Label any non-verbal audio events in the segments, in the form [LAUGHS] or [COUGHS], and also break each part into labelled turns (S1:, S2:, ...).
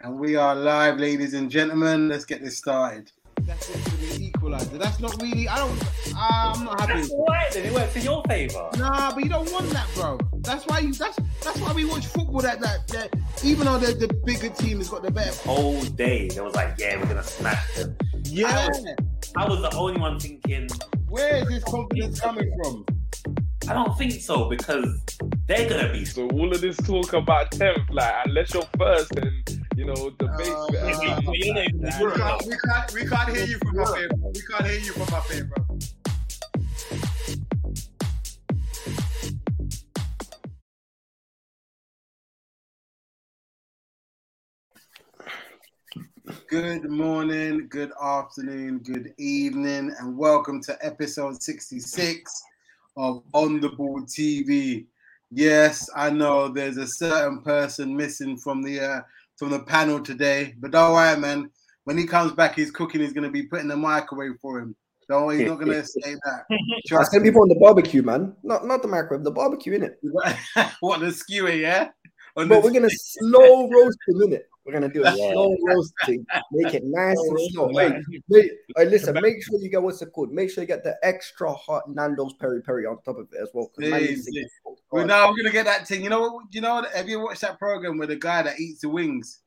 S1: And we are live, ladies and gentlemen. Let's get this started.
S2: That's it for the equalizer. That's not really. I don't. ah, I'm not happy.
S3: That's alright then. It works in your favour.
S2: Nah, but you don't want that, bro. That's why you. That's that's why we watch football. That that, that even though the, the bigger team has got the better.
S3: Whole day they was like, yeah, we're gonna smash them.
S2: Yeah.
S3: I was the only one thinking,
S2: Where is this confidence coming from?
S3: I don't think so because they're gonna
S4: [LAUGHS]
S5: [LAUGHS]
S3: be.
S5: So all of this talk about tenth, like unless you're first, and you know the
S6: Oh,
S5: base.
S6: man.
S3: You're not even
S6: We
S3: sure.
S6: can't, we can't, we can't hear you from my favorite. We can't hear you from my favorite.
S1: Good morning, good afternoon, good evening, and welcome to episode 66 of On the Ball TV. Yes, I know there's a certain person missing from the uh, from the panel today, but don't worry, man. When he comes back, he's cooking. He's gonna be putting the microwave for him. Don't worry, he's not [LAUGHS] gonna say
S5: [LAUGHS]
S1: that.
S7: That's
S1: Trust
S7: gonna be put on the barbecue, man. Not not the microwave, the barbecue in it.
S1: me. [LAUGHS] what the skewer, yeah? On
S7: But
S1: the-
S7: we're gonna slow roast him in it. We're gonna do a
S3: Yeah.
S7: slow roasting, make it nice and slow. Hey,
S5: like,
S7: wait, hey, listen, make sure you get what's it called. Make sure you get the extra hot Nando's peri peri on top of it as well. 'cause man needs to
S1: Yeah,
S7: get so
S1: Well,
S7: hard.
S1: now we're gonna get that thing. You know what? You know, have you watched that program where the guy that eats the wings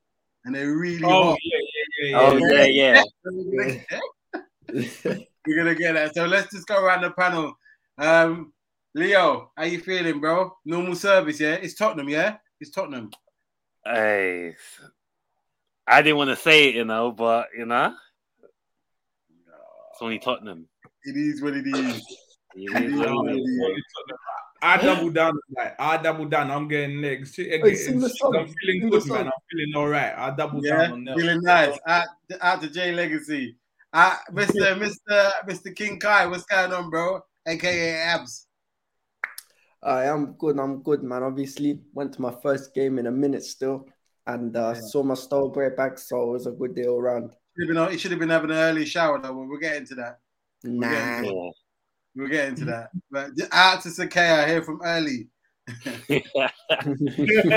S1: and they're really
S5: Oh
S1: hot?
S5: yeah, yeah, yeah.
S4: Oh
S5: yeah.
S4: yeah, yeah.
S1: We're gonna get- we're gonna get that. So let's just go around the panel. Um, Leo, how you feeling, bro? Normal service, yeah. It's Tottenham, yeah. It's Tottenham.
S4: Hey, I didn't want to say it, you know, but you know, it's only Tottenham.
S1: It is what it is.
S4: You know,
S1: Yeah.
S5: I double down on that. I double down. I'm getting next. Shit, I'm
S7: Hey,
S5: getting-
S7: sing the song.
S5: I'm feeling
S7: Sing the
S5: good, man.
S7: song.
S5: I'm feeling all right. I double
S1: Yeah,
S5: down on that.
S1: feeling nice. Out, out to Jay Legacy. Uh, Mr. Mr. Mr. King Kai, what's going on, bro? AKA Abs.
S7: [LAUGHS] I am good. I'm good, man. Obviously, went to my first game in a minute still, and uh,
S1: Yeah.
S7: saw my style break back, so it was a good day all round.
S1: Should've been- He should have been having an early shower though. But we'll get into that.
S7: Nah, [LAUGHS]
S1: We'll get into that. But out to Sakaya here from early.
S4: yeah.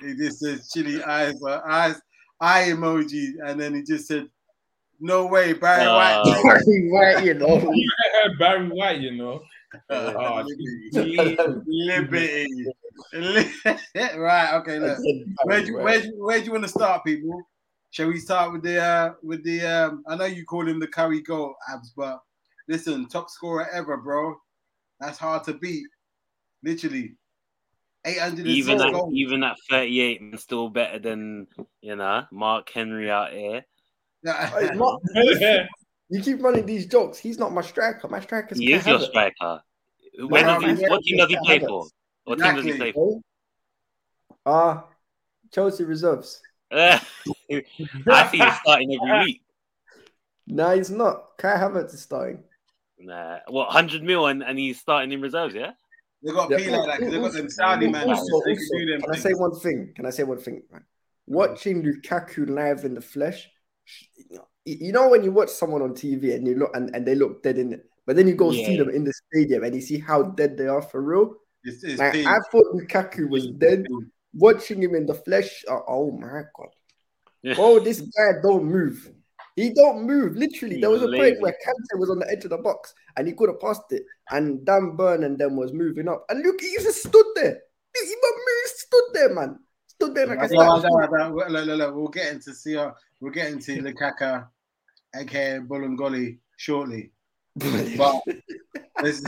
S1: He just says chilly eyes, uh, eyes, eye emoji, and then he just said, "No way, Barry
S4: Uh,
S7: [LAUGHS]
S1: White." [LAUGHS]
S7: right, you know.
S5: [LAUGHS] Barry White, you know.
S1: Uh,
S5: Oh,
S1: Liberty, [LAUGHS] Li- right? Okay, look. Where do, where, do, where do you want to start, people? Shall we start with the uh, with the? Um, I know you call him the curry goal abs, but listen, top scorer ever, bro. That's hard to beat. Literally, eight hundred.
S4: [LAUGHS] even at
S1: [LAUGHS]
S4: even at 38, man, still better than you know Mark Henry out here.
S7: Hey, Mark, you keep running these jokes. He's not my striker. My striker's
S4: He is your striker. Where
S1: No,
S4: does he,
S1: man,
S4: what team does he play
S7: Havertz.
S4: for? What team does he play for?
S7: Ah, Chelsea reserves.
S4: I [LAUGHS] see
S5: [LAUGHS]
S4: him starting
S1: [LAUGHS]
S4: every week.
S7: No, he's not. Kai Havertz is starting.
S4: Nah, what 100 mil and, and he's starting in reserves, yeah?
S1: They got
S7: Yeah.
S1: P like that 'cause they got them Saudi man.
S7: Also,
S1: they
S7: also,
S1: can do them.
S7: can I say
S1: things.
S7: one thing? Can I say one thing? man? Watching Lukaku live in the flesh, you- you know when you watch someone on TV and you look and, and they look dead in it, but then you go
S4: Yeah.
S7: see them in the stadium and you see how dead they are for real.
S1: It's, it's
S7: Like,
S1: P.
S7: I thought Lukaku was dead. Watching him in the flesh, uh, oh my god!
S4: Yeah.
S7: Oh, this guy don't move. He don't move. Literally,
S4: He's
S7: there was a
S4: lazy.
S7: point where Kante was on the edge of the box and he could have passed it, and Dan Burn and them was moving up. And look, he just stood there. He even moved, stood there, man. Stood there like I
S1: Like,
S7: said.
S1: no, no, no, Look, look, look, look, We'll get into CR. We'll get into Lukaku, aka Bolongoli, shortly. But let's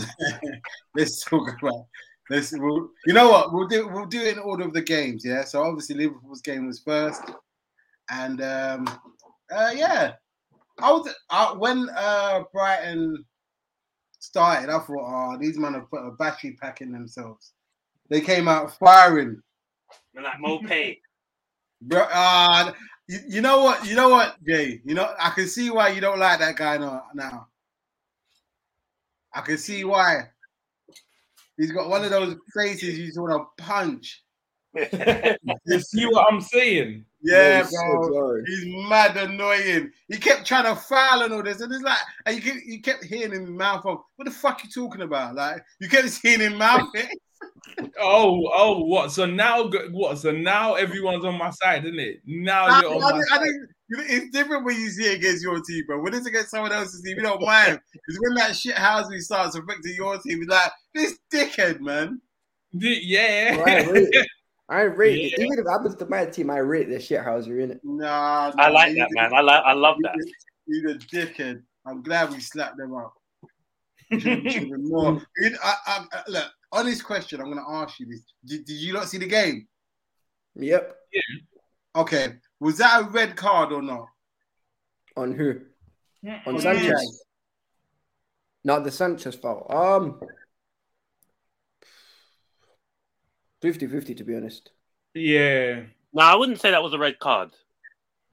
S1: [LAUGHS] let's talk about this. We'll, you know what? We'll do we'll do it in order of the games. Yeah. So obviously Liverpool's game was first, and um, uh, yeah, I was uh, when uh, Brighton started. I thought, oh, these men have put a battery pack in themselves. They came out firing.
S4: Like Mopay.
S1: Bro, uh, you, you know what? You know what, Jay? You know, I can see why you don't like that guy now. now. I can see why. He's got one of those faces you just want to punch.
S5: you see what I'm saying?
S1: Yeah,
S7: [LAUGHS] Oh, shit,
S1: bro.
S7: bro.
S1: He's mad annoying. He kept trying to foul and all this, and it's like, and you [LAUGHS] kept, you kept hearing him mouth off. What the fuck you talking about? Like, you kept seeing him mouth it.
S5: Oh, oh, what? So now, go- what? So now everyone's on my side, isn't it? Now
S1: I,
S7: Ah,
S5: you're on
S1: I
S5: my
S1: think- I
S5: side.
S1: think it's different when you see it against your team, bro. When it's against someone else's team, you don't mind. Because when that shit housery starts affecting your team, you're like, this dickhead, man.
S5: D- Yeah.
S7: I
S5: [LAUGHS]
S7: rate it. I rate it. Even if it happens to my team, I rate the shit Hauser in it.
S1: Nah,
S4: I
S1: nah,
S4: like
S1: he's
S4: that,
S1: a-
S4: man. I like. I love that.
S1: He's a, he's a dickhead. I'm glad we slapped them
S4: [LAUGHS]
S1: up. Should've- should've more. You- I- I- I- look, honest question. I'm going to ask you this. Did, did you not see the game?
S7: Yep.
S1: Okay. Was that a red card or not?
S7: On who? On
S1: On
S7: Sanchez.
S1: Diaz.
S7: Not the Sanchez foul. Um 50-50 to be honest.
S5: Yeah.
S4: No, I wouldn't say that was a red card.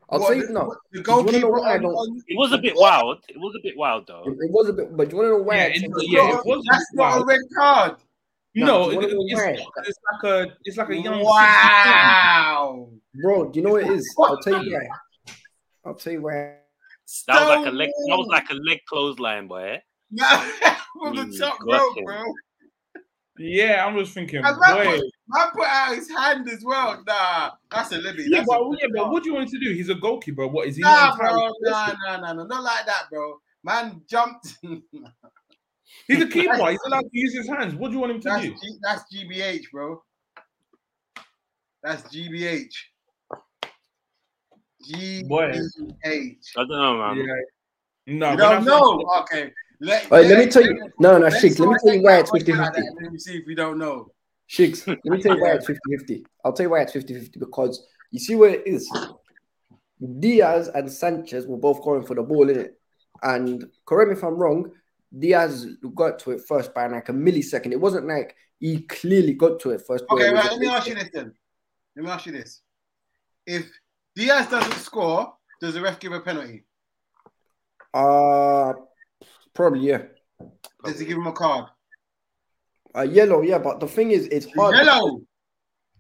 S7: I'll
S1: What,
S7: tell you
S1: the-
S7: no.
S1: what, The
S7: you wanna know
S1: goalkeeper.
S7: what I
S1: on-
S7: don't-
S1: on-
S4: It was a bit wild. It was a bit wild though.
S7: It was a bit, but do you want to know why?
S5: Yeah,
S7: I'd
S5: it-
S7: say-
S5: yeah, it was
S1: That's not a
S5: wild.
S1: red card.
S5: No,
S7: do you
S5: it-
S7: wanna know
S5: it's,
S7: why?
S5: it's like a it's like a young.
S1: Wow.
S7: Bro, do you know what it is? I'll tell you why. I'll tell you why.
S4: That was like a leg. That was like a leg clothesline, boy.
S1: [LAUGHS] No, from
S4: Mm,
S1: the top
S4: got
S1: rope,
S4: him.
S1: bro.
S5: Yeah, I'm just
S1: And
S5: thinking.
S1: that
S5: boy.
S1: was- Man put out his hand as well. Nah, that's a limit.
S5: Yeah,
S1: That's
S5: but,
S1: a red
S5: yeah, but
S1: card.
S5: what do you want him to do? He's a goalkeeper. What is he?
S1: Nah,
S5: not
S1: bro.
S5: entirely-
S1: Nah, nah, nah, nah. Not like that, bro. Man jumped. [LAUGHS]
S5: He's a keeper. He's allowed to use his hands. What do you want him to
S1: that's,
S5: do?
S1: G- that's GBH, bro. That's GBH.
S5: Boy.
S1: GBH.
S4: I don't know, man.
S5: Yeah. No,
S1: You
S5: when I
S1: don't
S5: think-
S1: know? Okay. Let,
S7: All right, let me tell you. No, no, Shiggs, let me tell you why it's 50
S1: Like
S7: 50.
S1: that, Let me see if we don't know. [LAUGHS]
S7: Shiggs, let me tell you why it's 50 50. I'll tell you why it's 50 50 because you see where it is. Diaz and Sanchez were both going for the ball in it. And correct me if I'm wrong, Diaz got to it first by like a millisecond. It wasn't like he clearly got to it first. but
S1: Okay,
S7: it was
S1: right.
S7: a-
S1: Let me ask you this then. Let me ask you this. If Diaz doesn't score, does the ref give a penalty?
S7: Uh, probably, yeah.
S1: Does he give him a card?
S7: Uh, yellow, yeah. But the thing is, it's hard.
S1: Yellow.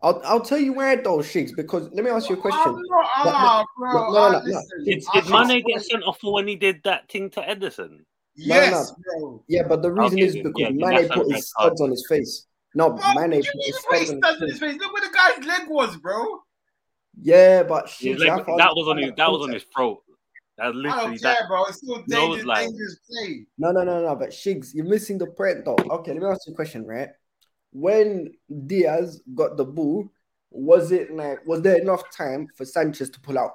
S7: I'll, I'll tell you why though, Shiggs, because let me ask you a question.
S1: I'm not, ah, bro.
S7: no, no,
S1: ah,
S7: no, no.
S1: listen.
S4: Did,
S1: Ah,
S4: did Mane get sent off for when he did that thing to Edison?
S1: Yes, bro.
S7: Yeah, but the reason
S4: Okay,
S7: is
S4: then,
S7: because
S4: yeah, then
S7: Mane
S4: that's not
S7: put
S4: a
S7: his
S4: red card.
S7: studs on his face. No,
S1: Bro,
S7: Mane
S1: Oh, you
S7: put
S1: need
S7: his
S1: to put
S7: studs
S1: his
S7: on
S1: studs in
S7: his
S1: his
S7: face.
S1: face. Look where the guy's leg was, bro.
S7: Yeah, but shit,
S4: His leg-
S7: I found-
S4: that was on his. That was on his throat. That
S1: I
S4: literally
S1: don't
S4: that.
S1: care, bro. It's still dangerous,
S4: like-
S1: dangerous
S7: [LAUGHS]
S1: play.
S7: No, no, no, no. But Shigs, you're missing the point though. Okay, let me ask you a question, right? When Diaz got the ball, was it like was there enough time for Sanchez
S4: [LAUGHS]
S7: to pull out?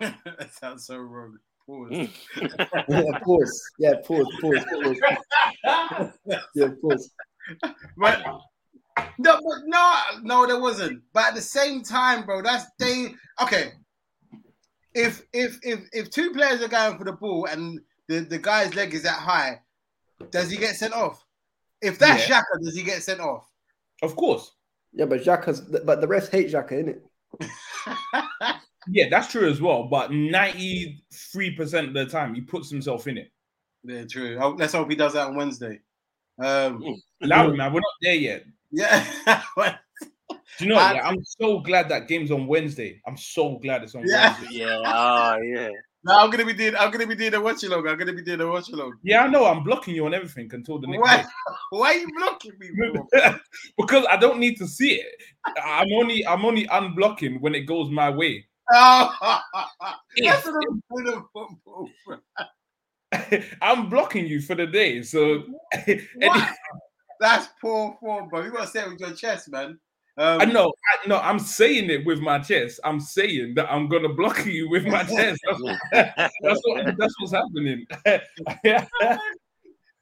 S1: that sounds so wrong. Pause.
S4: Mm.
S7: yeah, pause. Yeah, pause, pause, pause.
S4: [LAUGHS]
S7: yeah, pause.
S1: But no, but no, no, there wasn't. But at the same time, bro, that's they okay. If if if if two players are going for the ball and the, the guy's leg is that high, does he get sent off? If that's Shaka, does he get sent off?
S5: Of course.
S7: Yeah, but Xhaka's but the rest hate Xhaka, innit?
S5: Yeah, that's true as well. But 93% of the time, he puts himself in it.
S1: Yeah, true. Oh, Let's hope he does that on Wednesday. Um,
S5: Allow it, man. We're not there yet.
S1: yeah, [LAUGHS]
S5: Do you know?
S1: I-
S5: like, I'm so glad that game's on Wednesday. I'm so glad it's on
S1: Yeah.
S5: Wednesday.
S4: yeah. Oh, yeah.
S1: no, I'm gonna be doing. I'm gonna be doing a watch along. I'm gonna be doing a watch along.
S5: Yeah, I know. I'm blocking you on everything until the next
S1: Why?
S5: day.
S1: Why are you blocking me? bro? [LAUGHS]
S5: because I don't need to see it. I'm only I'm only unblocking when it goes my way.
S1: Oh, that's what I'm doing on football, bro.
S5: [LAUGHS] I'm blocking you for the day. So any-
S1: What? That's poor form, bro. You gotta say it with your chest, man. Um,
S5: I
S7: Mm.
S5: know, I, no, I'm saying it with my chest. I'm saying that I'm gonna block you with
S7: [LAUGHS]
S5: my chest. [LAUGHS] That's, what, that's what's happening. [LAUGHS]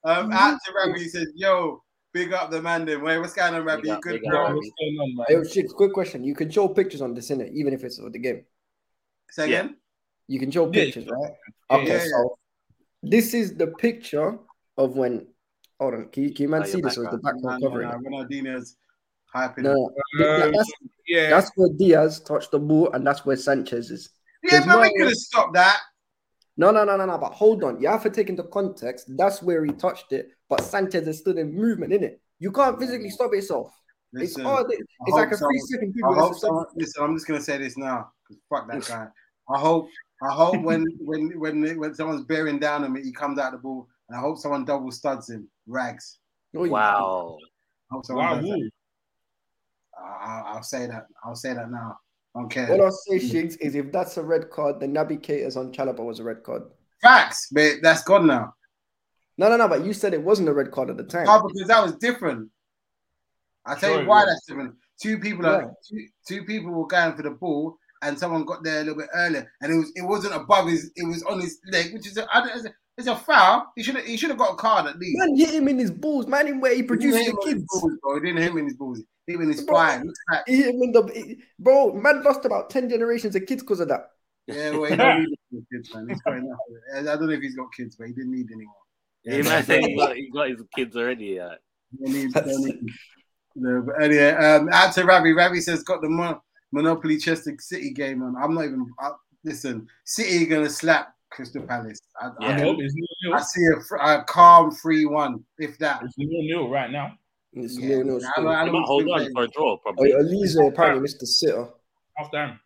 S1: Um, out to Rabbi, he says, "Yo, big up the man, then. Wait, what's going on, Rabbi?
S4: Big up,
S1: Good,
S4: big up,
S1: bro.
S4: Rabbi.
S5: What's going on, man?
S7: Hey, Shiggs, quick question. You can show pictures on this, innit? Even if it's of the game.
S1: Say again.
S7: You can show
S5: Yeah,
S7: pictures,
S5: yeah.
S7: right?
S5: Yeah,
S7: Okay,
S1: yeah, yeah.
S7: so this is the picture of when. Hold on, can you, can you man
S4: Oh, your
S7: see this with the
S1: No,
S7: background
S1: no,
S7: covering?
S1: no, Ronaldinho's hyping.
S7: No, no,
S5: Um,
S7: that- that's,
S5: yeah.
S7: that's where Diaz touched the ball, and that's where Sanchez is.
S1: Yeah,
S7: There's
S1: but we
S7: no-
S1: could have stopped that.
S7: No, no, no, no, no. But hold on, you have to take into context. That's where he touched it, but Sanchez is still in movement, in it. You can't physically stop yourself. It's
S1: Listen,
S7: hard. It's
S1: I
S7: like
S1: hope
S7: a
S1: someone-
S7: three second
S1: I
S7: video.
S1: hope someone, listen, I'm just gonna say this now. 'cause Fuck that guy. I hope, I hope when when when when someone's bearing down on me, he comes out the ball, and I hope someone double studs him. Rags.
S7: No, you-
S4: Wow.
S1: hope someone
S5: Wow,
S1: does that.
S5: woo.
S1: I'll, I'll say that. I'll say that now. Okay.
S7: All I'll say, Shigs, is if that's a red card, the Nabi Caters on Chalaba was a red card.
S1: Facts, but that's gone now.
S7: No, no, no, but you said it wasn't a red card at the time.
S1: Oh, because that was different. I tell
S5: Sure
S1: you
S5: it
S1: why
S5: was.
S1: that's different. Two people, are, two, two people were going for the ball, and someone got there a little bit earlier, and it was it wasn't above his, it was on his leg, which is a, I don't, it's, a it's a foul. He should he should have got a card at least.
S7: Man hit him in his balls, man, him where he
S1: He didn't
S7: produced
S1: hit
S7: the
S1: him on his
S7: kids.
S1: balls, bro. He didn't hit him in his balls. He hit him in his
S7: Bro.
S1: spine. Looks like,
S7: He hit him in the he- bro, man lost about 10 generations of kids because of that.
S1: yeah, well, he don't need any kids, man. He's got enough. I don't know if he's got kids, but he didn't need anyone.
S4: You might say he got, he got his kids already. uh,
S1: [LAUGHS]
S4: Yeah.
S1: Don't need- don't need- No, but anyway, um, out to Ravi. Ravi says got the mon- Monopoly Chester City game on. I'm not even. I, listen, City gonna slap Crystal Palace. I,
S5: I
S4: Yeah.
S5: hope it's nil
S1: I, I
S5: nil.
S1: see a, fr- a calm three-one, if that.
S5: It's nil nil right now.
S7: It's
S1: Yeah.
S7: no, no,
S1: I don't-
S7: still.
S1: I
S4: He
S1: don't
S4: might hold
S1: think
S4: on
S1: they-
S4: for a draw,
S7: Oh,
S4: probably.
S7: Eliza apparently missed the sitter.
S5: Half
S7: [LAUGHS]
S5: time.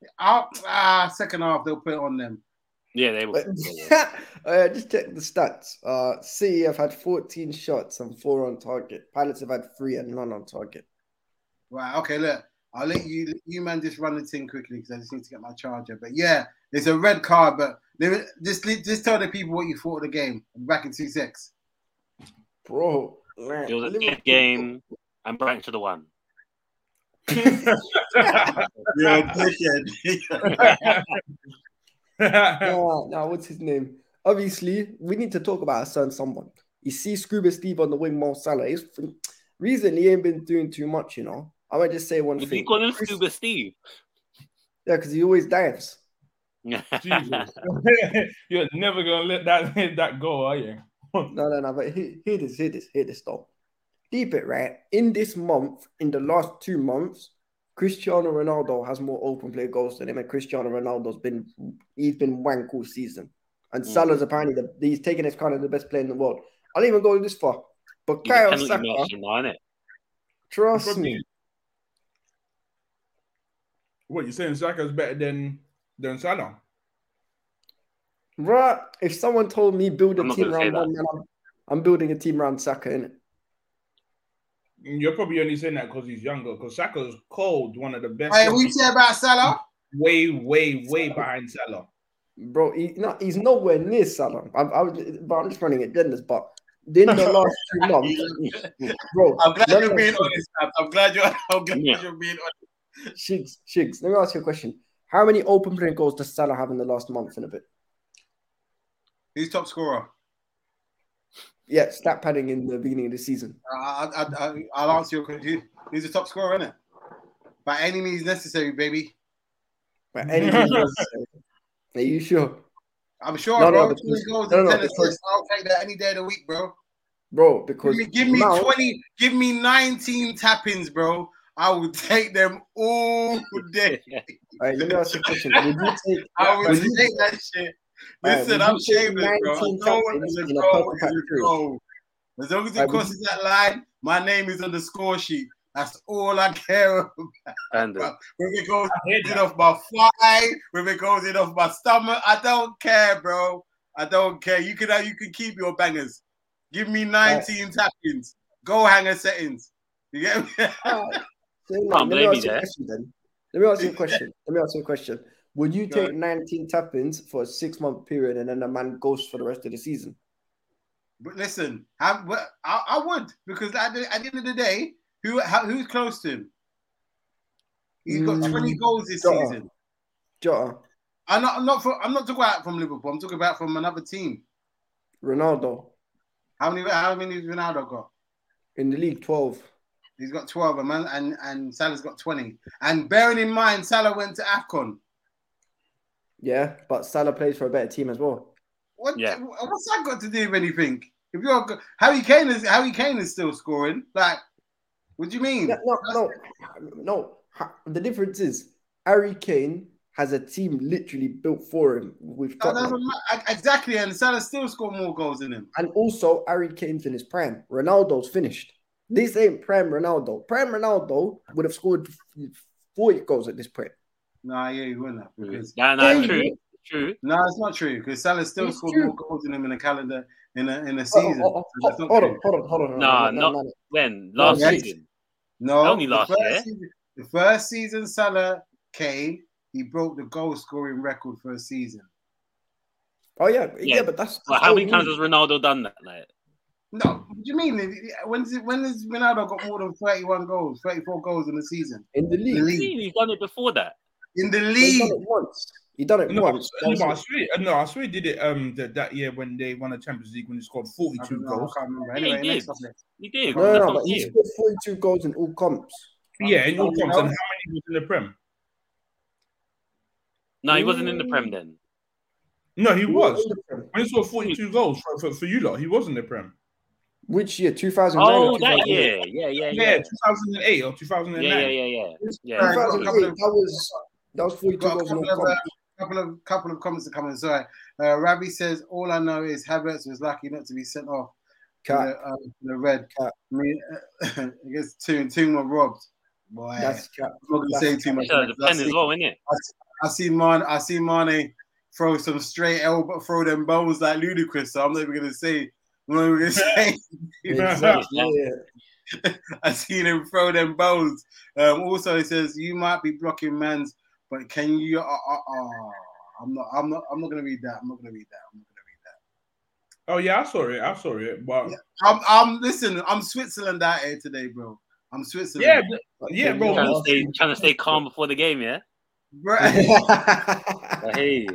S5: [LAUGHS]
S1: I'll- ah, second half they'll put it on them.
S4: Yeah, they will.
S7: But- [LAUGHS] uh, just check the stats. Uh, City have had 14 shots and four on target. Pilots have had three and none on target.
S1: Right. Okay. Look, I'll let you you man just run the thing quickly because I just need to get my charger. But yeah, it's a red card. But there, just just tell the people what you thought of the game. back in two six.
S7: Bro, man,
S4: It was a
S7: Liverpool-
S4: good game, and Brighton should have won.
S7: No, no, what's his name? Obviously, we need to talk about a certain someone. You see Scuba Steve on the wing, Mo Salah. He's, recently, he ain't been doing too much, you know. I might just say one
S4: You
S7: thing.
S4: think on
S7: Chris-
S4: Scuba Steve? [LAUGHS]
S7: Yeah, because he always dives.
S5: [LAUGHS] Jesus. You're never gonna let that [LAUGHS] that go, are you?
S7: No, no, no, but he- hear this, hear this, hear this, though. Deep it, right? In this month, in the last two months, Cristiano Ronaldo has more open play goals than him, and Cristiano Ronaldo's been he's been wank all season. And
S4: Mm.
S7: Salah's apparently the, he's taken as kind of the best player in the world. I'll even go this far. But
S4: He's a
S7: Kyle
S4: penalty
S7: Saka,
S4: merchant now, innit?
S7: trust me,
S5: What you're saying? Saka's better than than Salah.
S7: Bruh, if someone told me build a
S4: I'm not
S7: team
S4: gonna say
S7: around one man, I'm, I'm building a team around Saka, innit?
S5: You're probably only saying that because he's younger. Because Saka's cold, one of the
S1: [LAUGHS]
S5: best.
S1: Hey, we say about Salah.
S5: way, way, way behind Salah.
S7: Bro, he, no, he's nowhere near Salah. I'm, I was, but I'm just running agendas. But in
S4: [LAUGHS]
S7: the last two months, bro,
S1: I'm glad
S7: no, no,
S1: you're being
S7: Shigs,
S1: honest. Ab. I'm glad you're. I'm glad
S4: Yeah.
S1: you're being honest.
S7: Shigs, Shigs, let me ask you a question. How many open play goals does Salah have in the last month and a bit?
S1: Who's top scorer?
S7: Yeah, stat padding in the beginning of the season.
S1: I, I, I, I'll answer your question. He's the top scorer, isn't it? By any means necessary, baby.
S7: But
S1: [LAUGHS]
S7: anything else, uh, are you sure?
S1: I'm sure,
S7: No, no,
S1: bro.
S7: but-
S1: 20 goals
S7: no,
S1: and
S7: no,
S1: 10
S7: because-
S1: assists. I'll take that any day of the week, bro.
S7: Bro,
S1: Give
S7: because
S1: me, give me
S7: now-
S1: 20, give me 19 tappings, bro. I would take them all day.
S7: [LAUGHS] All right, let me ask you a question. Would
S1: [LAUGHS]
S7: you take
S1: I would
S7: would
S1: take
S7: you-
S1: that shit.
S7: Alright,
S1: Listen,
S7: would you
S1: I'm
S7: take
S1: shameless, bro. I
S7: 19
S1: know what
S7: tappings
S1: is a
S7: in a
S1: goal
S7: perfect
S1: is a
S7: period?
S1: goal. As long as
S7: Alright,
S1: it
S7: would
S1: crosses that line, my name is on the score sheet. That's all I care [LAUGHS] about.
S4: Standard.
S1: Whether it goes
S5: I hear
S1: in
S5: that.
S1: off my thigh, whether it goes in off my stomach, I don't care, bro. I don't care. You can you can keep your bangers. Give me 19 tappings. Goal hanger settings. You get me? [LAUGHS]
S7: Alright. So,
S4: Can't
S7: let me
S4: blame you
S7: ask you a
S4: there.
S7: question then. Let me
S1: [LAUGHS]
S7: ask you a question. Let me ask you a question. Would you take 19 tap-ins for a six-month period and then the man goes for the rest of the season?
S1: But listen, I, but I, I would because at the, at the end of the day, who how, who's close to him? He's got
S7: Mm.
S1: 20 goals this
S7: Jota.
S1: season.
S7: Jota,
S1: I'm not I'm not, from, I'm not talking about from Liverpool. I'm talking about from another team.
S7: Ronaldo
S1: How many how many has Ronaldo got?
S7: in the league 12.
S1: He's got 12, and, man, and, and Salah's got 20. And bearing in mind, Salah went to AFCON.
S7: Yeah, but Salah plays for a better team as well.
S1: What,
S4: Yeah.
S1: What's that got to do with anything? If you're go- Harry Kane is Harry Kane is still scoring. Like, what do you mean?
S7: No, no, no, no. Ha- The difference is Harry Kane has a team literally built for him with
S1: That
S7: Tottenham.
S1: doesn't matter. Exactly, and Salah still scored more goals than him.
S7: And also, Harry Kane's in his prime. Ronaldo's finished.
S1: Hmm.
S7: This ain't prime Ronaldo. Prime Ronaldo would have scored 40 goals at this point.
S1: No, yeah, you wouldn't have because
S4: Nah, nah,
S7: Yeah,
S4: true.
S7: you-
S4: true.
S1: No, it's not true because Salah still
S7: It's
S1: scored
S7: true.
S1: more goals than him in a calendar in a in a
S7: Oh,
S1: season. so
S7: oh, oh,
S1: that's
S7: oh,
S1: not
S7: Hold
S1: true.
S7: on, hold on, hold on.
S4: Nah,
S7: hold on,
S4: not-
S7: hold on.
S4: When last
S1: yeah.
S4: season?
S1: No,
S4: Only
S1: the
S4: last
S1: first
S4: year.
S1: Season, the first season Salah came, he broke the goal scoring record for a season.
S7: Oh yeah, yeah,
S4: Yeah.
S7: but that's
S4: Like,
S7: that's
S4: how
S7: all
S4: many times
S7: we-
S4: has Ronaldo done that? Like,
S1: No, what do you mean? When is it, when has Ronaldo got more than thirty-one goals, thirty-four goals in a season
S7: in the
S1: in the
S7: league?
S1: league?
S4: he's done it before that.
S1: In the
S7: He done
S1: league,
S7: it once. He done it
S5: No,
S7: once. That
S5: no,
S7: was
S5: I
S7: it.
S5: swear, no, I swear he did it um that, that year when they won the Champions League when he scored
S1: I
S5: 42
S1: don't know,
S5: goals.
S1: I can't remember.
S4: Yeah, he
S1: Anyway, next
S4: did.
S1: topic.
S4: He did.
S7: No, no,
S4: That's
S7: no,
S4: what
S7: but
S4: I'm
S7: he
S4: saying.
S7: scored 42 goals in all comps.
S5: Yeah, in all
S1: Something
S5: comps. And how
S1: else?
S5: many was in the Prem?
S4: No, he wasn't in the Prem then.
S5: No, he was.
S7: In the Prem.
S5: When he scored 42 goals for, for, for you lot, he was in the Prem.
S7: Which year? 2009.
S4: Oh,
S7: or
S4: that
S7: 2008?
S4: year. Yeah, yeah,
S5: Yeah,
S4: yeah.
S5: 2008 or 2009.
S4: Yeah, yeah, yeah, yeah.
S1: Alright,
S4: Yeah.
S1: got a couple
S7: 2008,
S1: of-
S7: that was that was 42
S1: got a
S7: goals in all
S1: couple of, uh,
S7: comps.
S1: couple of couple of comments to come in. Sorry, uh, Rabbi says all I know is Havertz was lucky not to be sent off. for
S7: Cat,
S1: The, uh, for the red.
S7: Cat.
S1: I mean, [LAUGHS] I guess two and two were robbed. Boy,
S7: that's cat.
S1: I'm not gonna say too much.
S4: Yeah, the
S1: I
S4: pen as
S1: see-
S4: well, innit?
S1: I see Mane. I see Mane throw some straight elbow, throw them bones like ludicrous. So I'm not even gonna say. I'm not even gonna say.
S7: Exactly. Yeah.
S1: [LAUGHS] I seen him throw them bones. Um, also, he says you might be blocking man's, but can you? Uh, uh, uh, I'm not. I'm not. I'm not gonna read that. I'm not gonna read that. I'm not gonna read that.
S5: Oh, yeah, I saw it. I saw it. But
S1: Yeah. I'm, I'm listen. I'm Switzerland out here today, bro. I'm Switzerland.
S5: yeah, but- yeah,
S7: Bro,
S4: Trying to
S5: bro.
S4: stay, trying to stay calm before the game, yeah.
S1: bro. [LAUGHS]
S4: Like, hey,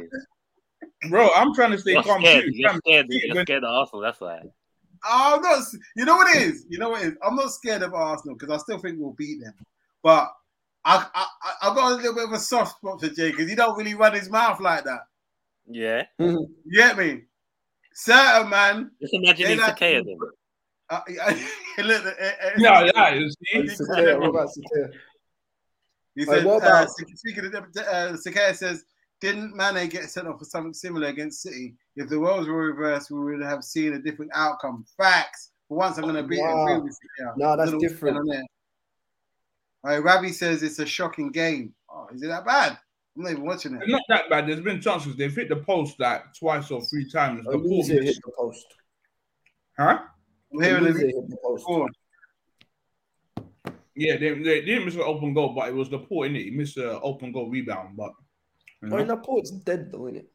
S5: Bro, I'm trying to stay
S4: you're
S5: calm
S4: scared.
S5: too.
S4: You're
S5: Fam,
S4: scared.
S5: see it
S4: You're
S5: when-
S4: scared of Arsenal. That's why.
S1: Oh, I'm not. You know what it is. You know what it is. I'm not scared of Arsenal because I still think we'll beat them. But I, I, I- I've got a little bit of a soft spot for Jay because he don't really run his mouth like that.
S4: Yeah.
S1: You get me? Certain man.
S4: Just imagine
S1: They
S4: it's
S1: like-
S4: Takea then.
S1: Uh, [LAUGHS] look, uh, uh,
S5: Yeah, yeah, you see?
S7: It's a tear, what about Satir?
S1: He
S7: Like,
S1: said,
S7: what
S1: uh,
S7: about-
S1: speaking of the- uh, Sakaya says, didn't Mane get sent off for something similar against City? If the roles were reversed, we would have seen a different outcome. Facts. For once, I'm going to be
S7: Wow.
S1: agree with you. here.
S7: No, that's
S1: Little
S7: different.
S1: on there. All right, Rabbi says it's a shocking game. Oh, is it that bad? I'm not even watching it.
S5: It's not that bad. There's been chances. They've hit the post like twice or three times.
S1: Oh,
S5: The ball
S7: Olise hit
S5: missed.
S7: the post.
S5: Huh?
S1: I'm hearing
S7: Olise
S1: it.
S7: hit the post.
S1: Oh,
S5: Yeah, they, they didn't miss an open goal, but it was the port in it. He missed an open goal rebound, but you
S7: I mean,
S1: Oh,
S5: know.
S7: Laporte's dead though, innit?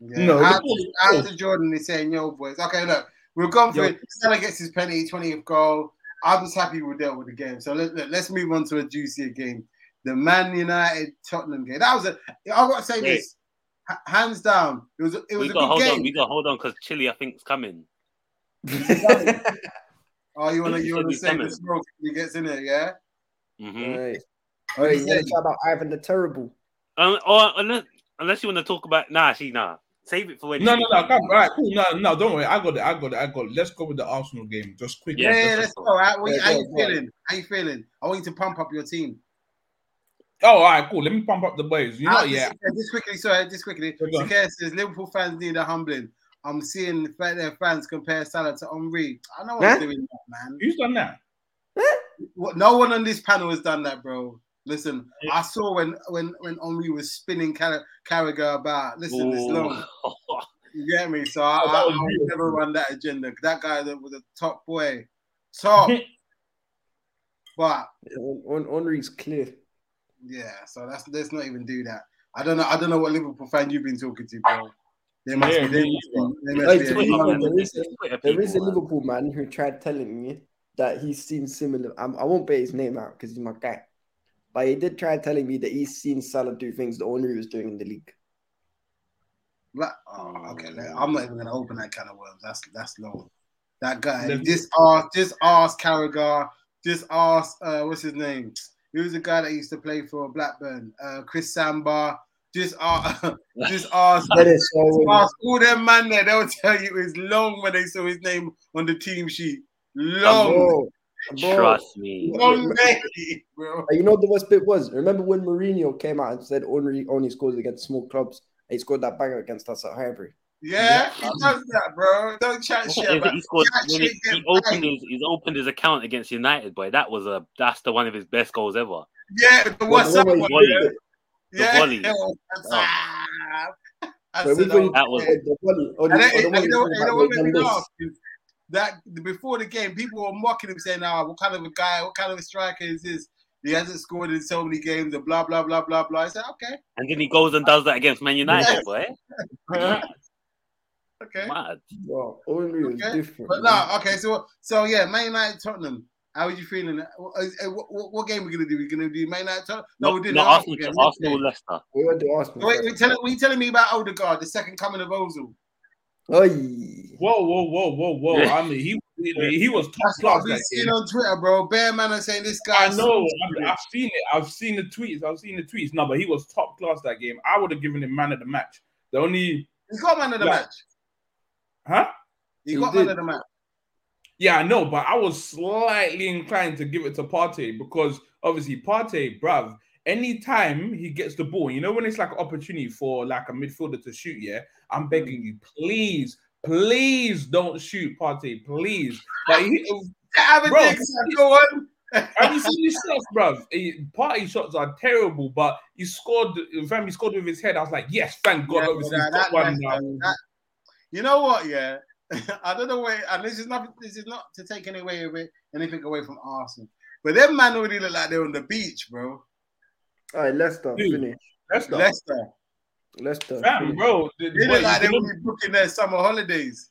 S1: yeah.
S5: No,
S1: out,
S5: the ball-
S1: out to Jordan is saying, yo, boys. Okay, look, we've gone for
S5: Yo.
S1: it. Stella gets his penalty, 20th goal. I'm just happy we dealt with the game. So let, let, let's move on to a juicier game. The Man United Tottenham game. That was a, I've got to say
S4: Wait.
S1: this. H- Hands down, it was a, it was
S4: We
S1: a
S4: got
S1: good
S4: hold
S1: game.
S4: on. We got hold on because Chile, I think, is coming.
S7: [LAUGHS]
S1: Oh, you wanna
S4: He
S1: you
S4: said
S1: wanna
S4: he's
S1: say
S4: coming.
S1: the smoke when he gets in there, yeah?
S4: hmm
S7: Right.
S1: Oh,
S7: Hey,
S1: he
S7: you want
S1: said,
S7: to talk about Ivan the Terrible?
S4: Um, or unless, unless you want to talk about nah, she nah. Save it for when.
S5: No,
S4: she-
S5: no,
S4: [LAUGHS]
S5: no, come, all right, cool. No, no, don't worry. I got it. I got it. I got it. Let's go with the Arsenal game just quickly.
S1: yeah,
S4: Yeah,
S1: yeah,
S4: that's
S1: let's
S4: cool.
S1: go. How, what-
S7: Yeah,
S1: how
S7: go
S1: you
S7: on, go on.
S1: feeling? How you feeling? I want you to pump up your team.
S5: Oh, all right, cool. Let me pump up the boys. You know,
S1: Ah,
S5: yeah.
S1: Just, just quickly, sorry, just quickly.
S5: Go on.
S1: Sakir says Liverpool fans need a humbling. I'm seeing fa- their fans compare Salah to Henri. I know
S7: Huh?
S1: I'm doing that, man.
S5: Who's done that?
S1: What- No one on this panel has done that, bro. Listen, I saw when when when Henri was spinning Car- Carragher about. Listen, it's long.
S4: Ooh.
S1: You get me? So I,
S5: Oh, that
S1: I, I
S5: was
S1: would
S5: beautiful.
S1: never run that agenda. That guy that was a top boy,
S5: [LAUGHS]
S1: top. but
S7: On Henry's clear.
S1: yeah, so that's let's not even do that. I don't know. I don't know what Liverpool fan you've been talking to, bro. They must
S5: Yeah,
S1: be. They
S5: me
S1: must be, they must
S4: [LAUGHS]
S7: Hey,
S1: be
S7: Twitter,
S1: a-
S7: man.
S4: Twitter
S7: there is a-
S4: people,
S7: There is a
S4: man.
S7: Liverpool man who tried telling me that he's seen similar. I'm, I won't bear his name out because he's my guy. But he did try telling me that he's seen Salah do things that Henry was doing in the league.
S1: Like, oh, okay. let- I'm not even gonna open that can of worms. That's that's long. That guy.
S5: Let-
S1: This ass. This ass Carragher. This ass. Uh, what's his name? He was a guy that used to play for Blackburn. Uh, Chris Samba. This ass. [LAUGHS]
S4: [LAUGHS]
S1: this ass.
S7: That is so.
S1: Ask all them man there, they'll tell you it's long when they saw his name on the team sheet. Long,
S7: Bro, bro.
S4: Trust me.
S1: long day, bro.
S7: You know what the worst bit was? Remember when Mourinho came out and said Henry only scores against small clubs? He scored that banger against us at Highbury.
S1: Yeah, he does that, bro. Don't chat
S4: What
S1: shit
S4: is it?
S1: about
S4: He, scored,
S1: That
S4: when he,
S1: shit
S4: he
S1: get
S4: opened
S1: banged.
S4: his he's opened his account against United, boy. That was a that's the one of his best goals ever.
S1: Yeah, the what's up one.
S7: Remember when he
S4: Volley.
S7: did it?
S1: Yeah,
S4: volley.
S1: yeah, what's up? I
S7: But
S1: said,
S7: everybody-
S1: oh,
S4: That was
S1: yeah.
S7: the one- or the-
S1: And that-
S7: or the
S1: and
S7: one
S1: you know what-
S7: who's
S1: you know
S7: like,
S1: what
S7: "We've
S1: made me
S7: done this."
S1: laugh? Is That before the game, people were mocking him, saying, "Ah, what kind of a guy? What kind of a striker is this? He hasn't scored in so many games, and blah blah blah blah blah." I said, "Okay,
S4: And then he goes and does that against Man United,
S1: [LAUGHS]
S4: boy.
S1: okay."
S4: Mad.
S7: Bro, Henry was
S1: Okay,
S7: different.
S1: But
S7: man.
S1: no, okay. So so yeah, Man United, Tottenham. How are you feeling? What, what, what game are we gonna do? We're gonna do Man United. Tottenham? No,
S4: Not-
S1: we did
S4: not Arsenal,
S1: game.
S4: Arsenal,
S1: Okay.
S4: Leicester.
S7: we went to Arsenal.
S1: Wait, wait, tell, were you telling me about Odegaard, the second coming of Ozil?
S7: Oi.
S5: Whoa, whoa, whoa, whoa, whoa!
S4: Yeah.
S5: I mean, he he was top
S1: That's what
S5: class.
S1: I've been
S5: that
S1: seeing
S5: game.
S1: on Twitter, bro. Bear man are saying this guy.
S5: I know. I've, I've seen it. I've seen the tweets. I've seen the tweets. No, but he was top class that game. I would have given him man of the match. The only,
S1: He got man of the
S5: Yeah.
S1: match.
S5: huh?
S1: He,
S7: He
S1: got
S7: did.
S1: man of the match.
S5: Yeah, I know, but I was slightly inclined to give it to Partey because obviously Partey, bruv, anytime he gets the ball, you know, when it's like an opportunity for like a midfielder to shoot, yeah, I'm begging you, please, please don't shoot Partey, please. Like, he,
S1: Have a
S5: Bro.
S1: dick, son, go on.
S5: have you seen his shots, bruv? He- Partey shots are terrible, but he scored, fam, he scored with his head. I was like, yes, thank God,
S1: Yeah,
S5: obviously,
S1: nah,
S5: he's
S1: that-
S5: got one
S1: that-
S5: now.
S1: that- you know what? Yeah, [LAUGHS] I don't know where. And this is not. This is not to take any away away anything away from Arsenal. But them man already look like they're on the beach, bro.
S7: All right, Leicester,
S5: Dude.
S7: finish.
S5: That's the
S1: Leicester.
S7: Leicester.
S5: fam,
S7: finish.
S5: bro. The-
S1: They
S5: but
S1: look
S5: you
S1: like they
S5: can
S1: would be booking their summer holidays.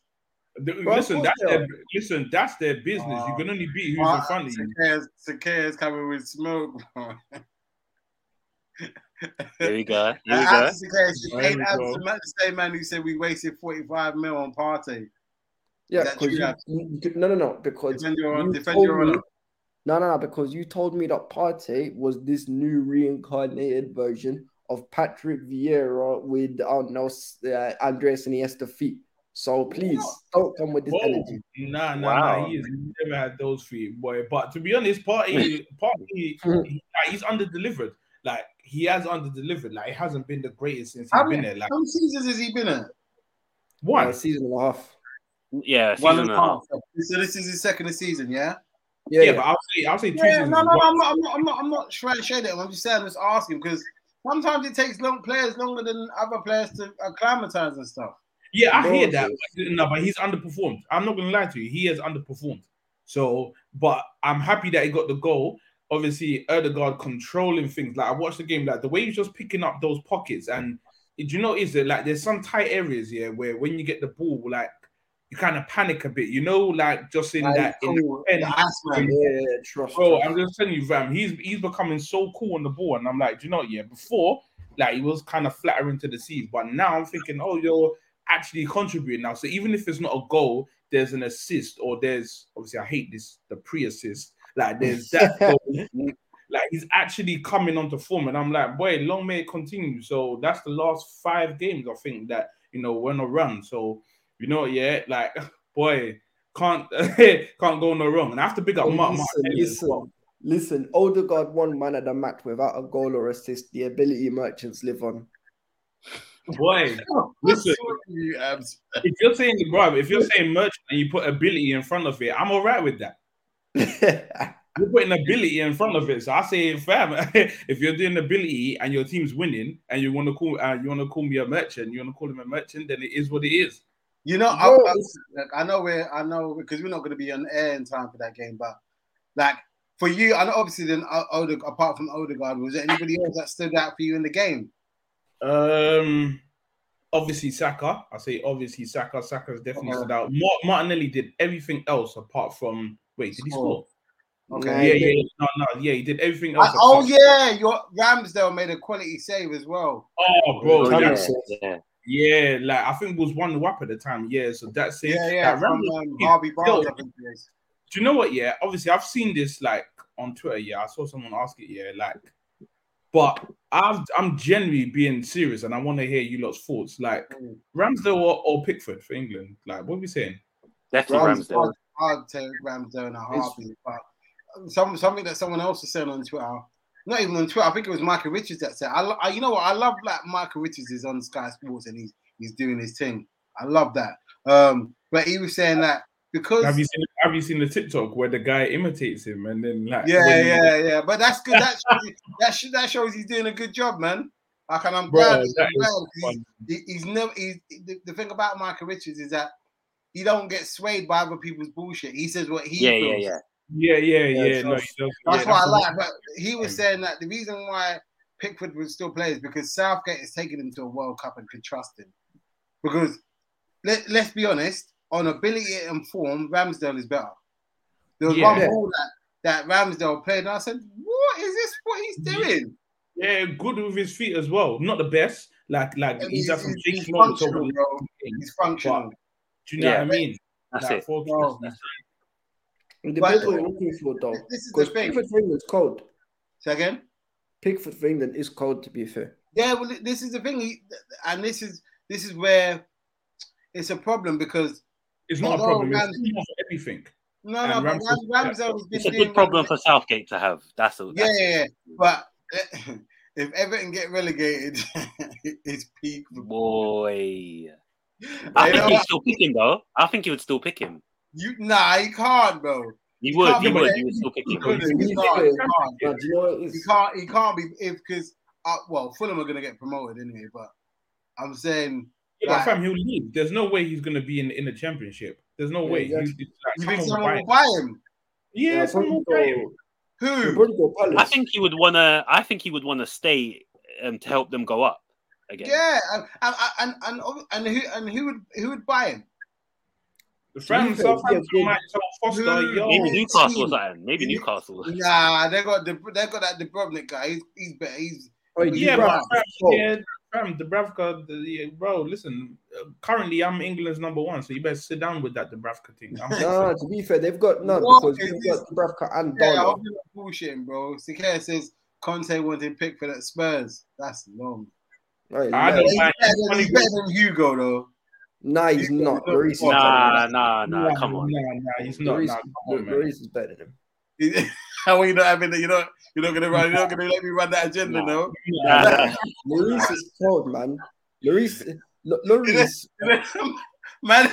S5: The-
S7: Bro, of
S5: listen,
S7: course
S5: that's
S7: they
S5: their
S7: are.
S5: listen, that's their business. You
S1: Oh.
S5: can only beat who's in front of you.
S1: Sakir's Sakir's coming with smoke. bro.
S4: Here
S1: [LAUGHS]
S4: we go. Here we go.
S1: After Sakir, she
S5: There
S1: ain't
S5: we
S1: after
S5: go.
S1: the same man who said we wasted 45 mil on party.
S7: Yeah,
S1: That's
S7: because you,
S1: true.
S7: you- you could- no, no, no, because
S1: Defend your,
S7: you
S1: defend
S7: told
S1: your
S7: me-
S1: honor.
S7: no, no, no, because you told me that Partey was this new reincarnated version of Patrick Vieira with I don't know s- uh, Andres Iniesta feet. So please don't come with this
S5: Whoa.
S7: energy.
S5: Nah, nah, nah.
S4: Wow.
S5: He has never had those three, boy. But to be
S1: [LAUGHS]
S5: honest, party, party, he, like, he's under delivered. Like he has under delivered. Like it hasn't been the greatest since he's
S1: How
S5: been
S1: many,
S5: there. Like
S1: how many seasons has he been at?
S5: one,
S7: Uh, season and a half.
S4: Yeah,
S1: One
S4: season
S1: and
S4: and
S1: a half. So this is his second season, yeah?
S7: Yeah,
S5: yeah,
S7: yeah.
S5: But I'll say, I'll say two
S1: Yeah,
S5: seasons.
S1: no,
S5: is
S1: no, no,
S5: one.
S1: I'm not, I'm not, I'm not, I'm not trying to shade it. I'm just saying, I'm just asking because sometimes it takes long players longer than other players to acclimatize and stuff.
S5: Yeah, I
S7: Bro,
S5: hear that.
S7: so-
S5: But, no, but he's underperformed. I'm not gonna lie to you. He has underperformed. So, but I'm happy that he got the goal. Obviously, Erdegaard controlling things. Like I watched the game, like the way he's just picking up those pockets. And do you know is that like there's some tight areas here where when you get the ball, like you kind of panic a bit. You know, like just in that. In,
S1: cool.
S5: in-
S1: The Iceman.
S7: yeah, yeah, trust.
S5: Bro,
S7: trust.
S5: I'm just telling you, Ram. He's he's becoming so cool on the ball, and I'm like, do you know, what, yeah. Before, like, he was kind of flattering to the seas, but now I'm thinking, oh, you're actually contributing now. So even if it's not a goal, there's an assist, or there's obviously I hate this the pre-assist. Like
S7: [LAUGHS]
S5: there's that. goal. Like he's actually coming onto form, and I'm like, boy, long may it continue. So that's the last five games I think that you know we're on a run. So you know, yeah, like [SIGHS] boy. Can't [LAUGHS] can't go no wrong, and I have to pick up
S7: Oh,
S5: Mark.
S7: listen,
S5: Martinelli as
S7: listen,
S5: well.
S7: listen. Odegaard won man at the match without a goal or assist. The ability merchants live on. [LAUGHS]
S5: Boy, listen,
S1: Listen, you, um, abs.
S5: if you're saying bro, if you're saying merchant and you put ability in front of it, I'm all right with that. You're putting ability in front of it, so I say, fam, [LAUGHS] if you're doing ability and your team's winning, and you want to call, uh, you want to call me a merchant, you want to call him a merchant, then it is what it is.
S1: You know, I,
S7: Bro,
S1: I, look, I know we're, I know because we're not going to be on air in time for that game, but like for you, and obviously, then O- Ode- apart from Odegaard, was there anybody else that stood out for you in the game?
S5: Um, obviously Saka. I say obviously Saka. Saka's definitely
S1: Uh-huh.
S5: stood out. Mar- Martinelli did everything else apart from wait, did he
S1: Score.
S5: score?
S1: Okay.
S5: Yeah, yeah, yeah, no, no, yeah, he did everything else.
S1: I- oh
S5: apart-
S1: yeah, your Ramsdale made a quality save as well.
S5: oh bro,
S7: Thomas.
S5: that's
S4: yeah.
S5: Yeah, like I think it was one WAP at the time. Yeah, so that's it.
S1: Yeah, yeah,
S5: Like,
S1: from
S5: Ramsey-
S1: um, Harvey Barnes.
S5: Yo.
S1: I think it is.
S5: do you know what? Yeah, obviously I've seen this like on Twitter. Yeah, I saw someone ask it. Yeah, like, but I've, I'm genuinely being serious, and I want to hear you lot's thoughts. Like
S1: Mm.
S5: Ramsdale or, or Pickford for England. Like, what are we saying?
S4: Definitely
S1: Ramsdale.
S4: Ramsdale.
S1: I'd take Ramsdale in a heartbeat. But um, some, something that someone else was saying on Twitter, not even on Twitter, I think it was Michael Richards that said, I, lo- I you know what, I love that Michael Richards is on Sky Sports and he's, he's doing his thing. I love that. Um, but he was saying that because.
S5: Have you seen Have you seen the TikTok where the guy imitates him and then like?
S1: yeah,
S5: when he-
S1: yeah, yeah. But that's good. That shows, he- that, sh- that shows he's doing a good job, man. Like, and I'm
S5: Bro,
S1: glad.
S5: that
S1: I'm
S5: is
S1: glad he's,
S5: funny.
S1: he- he's never. He's, the, the thing about Michael Richards is that he don't get swayed by other people's bullshit. He says what he
S4: Yeah,
S1: feels.
S4: yeah, yeah.
S5: Yeah, yeah, yeah.
S7: Yeah,
S5: no, he
S7: that's-
S5: does-
S1: That's
S5: yeah,
S1: what I like.
S5: that's-
S1: But he was saying that the reason why Pickford would still play is because Southgate is taking him to a World Cup and can trust him. Because let, let's be honest, on ability and form, Ramsdale is better. There was
S5: Yeah.
S1: one ball that, that Ramsdale played, and I said, What is this? What he's doing?
S5: Yeah, good with his feet as well. Not the best. Like, like
S1: And
S5: he's had some
S1: he's
S5: things wrong. so-
S1: functional, bro. He's functional.
S5: Do you know
S4: Yeah.
S5: what I mean?
S4: That's
S5: Like,
S4: it.
S5: four
S1: Bro.
S5: kids,
S7: It depends
S1: But-
S7: what you're looking for, though.
S1: This is the
S7: Because
S1: thing.
S7: Pickford for England is cold.
S1: Say again?
S7: Pickford for England is cold, to be fair.
S1: Yeah, well, this is the thing, he, and this is this is where it's a problem because
S5: It's not a
S1: Although
S5: problem. It's
S1: Ramsey-
S5: too much for everything.
S1: no,
S5: And
S1: no, but
S5: Ramsdale's-
S1: Ram, Ramsdale has been
S4: It's a
S1: doing
S4: good problem
S1: Ramsdale-
S4: for Southgate to have. That's all.
S1: Yeah,
S4: That's
S1: yeah, yeah. But [LAUGHS] eh, if Everton get relegated, [LAUGHS] it's peak.
S4: Boy, I
S1: I
S4: think
S1: know,
S4: he'd still pick him though. I think he would still pick him.
S1: you, nah, you can't, bro.
S4: He
S1: You
S4: would.
S1: can't
S4: He
S1: be
S4: would.
S1: like-
S4: He would still pick
S1: You
S4: him.
S1: can't, you can't, you can't.
S7: But do you know what it
S1: He
S7: is?
S1: can't, he can't be if because uh, well, Fulham are gonna get promoted anyway. But I'm saying
S5: Yeah, but
S1: Right.
S5: fam, he'll leave. There's no way he's gonna be in, in the championship. There's no
S7: Yeah,
S5: way.
S7: exactly.
S5: He's- he's like,
S1: you think
S5: someone
S1: someone
S5: buy
S1: will
S5: him.
S1: buy him?
S5: yeah,
S7: Yeah,
S5: someone will
S7: probably
S5: buy him.
S7: go- we'll
S1: Who?
S7: probably go
S4: I
S7: Palace.
S4: think he would wanna. I think he would wanna stay um, to help them go up again.
S1: Yeah, and and and, and, and who and who would who would buy him?
S5: The fam,
S7: Newcastle,
S5: Southampton
S7: yeah,
S5: might tell Foster,
S1: Who-
S5: yo,
S4: Maybe
S1: Oh,
S4: Newcastle or
S1: team.
S4: something. Maybe
S1: Yeah.
S4: Newcastle.
S1: Nah, they got the they got that Dubrovnik guy. He's he's better. He's
S7: Oh, you
S5: yeah,
S7: right.
S5: but fam,
S7: Oh,
S5: yeah, fam, Dubravka, the, yeah, bro, listen, uh, currently I'm England's number one, so you better sit down with that Dubravka thing. I'm
S7: [LAUGHS] Nah, to be fair, they've got none
S1: What
S7: because
S1: is
S7: they've
S1: this?
S7: got Dubravka and
S1: yeah,
S7: Darlow.
S1: I'm not bullshitting, bro. Sikea says Conte wanted Pickford at Spurs. That's long.
S7: Right,
S5: I
S7: nah,
S5: don't
S1: He's
S5: mind.
S1: better, than, he's better than Hugo though. [LAUGHS]
S7: nah, he's
S1: you-
S7: not. Lloris is
S4: Nah, nah, nah. Come on.
S5: Nah, nah, he's
S7: better
S5: not.
S7: than him.
S5: Nah,
S7: Lloris-
S5: come on, man.
S7: Lloris is better than him.
S1: How are you not having that? You're not you're not gonna run. You're not gonna let me run that agenda,
S4: Nah.
S1: no. [LAUGHS]
S4: Nah, nah.
S7: Lloris is cold, man. Lloris, eh, Lo- Lloris,
S1: Man,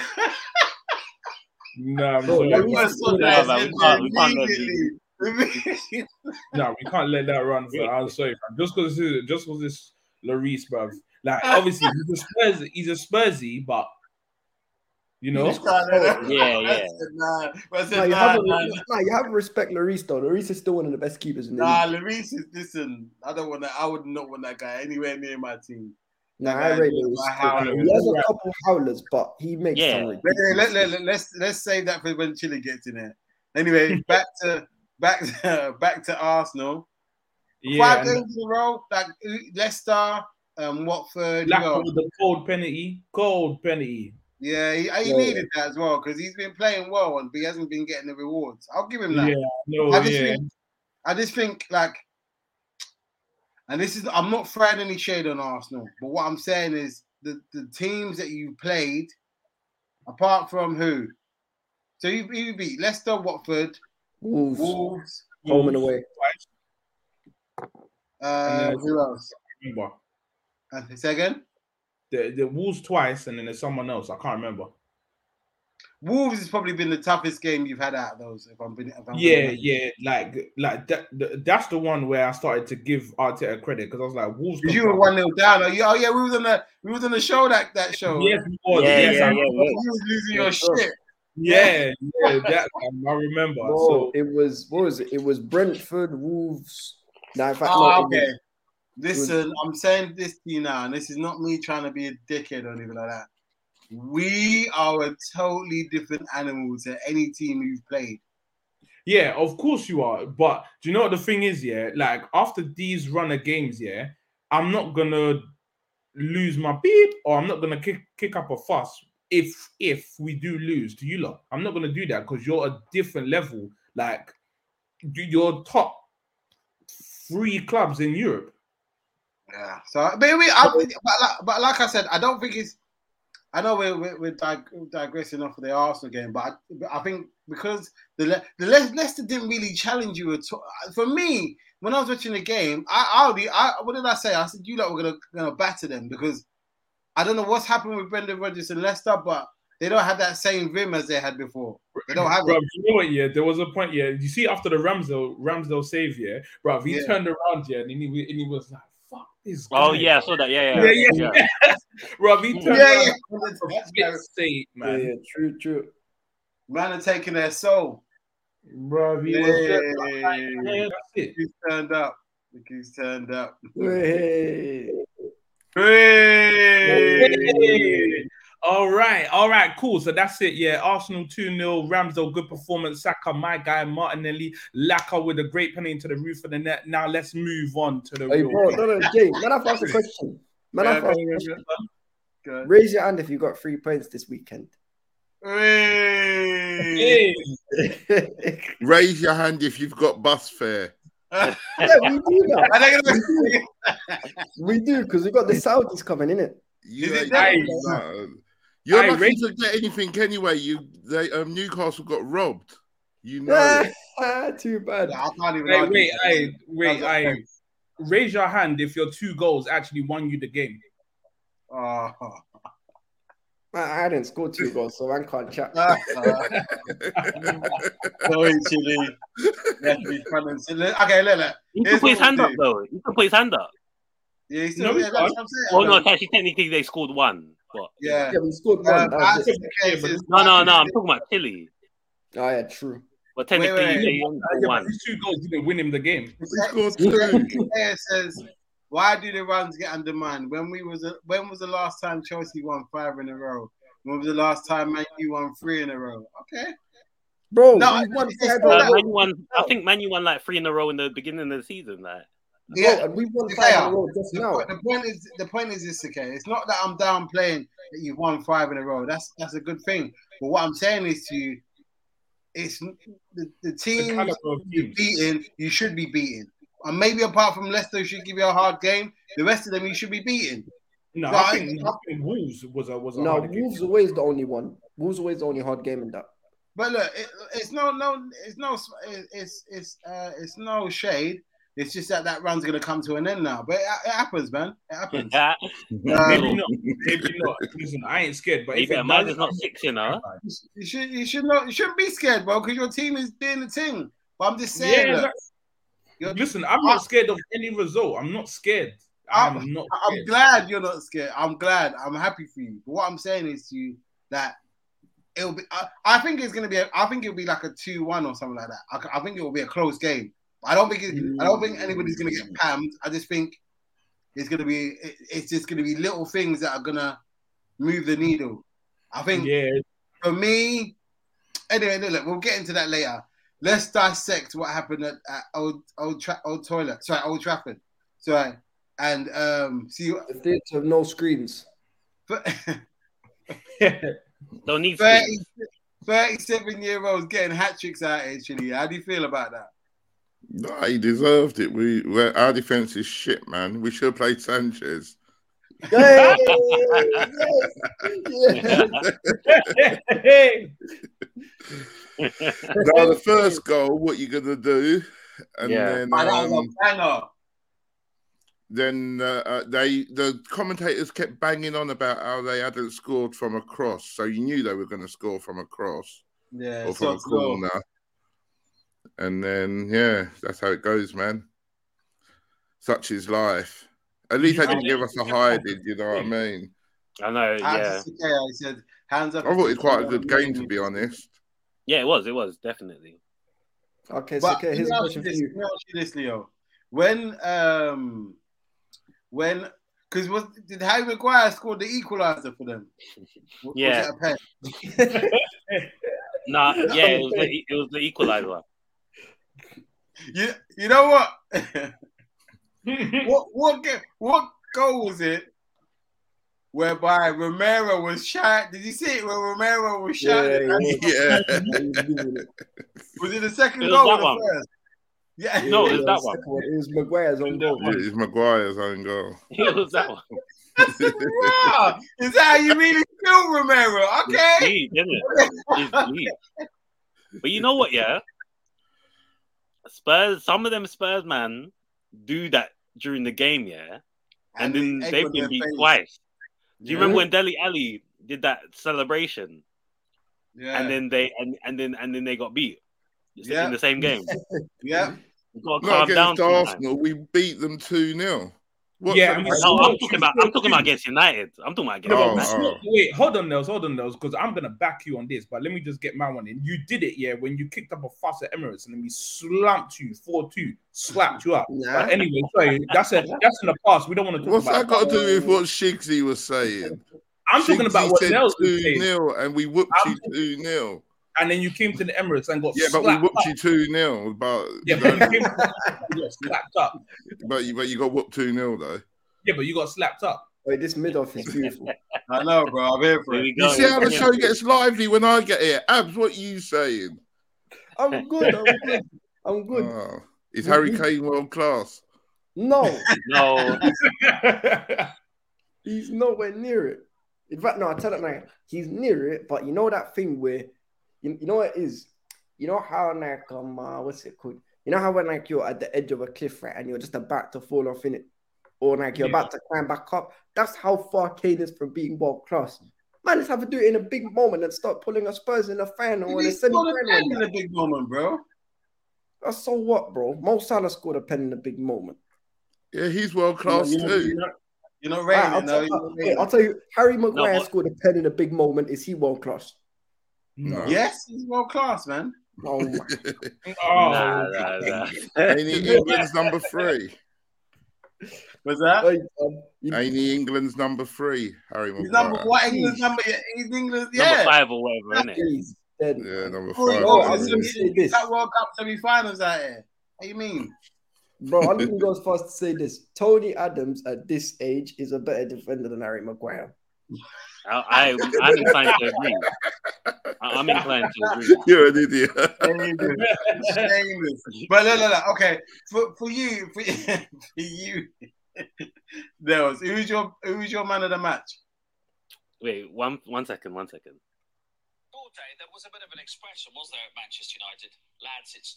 S5: Nah, I'm
S7: Bro,
S1: [LAUGHS]
S5: sorry.
S7: Lloris
S1: I
S7: is
S1: saw
S7: cold.
S1: that
S4: nah, we can't- we can't let
S1: immediately. [LAUGHS] Immediately.
S5: No, we can't let that run. For, I'm sorry, fam. Just because this is just because this Lloris, bruv. Like obviously he's a Spurs, he's a Spursy, but
S1: [LAUGHS]
S5: you know,
S1: Just can't let that-
S4: Oh, Yeah,
S1: I
S4: yeah.
S1: said, Nah, I
S7: Nah,
S1: said,
S7: you
S1: nah,
S7: have,
S1: nah,
S7: to- nah, you have to respect Lloris though. Lloris is still one of the best keepers in the
S1: nah.
S7: league.
S1: Lloris is listen. I don't want that. I would not want that guy anywhere near my team.
S7: Nah,
S1: that
S7: I
S1: guy
S7: rate
S1: is
S7: Lloris.
S1: a
S7: still.
S1: howler.
S7: He has a couple howlers, but he makes
S4: Yeah.
S7: some
S1: Let, let,
S7: ridiculous.
S1: let, let, let's let's save that for when Chile gets in there.
S5: [LAUGHS]
S1: Anyway, back to back to [LAUGHS] back to Arsenal.
S5: yeah,
S1: Five games in a row, like Leicester, um, Watford. you
S5: Blackpool
S1: know.
S5: with the cold penalty, cold penalty.
S1: Yeah, he, he
S7: Yeah.
S1: needed that as well because he's been playing well, and but he hasn't been getting the rewards. I'll give him
S5: Yeah,
S1: that.
S5: no,
S1: I just
S5: yeah,
S1: think, I just think like, and this is I'm not throwing any shade on Arsenal, but what I'm saying is the the teams that you played, apart from who, so you you beat Leicester, Watford,
S7: Wolves,
S1: Wolves,
S7: home and away.
S1: uh,
S5: And then-
S1: who else?
S5: remember
S1: Uh, say again.
S5: the the Wolves twice, and then there's someone else I can't remember.
S1: Wolves has probably been the toughest game you've had out of those. If I'm being, if I'm being
S5: Yeah,
S1: honest.
S5: yeah, like like that. th- That's the one where I started to give Arteta credit because I was like Wolves.
S1: 'Cause you were one 0 down. Are you- oh yeah, we was on the we was on the show that that show.
S5: Yes, he was.
S4: Yeah,
S5: yes,
S4: yeah,
S5: I-
S4: yeah,
S1: You
S4: yeah.
S1: was losing your shit.
S5: Yeah, yeah, that um, I remember.
S7: Bro,
S5: so
S7: it was what was it? It was Brentford, Wolves. Nah, in fact,
S1: Oh,
S7: no, it was-
S1: okay. Listen, I'm saying this to you now, and this is not me trying to be a dickhead or anything like that. We are a totally different animal to any team you've played.
S5: yeah, of course you are. But do you know what the thing is? Yeah, like after these runner games, yeah, I'm not gonna lose my beep, or I'm not gonna kick kick up a fuss if if we do lose to you lot. I'm not gonna do that because you're a different level. Like you- you're top three clubs in Europe.
S1: Yeah. So, but, we, I, but, like, but like I said, I don't think it's. I know we're, we're, we're dig- digressing off of the Arsenal game, but I, but I think because the Le- the Le- Leicester didn't really challenge you at all. For me, when I was watching the game, I I, already, I what did I say? I said you lot were gonna gonna batter them because I don't know what's happened with Brendan Rodgers and Leicester, but they don't have that same vim as they had before. They don't have
S5: Bruv,
S1: it.
S5: you know what? Yeah, there was a point. Yeah, you see, after the Ramsdale Ramsdale save, yeah, bruv, he
S1: Yeah.
S5: turned around, yeah, and he, and he was like, "Fuck This
S4: Oh
S5: guy.
S4: yeah, I saw that. Yeah,
S5: yeah,
S4: yeah,
S5: yeah. yeah. Rob, he turned
S1: Yeah, yeah.
S5: around and spit state,
S7: Yeah,
S5: man.
S7: yeah, true, true.
S1: Man are taking their soul.
S5: Rob, he
S1: Yeah,
S5: was just like, yeah, that's it.
S1: He's turned up. He's turned up.
S7: Hey.
S1: Hey!
S5: All right, all right, cool. So that's it. Yeah, Arsenal 2 0, Ramsdale, good performance. Saka, my guy, Martinelli, Laka with a great penalty into the roof of the net. Now let's move on to the
S7: Hey,
S5: real.
S7: bro, no, no,
S1: [LAUGHS]
S7: Jay, man, I've asked a question. Man, I've asked a question. Raise your hand if you got three points
S1: [LAUGHS]
S7: this weekend.
S1: Hey!
S5: Yeah.
S7: yeah,
S8: Raise your hand if you've got bus fare.
S7: we do that.
S1: Are they gonna be-
S7: We do because we got the Saudis coming in it.
S8: You,
S1: Is it
S8: ain't- you're
S5: Aye,
S8: not
S5: raise-
S8: to get anything anyway. You, they, um, Newcastle got robbed. You know.
S7: [LAUGHS]
S8: it.
S7: Too bad.
S1: I can't even
S5: Hey,
S1: argue.
S5: wait, hey, wait,
S1: That's okay.
S5: hey. Raise your hand if your two goals actually won you the game.
S1: Oh,
S7: I, I didn't score two goals, so I can't chat.
S1: Uh, sorry, Chile. Left me front and center. Okay, look, look.
S4: He
S1: Here's
S4: can put
S1: what
S4: his hand
S1: we
S4: up
S1: do.
S4: though. He can put his hand up.
S1: Yeah, he's
S5: No,
S1: still
S5: we
S1: yeah, that's
S5: can't.
S1: what I'm saying.
S4: Oh no, it's actually technically they scored one. But
S1: Yeah.
S7: Yeah, we scored one.
S1: Um,
S7: that
S1: I
S7: was it.
S1: think the case is-
S4: no, no, no. I'm talking about Chile.
S7: Oh, yeah, true.
S4: But technically
S1: Wait, wait,
S4: they scored
S5: Yeah, but
S4: one.
S5: his two goals didn't win him the game.
S8: He scored two.
S1: The player says, "Why do the runs get undermined? When we was when was the last time Chelsea won five in a row? When was the last time Man U won three in a row? Okay,
S7: Bro,
S1: No,
S7: Oh, we won
S1: it's-
S7: five
S1: No,
S4: Uh,
S1: no.
S4: Man U won, I think Manu won like three in a row in the beginning of the season. Like,
S1: [LAUGHS] yeah.
S7: and we won
S1: Yeah.
S7: five in a row just
S1: The,
S7: now.
S1: point- the point is, the point is this, okay? It's not that I'm downplaying that you've won five in a row. That's that's a good thing. But what I'm saying is to you, it's the, the
S5: The
S1: team
S5: caliber of
S1: you're
S5: teams.
S1: beating, you should be beating. And maybe apart from Leicester, who should give you a hard game. The rest of them, you should be beating.
S5: No,
S1: No,
S5: I
S1: I-
S5: think, I think Wolves was a was a
S7: No,
S5: harder game.
S7: Wolves away is the only one. Wolves away is the only hard game in that.
S1: But look, it, it's no, no, it's no, it's it's uh, it's no shade. It's just that that run's gonna come to an end now. But it, it happens, man. It happens. [LAUGHS]
S4: yeah,
S1: Um,
S5: Maybe not. Maybe not. Listen, I ain't scared, but if
S4: even
S5: it
S4: mine
S5: does,
S4: is not six, you know.
S1: You should you should not you shouldn't be scared, bro, because your team is doing the thing. But I'm just saying,
S5: yeah,
S1: look,
S5: that-
S1: you're-
S5: listen, I'm not scared of any result. I'm not scared. I'm not.
S1: I- I'm
S5: Scared.
S1: glad you're not scared. I'm glad. I'm happy for you. But what I'm saying is to you that it'll be. I, I think it's gonna be. A, I think it'll be like a two-one or something like that. I c- I, think it will be a close game. I don't think. It, I don't think anybody's gonna get pammed. I just think it's gonna be. It, it's just gonna be little things that are gonna move the needle. I think
S5: Yeah, [LAUGHS]
S1: for me, anyway, no, look, we'll get into that later. Let's dissect what happened at, at old old Tra- old toilet. Sorry, Old Trafford. Sorry, and um, see.
S7: The theatre of
S1: [LAUGHS]
S7: no screens.
S4: Don't need to.
S1: 30, 37 year olds getting hat tricks out here, Chile. How do you feel about that?
S8: Nah, he deserved it. We, we our defense is shit, man. We should have played Sanchez.
S7: Yay! Yes! Yes!
S5: hey,
S8: Now the first goal, what you gonna do? And
S4: Yeah.
S8: then,
S1: Man, that was
S8: um,
S1: a banger.
S8: then uh, uh, they the commentators kept banging on about how they hadn't scored from a cross, so you knew they were going to score from a cross
S1: Yeah,
S8: or from a
S1: so slow.
S8: corner. And then, yeah, that's how it goes, man. Such is life. At least they didn't give us a hiding, you know what I mean?
S4: [LAUGHS]
S1: [LAUGHS]
S4: I know. Yeah,
S1: Hands up, yeah, he said, hands
S8: I
S1: up.
S8: thought it was quite a good game, to be honest. [LAUGHS]
S4: yeah, it was. It was definitely.
S7: Okay, so
S1: But
S7: okay,
S1: let
S7: here's
S1: me
S7: a
S1: ask
S7: question for
S1: you this, let
S7: you.
S1: me ask you this, Leo. When, um, when, because was did Harry Maguire score the equalizer for them? W-
S4: Yeah.
S1: Was it a pen?
S4: Nah, yeah, it was the, it was the equalizer. [LAUGHS]
S1: You, you know what? [LAUGHS] what what ga- what goal was it? Whereby Romero was shot. Did you see it? Where Romero was shot.
S7: Yeah, yeah, yeah.
S8: Yeah.
S1: Was it the second
S4: It was
S1: goal or
S4: that
S1: the
S4: one.
S1: first? Yeah. [LAUGHS]
S4: No, it's
S7: Yeah,
S4: that
S7: the
S4: one.
S7: second It was Maguire's own goal.
S8: It's Maguire's own goal.
S4: It was that one.
S1: Wow. Is that how you really feel, Romero?
S4: It's
S1: Okay.
S4: deep, isn't it? It's deep. But you know what? Yeah, Spurs. Some of them Spurs man do that during the game. Yeah, and, then
S1: the egg
S4: they've
S1: on
S4: been
S1: their
S4: beat
S1: face.
S4: twice. Do you
S7: Yeah.
S4: remember when Deli Ali did that celebration,
S1: Yeah.
S4: and then they and, and then and then they got beat It's
S1: Yeah. [LAUGHS]
S4: in the same game?
S1: yeah.
S4: You've got to
S8: Not
S4: calm down.
S8: against
S4: sometimes.
S8: Arsenal. We beat them 2 0. What,
S5: Yeah,
S8: so-
S5: I mean,
S4: No, I'm talking about. I'm talking about against United. I'm talking about against
S8: Oh,
S4: United.
S8: oh.
S5: Wait, hold on, Nels, hold on, Nels, because I'm gonna back you on this, but let me just get my one in. You did it, yeah, when you kicked up a fuss at Emirates and then we slumped you 4-2, slapped you up.
S7: Nah.
S5: But anyway, sorry, that's a, that's in the past. We don't want to talk
S8: What's
S5: about
S8: that got to
S5: it.
S8: do with what Shigsy was saying?
S5: I'm talking about what Nels was
S8: two
S5: saying.
S8: 0 and we whooped
S5: I'm-
S8: you two 0
S5: And then you came to the Emirates and got
S8: Yeah, but we
S5: slapped
S8: whooped
S5: up.
S8: you two 0 But
S5: Yeah,
S8: you
S5: but
S8: know,
S5: you, came to you got slapped up.
S8: but you but you got whooped two 0 though.
S5: Yeah, but you got slapped up.
S7: Wait, this mid off is
S4: [LAUGHS]
S7: beautiful.
S1: I know, bro. I'm here for
S4: Here
S1: it.
S4: we
S8: You
S4: go.
S8: see how the
S4: Yeah.
S8: show gets lively when I get here. Abs, what you saying?
S7: I'm good. I'm good. I'm good.
S1: Uh.
S8: Oh, is
S7: Good.
S8: Harry Kane world class?
S7: no,
S4: No,
S7: he's nowhere near it. In fact, no, I tell it like he's near it, but you know that thing where you, you know what it is? You know how like um uh, what's it called? You know how when like you're at the edge of a cliff, right, and you're just about to fall off in it, or like you're
S5: Yeah.
S7: about to climb back up. That's how far Kane is from being world class. Man, let's have to do it in a big moment and start pulling a Spurs in the final or the
S1: He's
S7: semi
S1: not a
S7: final.
S1: thing in a big moment, bro.
S7: So what, bro? Mo Salah scored a pen in a big moment.
S8: Yeah, he's world class
S1: You're not-
S8: too.
S1: You're not, you're not
S7: Right, I'll,
S1: raining, though.
S7: tell,
S1: You're not
S7: wait, I'll
S1: raining.
S7: tell you, Harry Maguire
S4: but-
S7: scored a pen in a big moment. Is he world class?
S5: No.
S1: Yes, he's world class, man.
S7: Oh
S8: [LAUGHS]
S7: my!
S5: Oh,
S4: nah, nah, nah.
S8: Ain't he England's number three?
S1: Was that?
S7: God, um, you-
S8: Ain't he England's number three? Harry Maguire.
S1: He's number what England's number? He's England's,
S4: number
S1: yeah.
S4: five or whatever, innit?
S7: he's dead.
S8: Yeah, number
S1: Bro,
S8: five.
S1: bro,
S7: I
S1: it's
S7: was
S8: yeah.
S7: gonna say this,
S1: Oh, that World Cup semi-finals out here. What do you mean?
S7: bro. I'll even
S8: [LAUGHS]
S7: go as far as to say this: Tony Adams at this age is a better defender than Harry Maguire.
S4: I, I, I'm inclined to agree. I, I'm inclined to agree.
S8: You're an idiot.
S1: [LAUGHS]
S8: [LAUGHS]
S1: Shameless. Shameless. [LAUGHS] But no, no, no. Okay, for for you, for, [LAUGHS] for you, Nels, who's your who's your man of the match?
S4: Wait, one, one second, one second.
S9: day, there was a bit of an expression, was there, at Manchester United? Lads, it's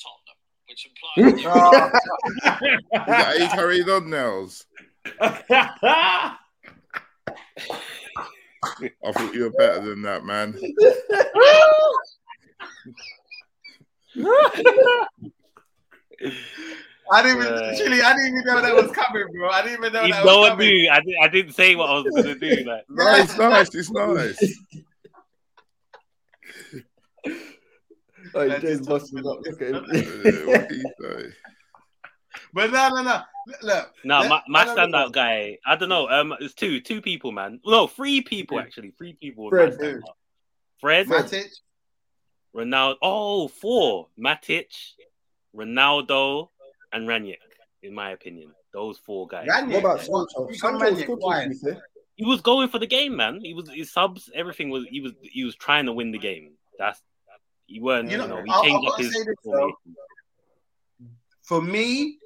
S9: Tottenham, which implies that
S1: Oh,
S8: Is that how you carried on, Nels? I thought you were better than that, man.
S1: I didn't even
S4: Yeah.
S1: Chili, I didn't even know that was coming, bro. I didn't even know
S4: You
S1: that
S4: know
S1: was
S4: what,
S1: coming.
S4: dude? I, did, I didn't say what I was gonna [LAUGHS] do. Like,
S8: Nice, nice, it's nice.
S7: Like,
S1: That
S7: James
S1: is-
S7: busting up.
S1: [LAUGHS]
S7: Okay.
S8: Uh, what do you say?
S1: But no, no, no. Look,
S4: no,
S1: Yeah,
S4: my, my
S1: I don't know.
S4: standout guy. I don't know. Um, it's two, two people, man. No, three people actually. Three people. were
S7: Fred.
S4: my standout. Fred,
S1: Matic,
S4: Ronaldo. Oh, four. Matic, Ronaldo, and Ranić. In my opinion, those four guys.
S1: Ranić.
S7: [LAUGHS] What about Sancho?
S1: We've got
S7: Sancho was
S1: Ranić,
S7: good
S1: why?
S7: to be fair.
S4: He was going for the game, man. He was his subs. Everything was. He was. He was trying to win the game. That's. He weren't.
S1: You
S4: You
S1: know,
S4: know.
S1: I-
S4: he changed
S1: I've
S4: up
S1: gotta
S4: his.
S1: say this, though.
S4: formation.
S1: for me,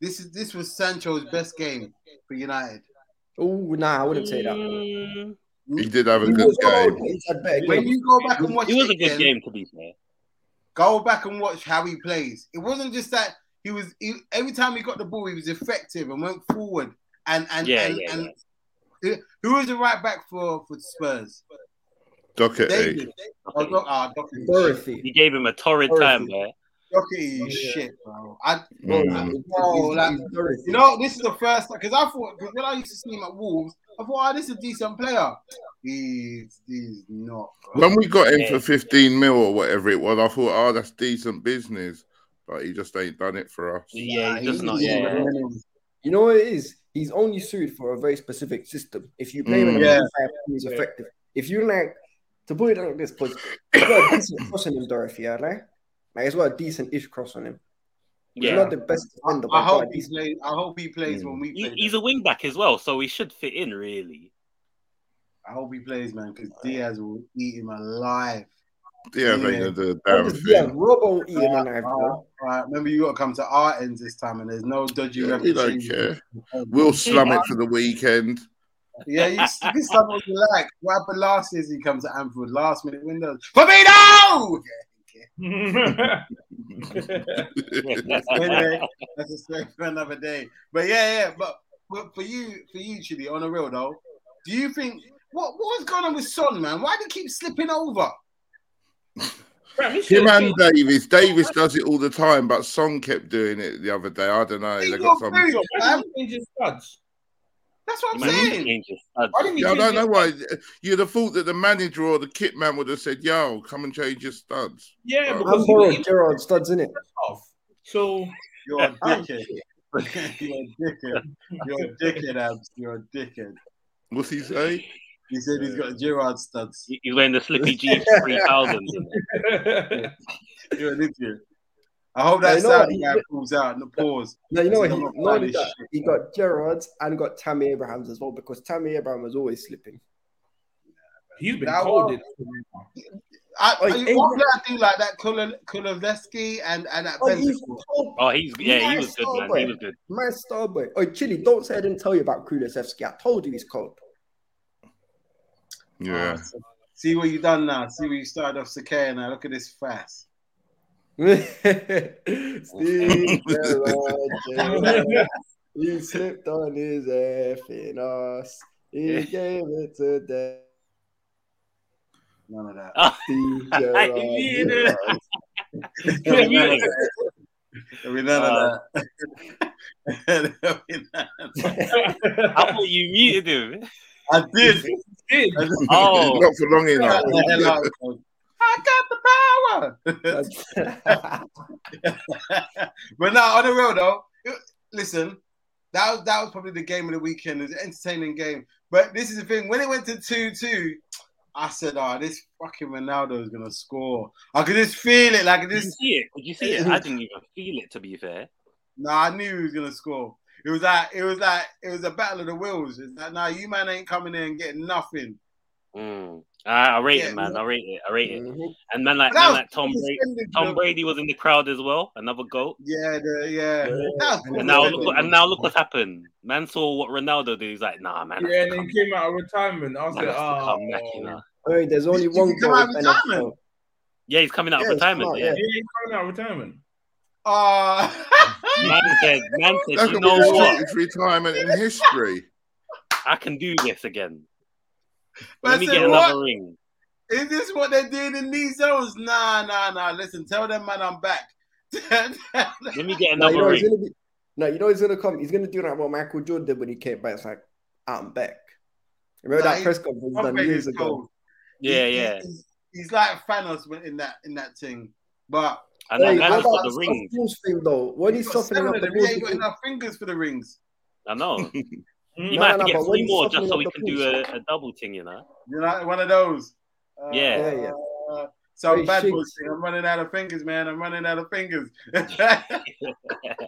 S1: this is this was Sancho's best game for United.
S7: Oh, nah, I wouldn't say that.
S4: Mm,
S8: He did have a
S7: He
S8: good
S7: was old,
S8: game.
S7: but he's had better
S1: When
S7: games.
S1: you go back and watch
S4: It was
S1: it
S4: a good
S1: again,
S4: game, to be fair.
S1: go back and watch how he plays. It wasn't just that he was he, every time he got the ball, he was effective and went forward. And and
S4: Yeah,
S1: and,
S4: yeah,
S1: and who was the right back for for Spurs?
S8: Doherty.
S1: David. Oh, Do- ah, Doherty.
S7: Dorothy.
S4: He gave him a torrid
S7: Dorothy.
S4: time, man.
S1: Doherty, shit, bro. I,
S8: Mm.
S1: Bro, Oh, like-
S7: He's Dorothy.
S1: you know, this is the first because I thought because when I used to see him at Wolves, I thought, oh, this is a decent player. He's he's not. Bro.
S8: When we got him for 15 mil or whatever it was, I thought, oh, that's decent business. But he just ain't done it for us.
S4: Yeah, he's just not.
S1: He's-
S4: Yeah,
S7: You know what it is? He's only suited for a very specific system. If you play him,
S8: Mm.
S7: in a
S1: Yeah.
S7: three-five, he's effective. If you like, to put it like this, because he's got a
S1: [COUGHS]
S7: decent cross on him, Dorothy, yeah, right? Like, he's got a decent-ish cross on him. He's
S4: yeah.
S7: not the best defender, but
S1: I
S7: he's got
S1: hope
S7: a
S1: he
S7: decent-
S1: plays. I hope he plays when we play.
S4: Mm. He, he's a wing back as well, so he should fit in really.
S1: I hope he plays, man, because Diaz will eat him alive.
S8: Yeah, ain't gonna do a
S7: What
S8: damn
S7: does he have?
S8: thing.
S7: Robo Ian and I've
S1: All right, remember you got to come to our ends this time, and there's no dodgy
S8: Yeah, we don't
S1: repetition.
S8: care. We'll slum it for
S4: [LAUGHS]
S8: the weekend.
S1: Yeah, you, you can stop what you like. What happened last is he comes to Anfield last minute windows.
S8: [LAUGHS]
S1: Fabinho!
S8: [LAUGHS]
S1: Anyway, that's a story for another day. But yeah, yeah. But, but for you, for you, Chidi, on a real though, do you think what what was going on with Son, man? Why did he keep slipping over?
S8: Him and Davis. Davis does it all the time, but Song kept doing it the other day. I don't know.
S1: He
S8: They
S1: got
S8: [LAUGHS] got some.
S1: booed, man.
S5: Changes studs.
S2: That's what I'm
S4: You might need to
S2: saying.
S4: change your studs.
S5: Why didn't you
S8: Yeah, I
S5: change
S8: don't know
S5: it?
S8: why. You'd have thought that the manager or the kit man would have said, "Yo, come and change your studs."
S5: Yeah,
S8: I'm
S5: because he
S7: I'm
S5: was
S7: borrowed
S5: even
S7: Gerard studs Ah, in it.
S5: off. So [LAUGHS]
S1: You're a dickhead. [LAUGHS] You're a dickhead. You're a dickhead, Abs. You're a dickhead.
S8: What's
S4: [LAUGHS]
S8: he say?
S1: He said he's got Gerard studs.
S4: He's wearing the Slippy G 3000. isn't he?
S1: You're an idiot. I hope that
S7: Yeah, you know
S1: sound
S7: what?
S1: guy pulls out in the pause.
S7: No, you know what?
S1: He's
S7: He,
S1: not
S7: not only
S1: Polish.
S7: that, he got Gerrards and got Tammy Abrahams as well because Tammy Abraham was always slipping.
S5: he's been
S1: Now,
S5: cold.
S1: I,
S7: Oh,
S1: I,
S7: he-
S1: what did I do like that Kule- Kulevski and, and that
S7: Oh, he's
S1: Benzic?
S4: Oh, he's yeah, he was good, man. He was good. [LAUGHS]
S7: my star boy. Oh, Chili, don't say I didn't tell you about Kulosevsky. I told you he's cold.
S8: Yeah,
S1: See what you done now. See what you started off Sakaya now. Look at this fast. [LAUGHS]
S7: [LAUGHS] Steve Gerrard, he slipped on his effing ass. He gave it to them.
S1: [LAUGHS] None of
S7: [LAUGHS]
S1: that.
S7: Steve
S4: I
S7: Gerrard,
S4: did
S7: yeah.
S4: [LAUGHS] it.
S1: There'll be none [LAUGHS] of that. There'll be none
S7: Uh,
S1: of [LAUGHS] that. There'll be none.
S7: [LAUGHS]
S4: I thought you muted him.
S1: I did. I did.
S4: Oh,
S8: [LAUGHS] not for long enough.
S1: Cut the hell out of it. I got
S7: [LAUGHS]
S1: the power.
S7: That's-
S1: [LAUGHS] But now on the real though, it- listen, that was that was probably the game of the weekend. It was an entertaining game. But this is the thing, when it went to two two, I said, "Ah, this fucking Ronaldo is gonna score." I could just feel it. Like I could
S4: did you
S1: just,
S4: see it? Did you see it? I didn't even feel it, to be fair.
S1: nah, I knew he was gonna score. It was like it was like it was a battle of the wills. It's like, nah, you man ain't coming in and getting nothing.
S4: Mm. I, I rate
S1: Yeah,
S4: it, man. I rate it. I rate it.
S7: Mhm.
S4: And man, like,
S1: But that
S4: man,
S1: was-
S4: like Tom Brady. Tom Brady was in the crowd as well. Another goal.
S1: Yeah, the, yeah. That was
S4: And now
S1: cool.
S4: look. What, and now look what's happened. Man saw what Ronaldo did. He's like, nah, man.
S5: Yeah, and then he came out of retirement. I was
S4: Man
S5: like,
S4: has to
S5: oh,
S4: come back, you know.
S7: Oi, there's only
S1: Did
S7: one
S1: he come
S7: goal.
S1: out of
S7: Ben
S1: retirement?
S7: Affleck.
S4: Yeah, he's coming out
S7: Yeah,
S4: of
S7: he's come
S4: retirement.
S7: out,
S4: yeah.
S5: yeah, he's coming out of retirement.
S1: [LAUGHS] Ah.
S4: Man said, man
S8: That
S4: said, you
S8: could be
S4: know
S8: the
S4: what?
S8: shortest retirement in history.
S4: I can do this again.
S1: But I
S4: Let me
S1: said,
S4: get
S1: "What?"
S4: another ring.
S1: Is this what they're doing in these zones? Nah, nah, nah. Listen, tell them, man, I'm back. [LAUGHS]
S4: Let me get
S7: No, you
S4: another
S7: know he's
S4: ring.
S7: gonna be. No, you know he's gonna come. He's gonna do like what Michael Jordan did when he came back. It's like I'm back. Remember
S1: Nah,
S7: that
S1: he-
S7: press conference
S1: Tom
S7: done
S1: Brady
S7: years
S1: is
S7: ago?
S1: cold.
S4: Yeah,
S1: He-
S4: yeah.
S1: He's, he's like Thanos when- in that in that thing, but
S4: And then
S7: Hey,
S4: man
S7: what
S4: has got
S7: about
S4: the
S7: the
S4: ring.
S7: Bulls thing though? When
S1: he's got
S7: he's softening
S1: seven
S7: up
S1: of
S7: the
S1: them. He ain't
S7: Bulls,
S1: got enough fingers for the rings.
S4: I
S7: [LAUGHS]
S4: know. He might
S5: Mm.
S7: no,
S4: have to
S7: but
S4: get
S7: when
S4: three
S7: he's
S4: more just so
S7: softening
S4: he
S7: up
S4: can
S7: the
S4: do a,
S7: balls.
S4: a double thing, you know.
S1: You know, one of those. Uh,
S4: Yeah.
S7: Yeah, yeah.
S1: Uh, some
S7: Hey,
S1: bad
S7: Shakes.
S1: boy thing. I'm running out of fingers, man. I'm running out of fingers. [LAUGHS]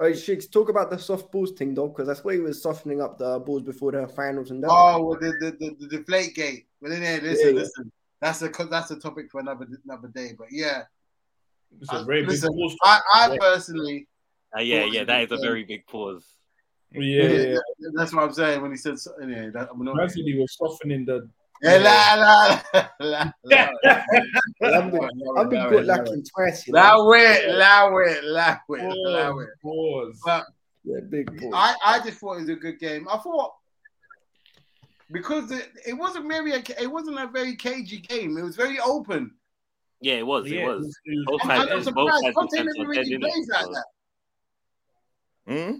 S7: Hey, Shakes, Uh, talk about the soft balls thing though, because that's where he was softening up the balls before the finals and that.
S1: oh, well, the, the, the, the deflate gate. But anyway, listen,
S7: Yeah, yeah.
S1: listen. That's a co- that's a topic for another another day. But yeah,
S5: It's a very big
S1: Listen,
S5: pause.
S1: I, I personally
S4: Uh, yeah,
S1: Pause
S4: yeah,
S1: is
S4: that is
S1: the
S4: a
S1: thing.
S4: very big pause.
S5: yeah, yeah. yeah.
S1: That's what I'm saying when he said so, anyway. That, I'm not,
S5: Man said he was softening the.
S1: yeah, la,
S5: [LAUGHS]
S1: la, la, la.
S7: I've been,
S4: Oh,
S7: I've been good luck in twice. You know?
S1: Allow it, allow it, allow it, allow it.
S5: Pause. pause.
S1: But
S7: Yeah, big balls.
S1: I, I just thought it was a good game. I thought because it, it wasn't really a, it wasn't a very cagey game. It was very open.
S4: Yeah, it was. It
S5: Yeah,
S4: was.
S5: it was-
S4: Both
S1: I'm,
S4: sides,
S1: I'm
S4: both
S1: surprised
S4: sides
S1: Conte
S4: defense
S1: never
S4: was dead
S1: really
S4: in it.
S1: plays like
S4: so-
S1: that.
S8: Hmm?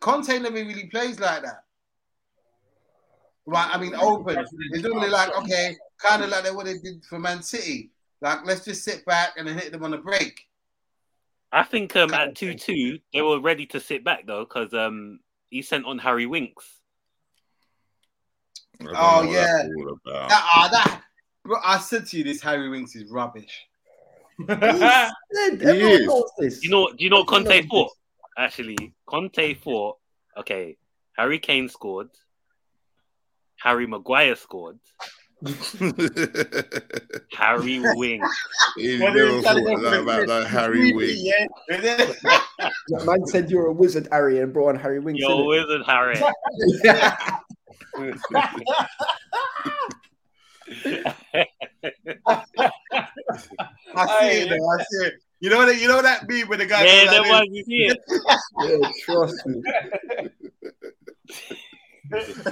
S1: Conte never really plays like that. Right, I mean, open. It's normally
S4: [LAUGHS]
S1: like, okay, kind of like what they did for Man City. Like, let's just sit back and then hit them on the break.
S4: I think um, at 2 2, they were ready to sit back, though, because um, he sent on Harry Winks.
S8: I don't
S1: Oh,
S8: know what
S1: yeah.
S8: that's all
S4: Oh.
S8: about.
S1: That, ah, that, bro, I said to you, this Harry Winks is rubbish.
S7: He's- everyone
S8: is.
S7: knows this.
S4: Do you know? Do you know what
S7: Everyone
S4: Conte
S7: knows
S4: thought? Actually, Conte thought. Okay, Harry Kane scored. Harry Maguire scored.
S7: [LAUGHS]
S4: Harry Wing.
S8: [LAUGHS] He's
S1: What
S8: never
S1: is that?
S8: thought that about that Harry Wig.
S1: Yeah. And then-
S7: That man said you're a wizard, Harry, and brought on Harry Winks.
S4: Yo,
S7: innit?
S4: wizard
S7: [LAUGHS]
S4: Harry.
S1: [LAUGHS] I see it,
S5: Aye.
S1: though. I see it. You know that? You know that meme with the guy?
S4: yeah,
S1: goes
S4: there
S1: like
S4: was. You see it?
S7: Yeah, trust me.
S1: this.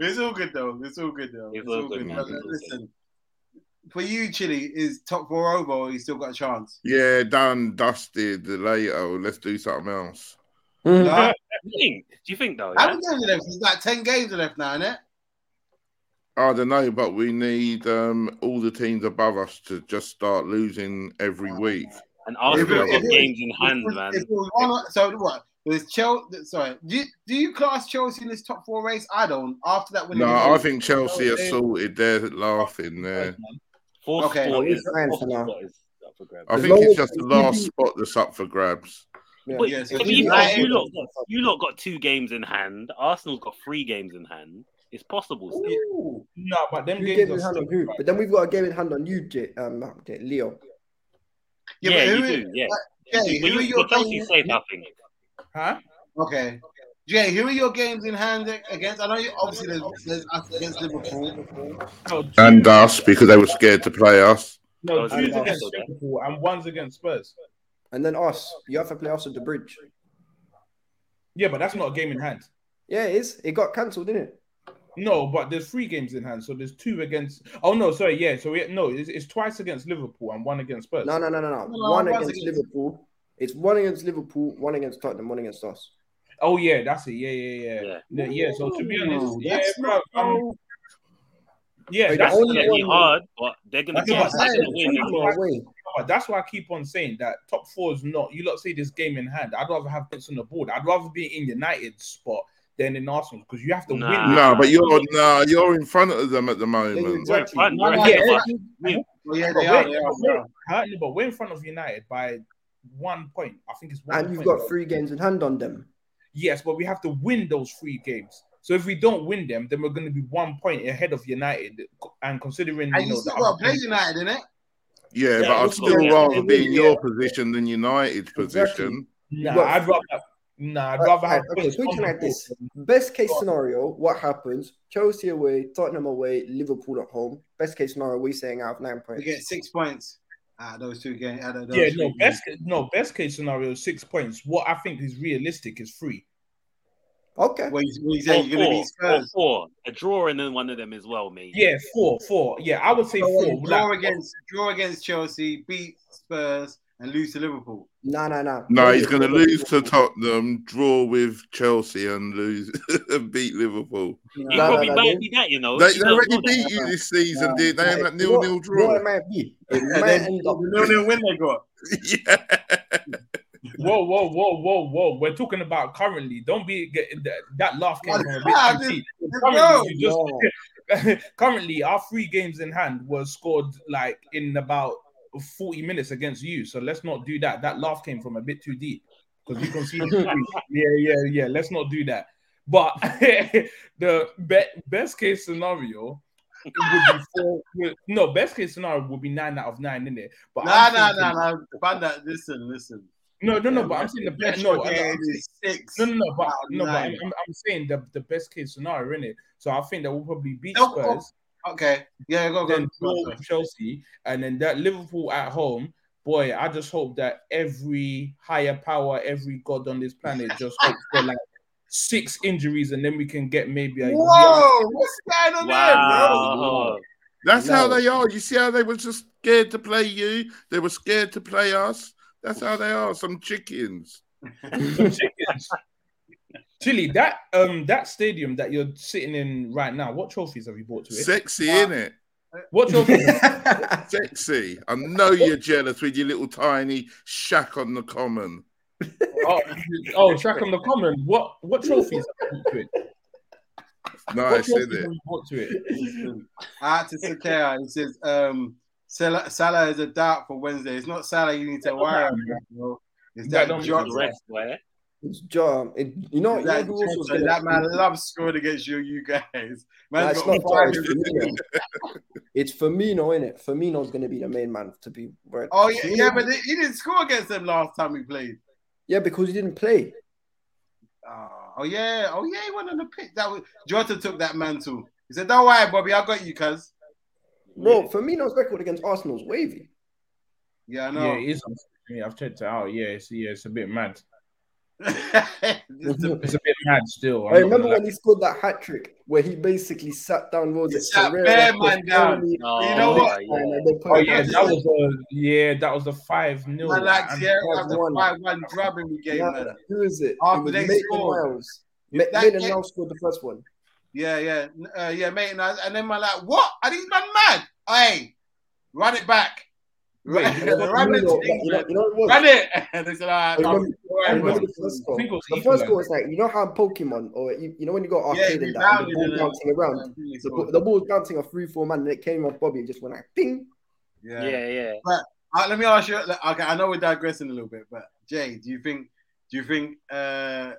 S1: It's all good though. It's all good though.
S4: It's all good, man.
S1: But,
S4: It's all good.
S1: Listen, for you, Chile is top four over. or You still got a
S8: [LAUGHS]
S1: chance.
S8: Yeah, done, dusted, later. Let's do something else.
S1: No?
S4: Do you think? Do you think though?
S1: How
S4: yeah?
S1: many games are left? There's like 10 games are left now, isn't it?
S8: I don't know, but we need um, all the teams above us to just start losing every week.
S4: And Arsenal
S8: If it-
S4: have
S8: if
S4: got
S1: it-
S4: games in hand, man.
S1: If it was one or- so what? There's Chelsea. Sorry, do you, do you class Chelsea in this top four race? I don't. After that, winning
S8: No,
S1: the-
S8: I think Chelsea are sorted. They're laughing there.
S4: Fourth
S1: Okay.
S4: spot
S7: It's
S4: is,
S7: fine
S4: fourth
S7: for now.
S4: spot is up for grabs.
S8: I
S7: As
S8: think
S7: long
S8: it's
S7: as-
S8: just the last spot that's up for grabs.
S4: Wait,
S1: Yeah, so
S4: I
S1: it's
S4: mean,
S1: United-
S4: you, lot got, you lot got two games in hand. Arsenal's got three games in hand. It's possible still.
S7: Ooh,
S5: No, but them
S7: two
S5: games
S7: games
S5: are
S7: in hand
S5: still
S7: on who?
S5: right.
S7: But then we've got a game in hand on you, J- um, not J- Leo.
S1: Yeah,
S4: Yeah,
S1: but
S4: you
S1: who-
S4: do. Yeah.
S1: Jay,
S4: You-
S1: who
S4: well,
S1: are
S4: you,
S1: your
S4: are Chelsea
S1: games-
S4: safe, I think.
S5: Huh?
S1: Okay. Jay, who are your games in hand against? I know you obviously there's, there's us against Liverpool.
S4: Oh,
S5: No,
S8: And
S5: Jews-
S8: us because they were scared to play us.
S5: no,
S4: Those
S5: Jews
S7: are-
S5: against Liverpool and one's against Spurs.
S7: And then us. You have to play us at the bridge.
S5: Yeah, but that's not a game in hand.
S7: Yeah, it is. It got cancelled, didn't it?
S5: No, but there's three games in hand, so there's two against. Oh no, sorry, yeah, so we, no, it's, it's twice against Liverpool and one against Spurs.
S7: No, no, no, no, no.
S1: No,
S7: one
S1: it
S7: against
S1: was against-
S7: Liverpool. It's one against Liverpool, one against Tottenham, one against us.
S5: Oh yeah, that's it. Yeah, yeah, yeah,
S4: Yeah.
S5: yeah. yeah so to be honest,
S1: Ooh,
S5: yeah,
S1: Hmm, that's
S5: bro, um, yeah,
S7: Wait,
S5: that's
S7: the
S4: It's
S7: only
S4: going to be
S7: one-
S4: hard, but they're going to
S5: That's
S4: be
S5: what I'm
S4: they're
S5: saying.
S4: going to win. man.
S5: That's what
S7: No way.
S5: But that's why I keep on saying that top four is not. You lot say this game in hand. I'd rather have points on the board. I'd rather be in United's spot than in Arsenal because you have to
S4: Nah.
S5: win.
S8: No, but you're no, you're in front of them at the moment.
S4: We're in front.
S1: No,
S4: We're
S1: no,
S4: ahead of
S1: yeah.
S4: us.
S1: Oh, yeah,
S5: But
S1: they are.
S5: we're-
S1: They are.
S5: but
S1: They
S5: we're-
S1: are.
S5: Apparently, but we're in front of United by one point. I think it's one.
S7: And you've
S5: point.
S7: got three games in hand on them.
S5: Yes, but we have to win those three games. So if we don't win them, then we're going to be one point ahead of United. And considering,
S1: And
S5: you
S1: you
S5: know,
S1: still
S5: the
S1: got
S5: other
S1: to play
S5: teams-
S1: United, innit?
S4: Yeah,
S8: Yeah, but I'd
S4: we've got-
S8: still
S4: yeah.
S8: rather be in your position than United's position.
S5: Nah,
S7: got-
S5: I'd rather. Nah, I'd
S7: Right,
S5: rather have.
S7: right, okay,
S5: points on
S7: thinking
S5: the
S7: like this.
S5: board.
S7: Best case scenario, what happens? Chelsea away, Tottenham away, Liverpool at home. Best case scenario, we saying I have nine
S1: We
S7: points.
S1: get six points out of those two games. Out of those
S5: Yeah,
S1: three
S5: no
S1: games.
S5: best no best case scenario is six points. What I think is realistic is three.
S7: Okay.
S1: What you, what you say?
S4: Or
S1: You're going to beat
S4: four, or
S1: Spurs.
S4: four. A draw and then one of them as well, mate.
S5: Yeah, four, four. Yeah, I would say
S1: So
S5: four.
S1: you draw
S5: Like,
S1: against draw against Chelsea, beat Spurs, and lose to Liverpool.
S7: Nah, nah, nah.
S8: No, he's going to lose to Tottenham, draw with Chelsea, and lose [LAUGHS] beat Liverpool.
S4: He
S7: No, no,
S4: probably
S7: no,
S4: might
S7: no.
S4: be that, you know.
S8: They,
S4: He
S8: they
S4: doesn't
S8: already
S4: know that.
S8: beat you this season, did they? Had that
S7: You know
S8: nil
S7: what-
S8: nil
S7: you know what
S8: draw.
S7: it might be.
S1: And
S7: It might
S1: then
S7: end
S1: the
S7: up.
S1: [LAUGHS] nil-nil win they got.
S8: [LAUGHS] yeah.
S5: whoa, whoa, whoa, whoa, whoa. We're talking about currently. Don't be getting that, that laugh came from a
S1: [LAUGHS] Ah,
S5: bit too
S1: this-
S5: deep.
S1: this bro.
S5: Currently, you
S1: [LAUGHS]
S5: just, [LAUGHS] currently, our three games in hand were scored like in about forty minutes against you. So let's not do that. That laugh came from a bit too deep because you conceded. three. yeah, yeah, yeah. Let's not do that. But [LAUGHS] the be- best case scenario would be four. would- no, best case scenario would be nine out of nine, in it? But
S1: Nah,
S5: I'm
S1: nah,
S5: thinking-
S1: nah, nah. Find that. Listen, listen.
S5: no, no, no. But I'm saying the best. No, I'm-
S1: game
S5: I'm saying-
S1: is six.
S5: no, no, no. But no, but I'm,
S1: Nine.
S5: I'm I'm saying the, the best case scenario, innit? So I think that we'll probably beat
S1: No,
S5: Spurs,
S1: oh, Okay. Yeah, go, go.
S5: then draw
S1: go.
S5: with Chelsea, and then that Liverpool at home. Boy, I just hope that every higher power, every god on this planet, just hopes for like six injuries, and then we can get maybe a young-
S1: Whoa! What's going on
S4: Wow.
S8: That's how
S7: No.
S8: they are. You see how they were just scared to play you? They were scared to play us. That's how they are. Some chickens.
S5: some chickens. Chili, that um that stadium that you're sitting in right now, what trophies have you brought to it?
S8: Sexy, in it?
S5: What trophies?
S8: Sexy. I know you're jealous with your little tiny shack on the common.
S5: oh, oh, track on the common. What what trophies have you brought to it? What
S8: Nice,
S5: trophies
S8: isn't
S5: have
S8: it?
S5: you brought to it?
S1: there? I had to sit there. He says, um, Salah, Salah is a doubt for Wednesday. It's not Salah you need to worry about, bro. It's that,
S5: That don't mean
S1: Jota.
S4: The rest, where?
S7: It's John. It, you know,
S1: That,
S7: you know who else was
S1: Jota.
S7: gonna-
S1: that man loves scoring against you, you guys. [LAUGHS]
S7: Nah,
S1: Man's
S7: it's
S1: got
S7: not John,
S1: five.
S7: it's Firmino. It's Firmino, isn't it? Firmino's going to be the main man, to be right.
S1: Oh yeah, yeah, but he didn't score against them last time we played.
S7: Yeah, because he didn't play.
S1: Oh, oh, yeah, oh yeah, he went on the pitch. That was Jota took that mantle. He said, "Don't worry, Bobby, I got you, cuz."
S7: Bro, Firmino's record against Arsenal's wavy.
S1: Yeah, I know. [LAUGHS]
S5: Yeah, it is. Yeah, I've checked it out. Yeah, it's, yeah, it's a bit mad.
S1: [LAUGHS]
S5: it's a bit mad still. I'm
S7: I
S5: not
S7: remember
S5: gonna
S7: when he scored that hat trick where he basically sat down Rhodes. He
S1: sat bare man down.
S4: No,
S1: You know what?
S4: yeah.
S5: lie. Oh yeah, that was a yeah, that was a five 0
S1: Man, like Sierra
S7: God,
S1: after
S7: one.
S1: five one drubbing we gave, man.
S7: Who is it?
S1: After
S7: it was
S1: they
S7: Maitland
S1: scored.
S7: Niles. Ma-
S1: If that
S7: Maitland
S1: game-
S7: Niles scored the first one.
S1: Yeah, yeah, N- uh, yeah, mate. And, I, and then my like, what? Are these man mad? Hey, run it back. [LAUGHS] Run,
S5: Wait,
S7: You know,
S1: run it,
S7: you know, you know,
S1: England.
S7: you know what it was?
S1: run it. [LAUGHS] And they said,
S7: I
S1: "Ah,
S7: remember-
S1: no,
S7: I
S1: right,
S7: remember
S1: man."
S7: the first
S5: I
S7: goal.
S5: think it was
S7: The first
S5: England.
S7: goal was like you know how in Pokemon or you, you know when you go
S1: yeah,
S7: arcade
S1: we
S7: and that, and
S1: rounded
S7: the ball
S1: it up.
S7: bouncing around. The, ball- the ball was bouncing off three, four man, and it came off Bobby and just went like ding.
S1: Yeah.
S4: yeah, yeah.
S1: Uh, let me ask you. like, Okay, I know we're digressing a little bit, but Jay, do you think do you think uh,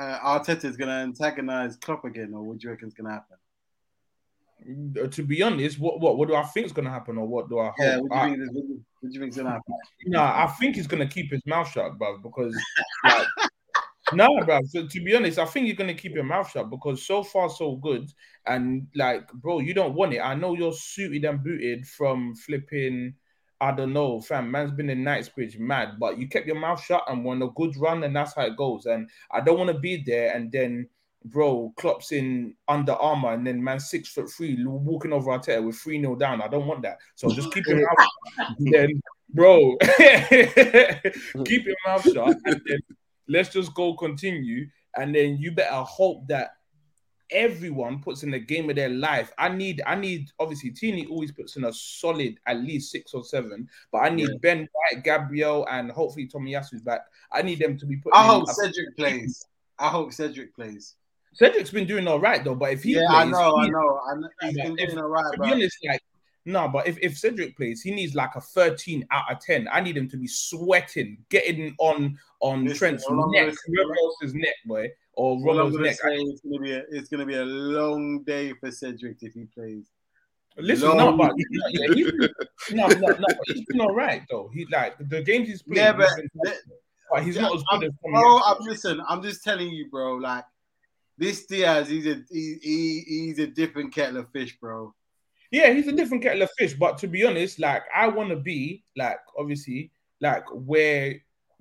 S1: uh, Arteta is going to antagonize Klopp again, or what do you reckon is going to happen?
S5: Uh, To be honest, what what what do I think is gonna happen, or what do I hope?
S1: Yeah, what do you
S5: I-
S1: think? is- What do you- what do you think is going to happen?
S5: No, I think he's gonna keep his mouth shut, bruv, because like, [LAUGHS] no, bruv. So to be honest, I think you're gonna keep your mouth shut because so far so good. And like, bro, you don't want it. I know you're suited and booted from flipping. I don't know, fam. Man's been in Knightsbridge mad, but you kept your mouth shut and won a good run, and that's how it goes. And I don't want to be there and then, bro, Klopp's in Under Armour and then man six foot three walking over Arteta with three 0 down. I don't want that. So just keep your mouth shut. And then, bro, [LAUGHS] keep your mouth shut. And then let's just go continue. And then you better hope that everyone puts in the game of their life. I need, I need, obviously, Teeny always puts in a solid at least six or seven, but I need Ben White, Gabriel, and hopefully Tommy Yasu's back. I need them to be put.
S1: I hope Cedric plays. I hope Cedric plays.
S5: Cedric's been doing all right though, but if he
S1: yeah,
S5: plays,
S1: I know, I
S5: he-
S1: know, I know. He's been
S5: If-
S1: doing all right,
S5: to
S1: bro.
S5: be honest, like no, but if, if Cedric plays, he needs like a 13 out of 10. I need him to be sweating, getting on on
S1: Listen,
S5: Trent's
S1: all I'm
S5: neck,
S1: gonna say-
S5: whoever else's neck, boy, or
S1: All I'm
S5: Romeo's
S1: gonna
S5: neck.
S1: say is it's gonna be a, it's gonna be a long day for Cedric if he plays.
S5: Listen, no, but
S1: [LAUGHS]
S5: yeah, he's been, no, no, no, but he's been all right though. He like the games he's played,
S1: Yeah, but
S5: he's been- but he's not as
S1: I'm-
S5: good as Tommy
S1: Bro,
S5: Asu.
S1: I'm listen. I'm just telling you, bro. Like this Diaz, he's a he, he, he's a different kettle of fish, bro.
S5: Yeah, he's a different kettle of fish. But to be honest, like I want to be like obviously like where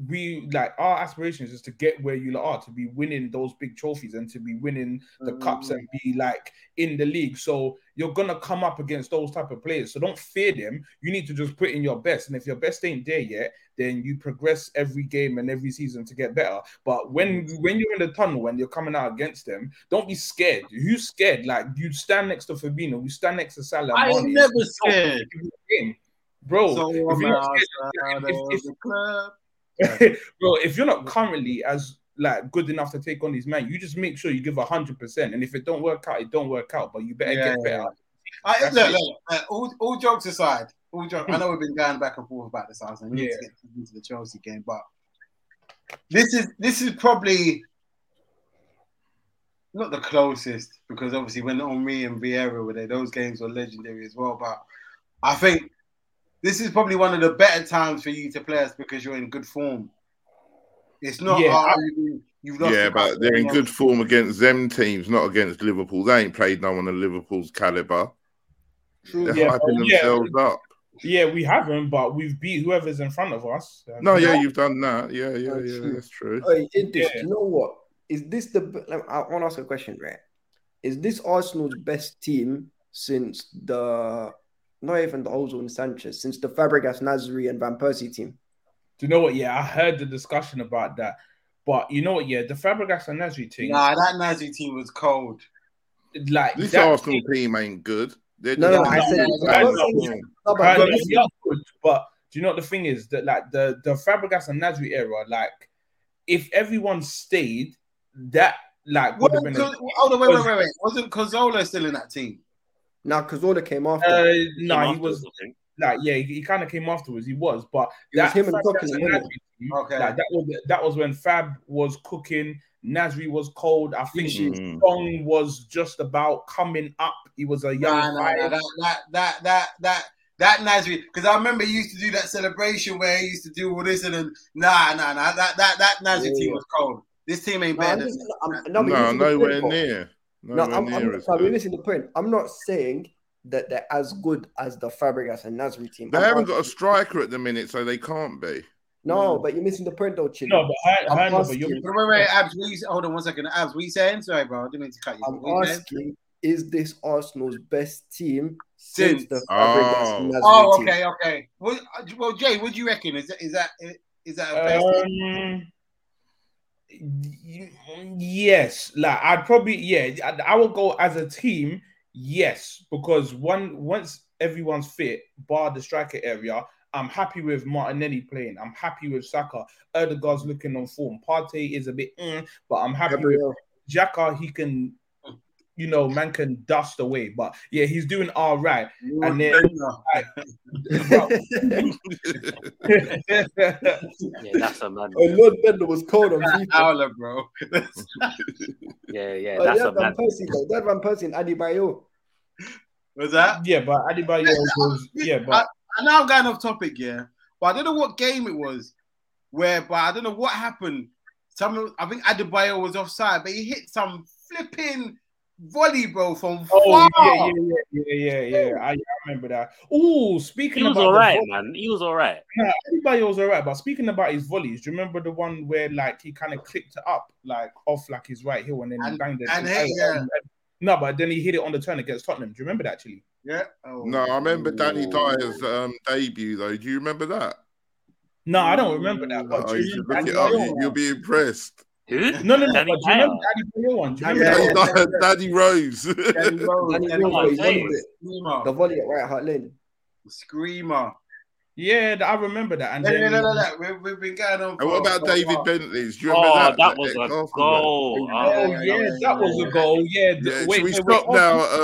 S5: we like our aspirations is to get where you lot are to be winning those big trophies and to be winning the cups and be like in the league. So you're gonna come up against those type of players. So don't fear them. You need to just put in your best. And if your best ain't there yet, then you progress every game and every season to get better. But when when you're in the tunnel and you're coming out against them, don't be scared. Who's scared? Like you stand next to Fabinho, you stand next to Salah.
S1: I ain't
S5: Mane,
S1: never
S5: it's not
S1: scared.
S5: every game. Bro,
S1: So
S5: if
S1: I'm
S5: you're not scared,
S1: outside
S5: if-
S1: of
S5: if-
S1: the club.
S5: [LAUGHS] bro, if you're not currently as like good enough to take on these men, you just make sure you give hundred percent. And if it don't work out, it don't work out. But you better
S1: Yeah,
S5: get better.
S1: I,
S5: That's
S1: look,
S5: it.
S1: look, uh, all, all jokes aside, all jokes. I know we've been going back and forth about this Arsenal. We need to get into the Chelsea game, but this is this is probably not the closest because obviously when Henri and Vieira were there, those games were legendary as well. But I think this is probably one of the better times for you to play us because you're in good form. It's not
S5: Yeah,
S1: oh,
S5: I-
S1: you- you've lost.
S8: Yeah,
S1: the cup,
S8: but they're in
S1: you know.
S8: good form against them teams, not against Liverpool. They ain't played no one of Liverpool's caliber. They're
S5: Yeah, but-
S8: hyping
S5: yeah.
S8: themselves up.
S5: Yeah, we haven't, but we've beat whoever's in front of us.
S8: No, yeah, you've done that. Yeah, yeah,
S7: Oh,
S8: yeah.
S7: true.
S8: That's true.
S7: Oh, he did this. Do you know what? Is this the? like, I want to ask a question, right? Is this Arsenal's best team since the not even the Ozil and Sanchez, since the Fabregas, Nasri, and Van Persie team?
S5: Do you know what? Yeah, I heard the discussion about that. But you know what? Yeah, the Fabregas and Nasri team,
S1: Nah, that Nazi team was cold.
S5: like
S8: This
S5: that
S8: Arsenal
S5: team-
S8: team ain't good. They're
S7: No,
S8: just
S7: no, I said-
S8: playing
S5: I'm not
S8: bad
S7: saying-
S8: form.
S7: No, but-
S5: Kind
S7: but
S5: of,
S7: listen,
S5: yeah, good, but do you know what the thing is that like the the Fabregas and Nasri era, like if everyone stayed, that like would have
S1: Wasn't,
S5: been.
S1: Co-
S5: A,
S1: hold on, wait, wait, wait, wait. Wasn't Cazorla still in that team?
S7: Now Cazorla came after.
S5: uh,
S4: Came
S5: no, he
S4: afterwards,
S5: was
S4: I think.
S5: like yeah, he, he kind of came afterwards. He was, but
S7: It
S5: that
S7: was him and
S5: Fabregas
S7: Coquelin,
S5: and
S7: wasn't
S5: Nasri team,
S1: Okay.
S5: like, that was that was when Fab was cooking. Nasri was cold. I think
S8: Mm.
S5: Song was just about coming up. He was a young
S1: Nah, nah, nah, that,
S5: fire.
S1: that, that, that, that, that Nasri, because I remember he used to do that celebration where he used to do all this and then, nah, nah, nah, that, that, that Nasri
S7: Yeah,
S1: team
S7: yeah.
S1: was cold. This team ain't
S7: No, I'm
S1: better
S7: just-
S1: than
S7: I'm-
S1: that.
S7: no, but
S8: No,
S7: listen to the
S8: nowhere
S7: point,
S8: near.
S7: No,
S8: Nowhere
S7: I'm,
S8: near
S7: I'm,
S8: as
S7: sorry,
S8: good.
S7: listen to the point. I'm not saying that they're as good as the Fabregas and Nasri team.
S8: They
S7: I'm
S8: haven't
S7: asking-
S8: got a striker at the minute, so they can't be.
S7: No, but you're missing the point though, Chino.
S5: No, but her,
S7: I'm
S5: her number,
S7: asking-
S5: you're
S1: Wait, wait, wait, Abs, what you, hold on one second. Abs, what you saying? Sorry, bro. I didn't mean to cut you.
S7: I'm
S1: What you saying?
S7: asking, is this Arsenal's best team
S1: Since.
S7: the
S8: Oh.
S7: Fabregas
S1: Oh,
S7: Nasri team?
S1: okay, okay. Well, uh, well, Jay, what do you reckon? Is that is that is that a fair statement?
S5: Um, y- Um, yes, like I'd probably yeah, I, I would go as a team. Yes, because one once everyone's fit, bar the striker area, I'm happy with Martinelli playing. I'm happy with Saka. Erdegaard's looking on form. Partey is a bit, eh, but I'm happy with
S7: Gabriel,
S5: Jaka. He can, you know, man can dust away. But yeah, he's doing all right. [LAUGHS] And then
S7: [LAUGHS]
S4: Yeah, that's a man.
S7: Oh, Lord Bender was cold on FIFA.
S1: Howler, bro. [LAUGHS]
S4: Yeah, yeah,
S7: Oh,
S4: that's
S7: that
S4: a man.
S7: Van Persie, though. That Van Persie and Adebayo.
S1: Was that?
S5: yeah, but Adebayo was yeah, but
S1: And now I'm going off topic, yeah. But I don't know what game it was, where but I don't know what happened. Some I think Adebayo was offside, but he hit some flipping volley, bro, from
S5: Oh
S1: far.
S5: yeah, yeah, yeah, yeah, yeah, yeah. I, I remember that. Oh,
S4: He
S5: speaking
S4: was
S5: about
S4: all right,
S5: the volley,
S4: man. He was all right.
S5: everybody was all right, but speaking about his volleys, do you remember the one where like he kind of clipped it up like off like his right heel and then he
S1: And-
S5: banged it?
S1: and hey, yeah.
S5: No, but then he hit it on the turn against Tottenham. Do you remember that actually?
S1: Yeah. Oh.
S8: No, I remember Danny
S7: Oh.
S8: Dyer's um, debut though. Do you remember that?
S5: No, I don't remember that. But
S8: Oh,
S5: do
S8: you
S5: you
S8: should
S5: remember
S8: look it
S5: Danny
S8: up.
S5: Boyle
S8: You,
S5: one?
S8: will be impressed.
S4: Who?
S5: No, no, no.
S4: Danny
S5: but do you remember
S4: Dyer?
S5: Danny Boyle one? Do you
S1: Danny
S5: remember
S1: [LAUGHS] Yeah,
S5: that?
S8: Danny,
S1: yeah,
S8: Dyer-
S1: yeah.
S8: Danny Rose. [LAUGHS]
S1: Danny Rose,
S7: Danny
S1: Danny
S7: Rose,
S1: Rose,
S7: he wanted it. The
S1: Screamer.
S7: volley at White Hart Lane.
S1: [LAUGHS] Screamer.
S5: Yeah, I remember that. And
S1: No, no,
S5: then,
S1: no, no, no. We've, we've been going on.
S8: and what
S1: for-
S8: about
S1: for a
S8: David
S1: while.
S8: Bentley's? Do you remember
S4: Oh,
S8: that?
S4: that, was a
S8: Newcastle
S4: goal.
S1: Yeah,
S4: Oh,
S5: oh
S1: yeah,
S5: yeah,
S1: yeah,
S5: that was
S1: yeah.
S5: a goal. Yeah,
S8: goal?
S5: the-
S8: Yeah,
S5: wait,
S8: should we
S5: wait,
S8: stop
S5: wait,
S8: now,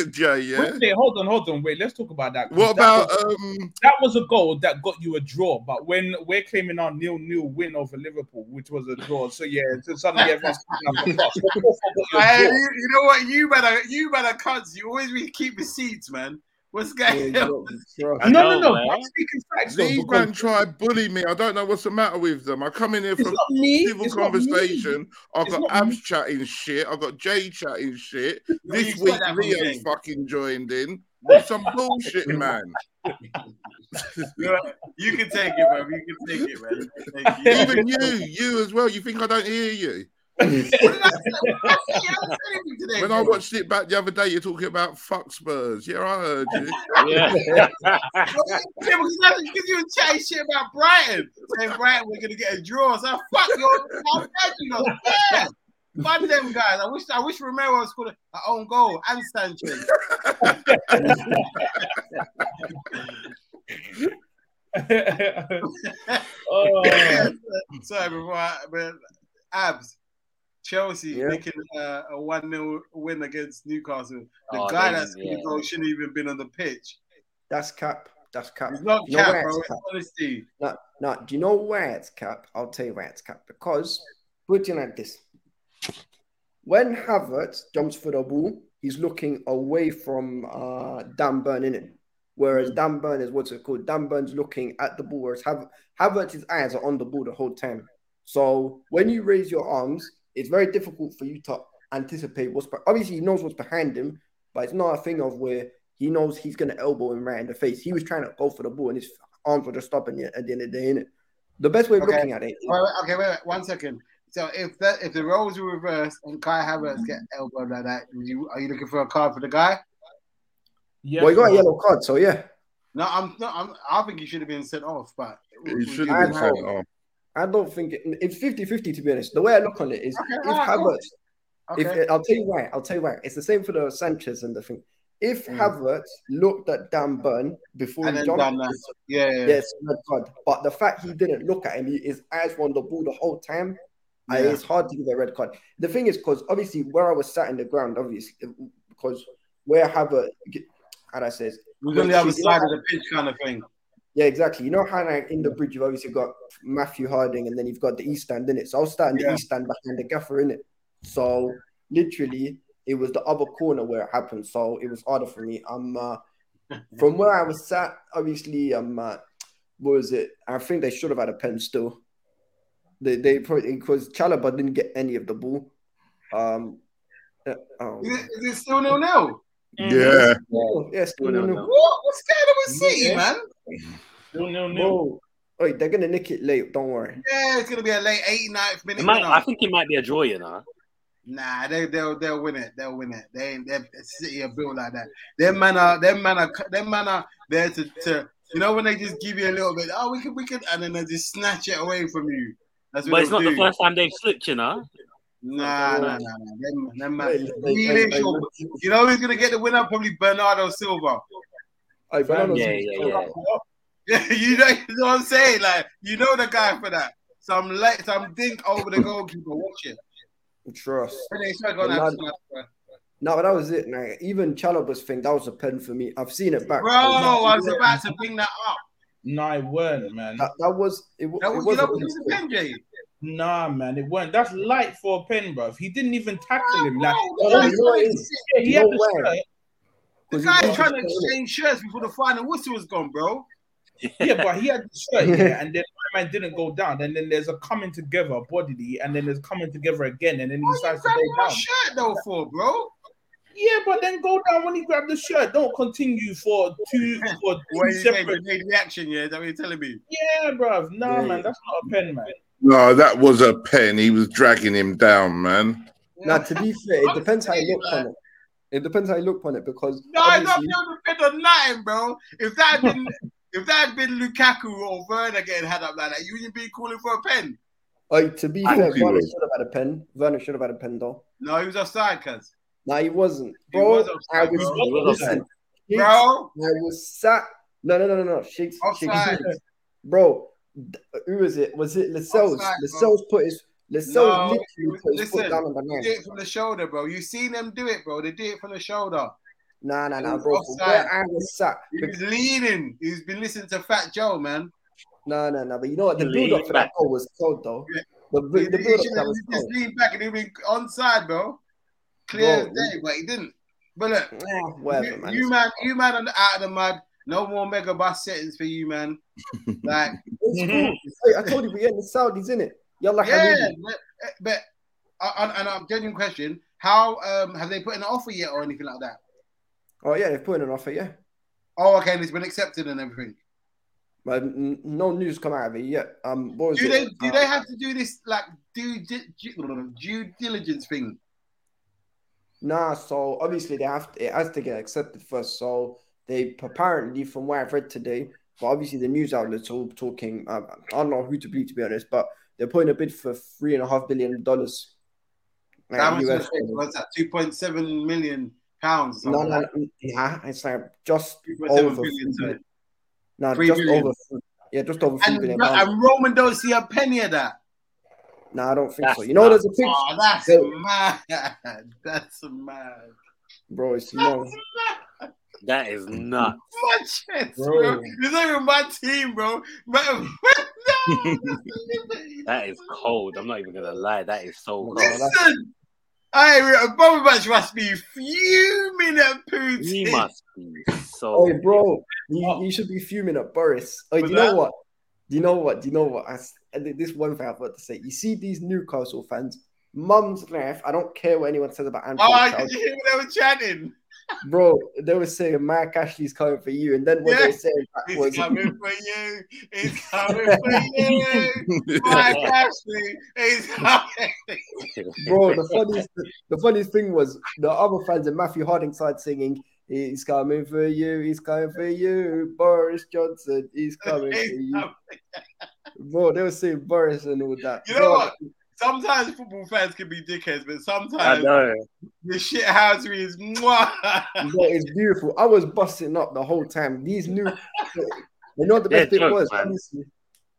S8: um, [LAUGHS] Jay? Yeah.
S5: Wait, hold on, hold on. Wait, let's talk about that. 'cause
S8: What
S5: that
S8: about
S5: was-
S8: um?
S5: that was a goal that got you a draw, but when we're claiming our nil-nil win over Liverpool, which was a draw, so yeah, so suddenly everyone's [LAUGHS] coming up the cross. Of course I got
S1: Hey,
S5: your draw.
S1: you, you know what? You better, you better cunts. You always really keep receipts, man. What's
S7: Yeah,
S1: going
S7: you
S1: on?
S7: got the draw.
S4: I
S5: No, no,
S4: know,
S5: no.
S4: man.
S5: I'm speaking facts though,
S8: These
S5: because
S8: man try and bully me. I don't know what's the matter with them. I come in here
S5: it's
S8: for a
S5: not me.
S8: civil
S5: It's not me.
S8: conversation. I've
S5: It's
S8: got
S5: not
S8: abs
S5: me.
S8: chatting shit. I've got Jay chatting shit. This
S1: you
S8: week
S1: said that from
S8: Rio
S1: Jay.
S8: fucking joined
S5: [LAUGHS]
S8: in. It's some bullshit, man.
S1: You know, you can take it, bro. You can take it, man. You can take it.
S8: Even you, you as well. You think I don't hear you?
S1: What did I [LAUGHS] say? I said you haven't said anything today,
S8: When I
S1: bro.
S8: watched it back the other day, you're talking about fuck Spurs. Yeah, I heard you.
S4: Yeah.
S1: Yeah, because that's- because you were chatting shit about Brighton, saying Brighton we're gonna get a draw. So fuck your, how bad you know? Yeah, fuck them guys. I wish, I wish Romero scored an own goal and Sanchez.
S5: [LAUGHS]
S8: [LAUGHS]
S5: oh,
S1: Sorry, before I, but abs. Chelsea
S7: Yeah.
S1: making uh, a 1 0 win against Newcastle. The
S4: Oh,
S1: guy
S4: they-
S1: that's
S4: yeah.
S1: the goal shouldn't even been on the pitch.
S7: That's cap. That's cap.
S1: It's not
S7: You know
S1: cap,
S7: why
S1: bro.
S7: it's
S1: It's honesty.
S7: No, no. Do you know why it's cap? I'll tell you why it's cap. Because put it like this: when Havertz jumps for the ball, he's looking away from uh, Dan Burn in it. Whereas Dan Burn is what's it called? Dan Burn's looking at the ball, whereas Hav- Havertz's eyes are on the ball the whole time. So when you raise your arms, it's very difficult for you to anticipate what's. Be- Obviously, he knows what's behind him, but it's not a thing of where he knows he's going to elbow him right in the face. He was trying to go for the ball, and his arms were just stopping it at the end of the day, innit? The best way of
S1: Okay.
S7: looking at it is
S1: Wait, wait, okay, wait, wait, one second. So if that if the roles were reversed and Kai Havertz get elbowed like that, would you, are you looking for a card for the guy?
S5: yeah.
S7: well, you got a yellow card, so yeah.
S1: No, I'm not. I'm, I think he should have been sent off, but
S8: You
S1: [LAUGHS]
S8: should have been
S7: I
S8: sent
S7: know.
S8: off.
S7: I don't think it, it's 50 50 to be honest. The way I look on it is
S1: Okay,
S7: if
S1: alright, cool.
S7: Havertz,
S1: Okay.
S7: if I'll tell you why, I'll tell you why. It's the same for the Sanchez and the thing. If
S1: Hmm.
S7: Havertz looked at Dan Burn before
S1: And
S7: he
S1: then
S7: jumped,
S1: done that.
S7: it's-
S1: yeah, yeah, yeah.
S7: yes, red card. But the fact he didn't look at him, he, his eyes were on the ball the whole time. uh,
S1: Yeah.
S7: it's hard to give a red card. The thing is, because obviously where I was sat in the ground, obviously because where Havertz, how do I say this?
S1: We're on the other side of the pitch, kind of thing.
S7: Yeah, exactly. You know how like, in the bridge you've obviously got Matthew Harding and then you've got the East Stand in it. So I was starting
S1: Yeah.
S7: the East Stand behind the gaffer in it. So literally, it was the other corner where it happened. So it was harder for me. Um, uh,
S1: [LAUGHS]
S7: from where I was sat, obviously, um, uh, what was it? I think they should have had a pen still. They they probably because Chalaba didn't get any of the ball. Um, uh, oh,
S1: Is it, is it still nil nil?
S8: Yeah.
S7: yes, no, no, no.
S1: What? What's going on with City,
S5: Yeah.
S1: man?
S5: No, no, no.
S7: Bro, Oh, they're gonna nick it late. Don't worry.
S1: Yeah, it's gonna be a late 89th minute.
S4: [LAUGHS] It might,
S1: winner.
S4: I think it might be a draw, you know.
S1: Nah, they they'll they'll win it. They'll win it. They ain't they're city are built like that. Them man are them man are them man are there to, to you know when they just give you a little bit. Oh, we can we can, and then they just snatch it away from you. That's what
S4: But it's
S1: they'll
S4: not the
S1: do.
S4: first time they've slipped, you know.
S1: Nah, nah, nah, nah. Them, them man.
S7: Hey, hey, hey,
S1: Grealish
S7: hey,
S1: or- you know who's gonna get the winner? Probably Bernardo Silva. [LAUGHS]
S7: Hey, Bernardo's-
S4: Yeah, yeah, yeah.
S1: Yeah, you know, you know what I'm saying. Like you know the guy for that. Some like some dink over the goalkeeper. Watch it.
S7: Trust.
S1: When they start going out, it's like,
S7: No, but that was it. Now, even Chalobah's thing, that was a pen for me. I've seen it back.
S1: Bro, I was about to bring that up.
S5: Nah, it weren't, man.
S7: That, that was it. wa-
S1: That was,
S7: it was
S1: you know,
S7: a
S1: what
S7: pen
S1: was
S7: for
S1: the
S7: me.
S1: thing, Jay?
S5: Nah, man, it weren't. That's light for a pen, bro. He didn't even tackle him. Like,
S1: Bro,
S7: Oh,
S1: the
S7: you know what it is?
S5: yeah, he
S7: no
S5: had the
S7: way.
S5: shirt.
S1: The
S7: 'Cause he
S1: guy's
S7: was-
S1: trying to exchange shirts before the final whistle was gone, bro.
S5: yeah, but he had the shirt, yeah, and then my man didn't go down, and then there's a coming together bodily, and then there's coming together again, and then he
S1: What are Oh, you
S5: decides to
S1: grabbing
S5: go
S1: my
S5: down.
S1: shirt though for, bro?
S5: Yeah, but then go down when he grabbed the shirt. Don't continue for [LAUGHS] two for
S1: What
S5: two
S1: are you saying?
S5: separate.
S1: Grenade reaction, yeah? Is that what you're telling me?
S5: Yeah, bruv. Nah,
S7: Yeah.
S5: man, that's not a pen, man. [LAUGHS]
S8: No, that was a pen. He was dragging him
S1: [LAUGHS]
S8: down, man.
S7: Now, to be fair, it
S1: I'm
S7: depends how you
S1: saying,
S7: look on it. It depends how you look on it because
S1: No, I don't
S7: obviously,
S1: feel the fit on nothing, bro. If that had been [LAUGHS] if that had been Lukaku or Werner getting had up like that, you wouldn't be calling for a pen.
S7: like, to be
S8: I
S7: fair,
S8: agree
S7: Werner
S8: with-
S7: should have had a pen. Werner should have had a pen though.
S1: No, he was offside, cuz.
S7: No, he wasn't.
S1: He
S7: Bro,
S1: was
S7: I
S1: offside,
S7: was,
S1: bro.
S4: He was
S7: listen, Shakes,
S1: Bro,
S7: I was sat. No, no, no, no, no. Shakes,
S1: Offside.
S7: Shakes, bro. th- Who is it? Was it Lascelles?
S1: Offside, bro.
S7: Lascelles put his
S1: No,
S7: Lascelles
S1: you-
S7: literally put his
S1: listen,
S7: foot down on the
S1: you
S7: line.
S1: do it from the shoulder, bro. You seen them do it, bro. They did it from the shoulder.
S7: Nah, nah,
S1: It
S7: nah,
S1: was
S7: bro. For
S1: offside.
S7: where I was sat.
S1: He was leaning. He's been listening to Fat Joe, man.
S7: No, no, no. But you know what? The
S4: Lean
S7: build up for that
S4: back.
S7: goal was cold, though.
S1: Yeah.
S7: The,
S1: He,
S7: bu- the
S1: he
S7: build up
S1: should
S7: that
S1: have
S7: was
S1: just
S7: cold.
S1: leaned back and he'd been onside, bro. Clear
S7: Bro,
S1: as day, but he didn't. But look,
S7: Nah, Ah, whatever,
S1: you,
S7: man.
S1: you man, you man on the, out of the mud. No more mega bus sentence for you,
S7: [LAUGHS]
S1: man. Like,
S7: It's cool. Hey, I told you, we're in the Saudis, innit? Yalla
S1: yeah,
S7: Hamidi.
S1: but, but uh, and a genuine question: How um have they put in an offer yet or anything like that?
S7: Oh, yeah, they've put in an offer, yeah.
S1: Oh, okay, and it's been accepted and everything.
S7: But n- no news come out of it yet. Um, what was
S1: Do
S7: it?
S1: they do
S7: Uh,
S1: they have to do this like due di- due, due diligence thing?
S7: Nah, so obviously they have to, it has to get accepted first. So they apparently, from what I've read today, but obviously the news outlets are all talking. Um, I don't know who to believe to be honest, but they're putting a bid for three and a half billion dollars. Like,
S1: That was,
S7: US
S1: just- what's that? Two point seven million pounds.
S7: No, no, no, nah, it's like just
S1: 2.7
S7: over
S1: billion, sorry.
S7: nah,
S1: Three
S7: just
S1: billion.
S7: over yeah, just over three
S1: And,
S7: billion. pounds.
S1: and Roman don't see a penny of that.
S7: Nah, I don't think so.
S4: That's
S7: You know,
S4: not-
S7: there's a picture,
S1: Oh, that's
S7: So-
S1: mad. [LAUGHS] That's mad.
S7: bro. It's long.
S4: That is nuts.
S1: My chest, bro.
S5: Bro.
S1: This ain't even my team, bro. But, [LAUGHS]
S7: [LAUGHS]
S1: no, that's liberty.
S4: That is cold. I'm not even gonna lie. That is so cold.
S7: That's-
S1: Listen, I Bobby Batch must be fuming at Putin.
S4: He must be
S7: Oh,
S4: so.
S7: bro, you, you should be fuming at Boris. Oh,
S1: For
S7: you know
S1: that?
S7: what? Do you know what? Do you know what? I, s- and th- this one thing I've got to say. You see these Newcastle fans, mum's left. I don't care what anyone says about Anthony.
S1: Oh, did
S7: Childs.
S1: you hear what they were chanting?
S7: Bro, they were saying Mark Ashley's coming for you, and then what they were
S1: Yeah.
S7: saying back
S1: It's
S7: was,
S1: coming for you. It's coming for
S4: [LAUGHS]
S1: you. My Ashley is
S7: [LAUGHS]
S1: coming.
S7: bro. The funniest, the funniest thing was the other fans and Matthew Harding started singing. He's coming for you. He's coming for you. Boris Johnson.
S1: [LAUGHS]
S7: He's coming for
S1: It's
S7: you,
S1: coming.
S7: bro. They were saying Boris and all that.
S1: You know
S7: Bro,
S1: what? Sometimes football fans can be dickheads, but
S4: I
S1: sometimes
S4: know.
S1: the shithousery is
S7: [LAUGHS]
S1: mwah.
S7: Bro, it's beautiful. I was busting up the whole time. These new, you know, what the
S4: They're
S7: best bit
S4: jokes,
S7: was
S4: man.
S7: honestly.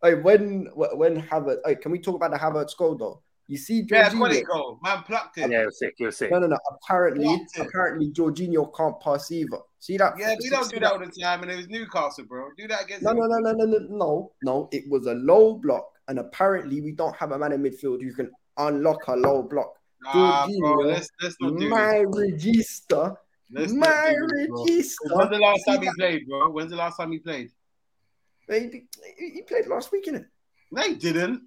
S7: Like when when Havertz, like, can we talk about the Havertz goal though? You see,
S1: Yeah,
S7: Jorginho,
S1: quality goal. Man plucked it.
S4: Yeah, you're sick. You're sick.
S7: no, no, no. Apparently,
S1: That's it.
S7: apparently, Jorginho can't pass either. See that?
S1: Yeah, we don't do that all the time, and it was Newcastle, bro. Do that against
S7: No, no, no, no, no, no, no, no. It was a low block, and apparently, we don't have a man in midfield who can unlock a low block.
S1: Nah, bro,
S7: Jorginho.
S1: let's, let's not do this.
S7: My register,
S1: Let's not
S7: my
S1: do this, bro. When's
S7: register.
S1: the last
S7: [LAUGHS]
S1: time he played, bro? When's the last time he played?
S7: He, he he played last week, innit?
S1: No, he didn't.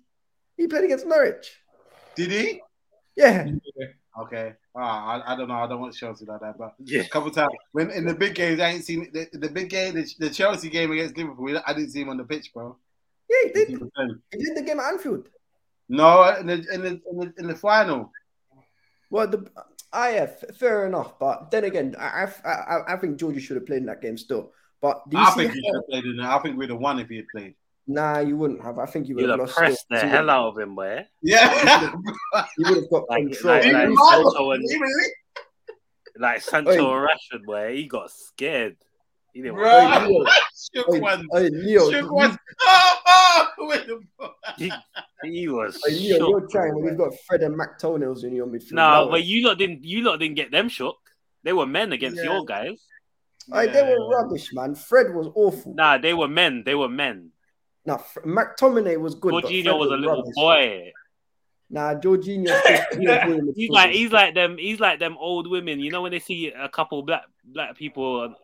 S7: He played against Norwich.
S1: Did he?
S7: Yeah.
S1: Okay. Ah, I, I don't know. I don't want Chelsea like that, but
S4: Yeah.
S1: a couple times when in the big games, I ain't seen the, the big game, the, the Chelsea game against Liverpool. I didn't see him on the pitch, bro.
S7: Yeah, he did. He did the game at Anfield.
S1: No, in the, in the, in the, in the final.
S7: Well, the I yeah, f- fair enough, but then again, I I, I, I think Georgia should have played in that game still. But do you
S1: I
S7: see
S1: think he
S7: how-
S1: should have played in it. I think we'd have won if he had played.
S7: Nah, you wouldn't have. I think you would
S4: You'd
S7: have
S4: have
S7: lost.
S4: pressed
S7: still.
S4: the
S7: You
S4: hell
S7: would-
S4: out of him, boy.
S7: [LAUGHS]
S1: Yeah.
S7: You would have got
S4: Like-
S7: control.
S4: like-
S1: Even
S4: like-
S1: Marvel-
S4: so-
S1: even Lee-
S4: Like Sancho or Rashford, boy. He got scared. He didn't want
S1: Bruh.
S7: Oi, Leo,
S1: Shook
S7: oi,
S1: one.
S7: oi, Leo,
S1: Shook
S7: you-
S1: one. [LAUGHS] Oh, oh, with the ball.
S4: he, he was
S7: oi, Leo,
S4: shook,
S7: you're trying when
S4: boy.
S7: you've got Fred and Mac toenails in your midfield.
S4: No,
S7: Now-
S4: but you lot didn't. You lot didn't get them shook. They were men against
S1: Yeah.
S4: your guys.
S7: Oi, they were rubbish, man. Fred was awful.
S4: Nah, they were men. They were men.
S7: Nah, Fr- McTominay was good. but Fred
S4: Jorginho was a little
S7: rubbish.
S4: boy.
S7: Nah, Jorginho.
S4: [LAUGHS]
S7: he was good in the
S4: He's
S7: midfield.
S4: like he's like them. He's like them old women. You know when they see a couple black black people um,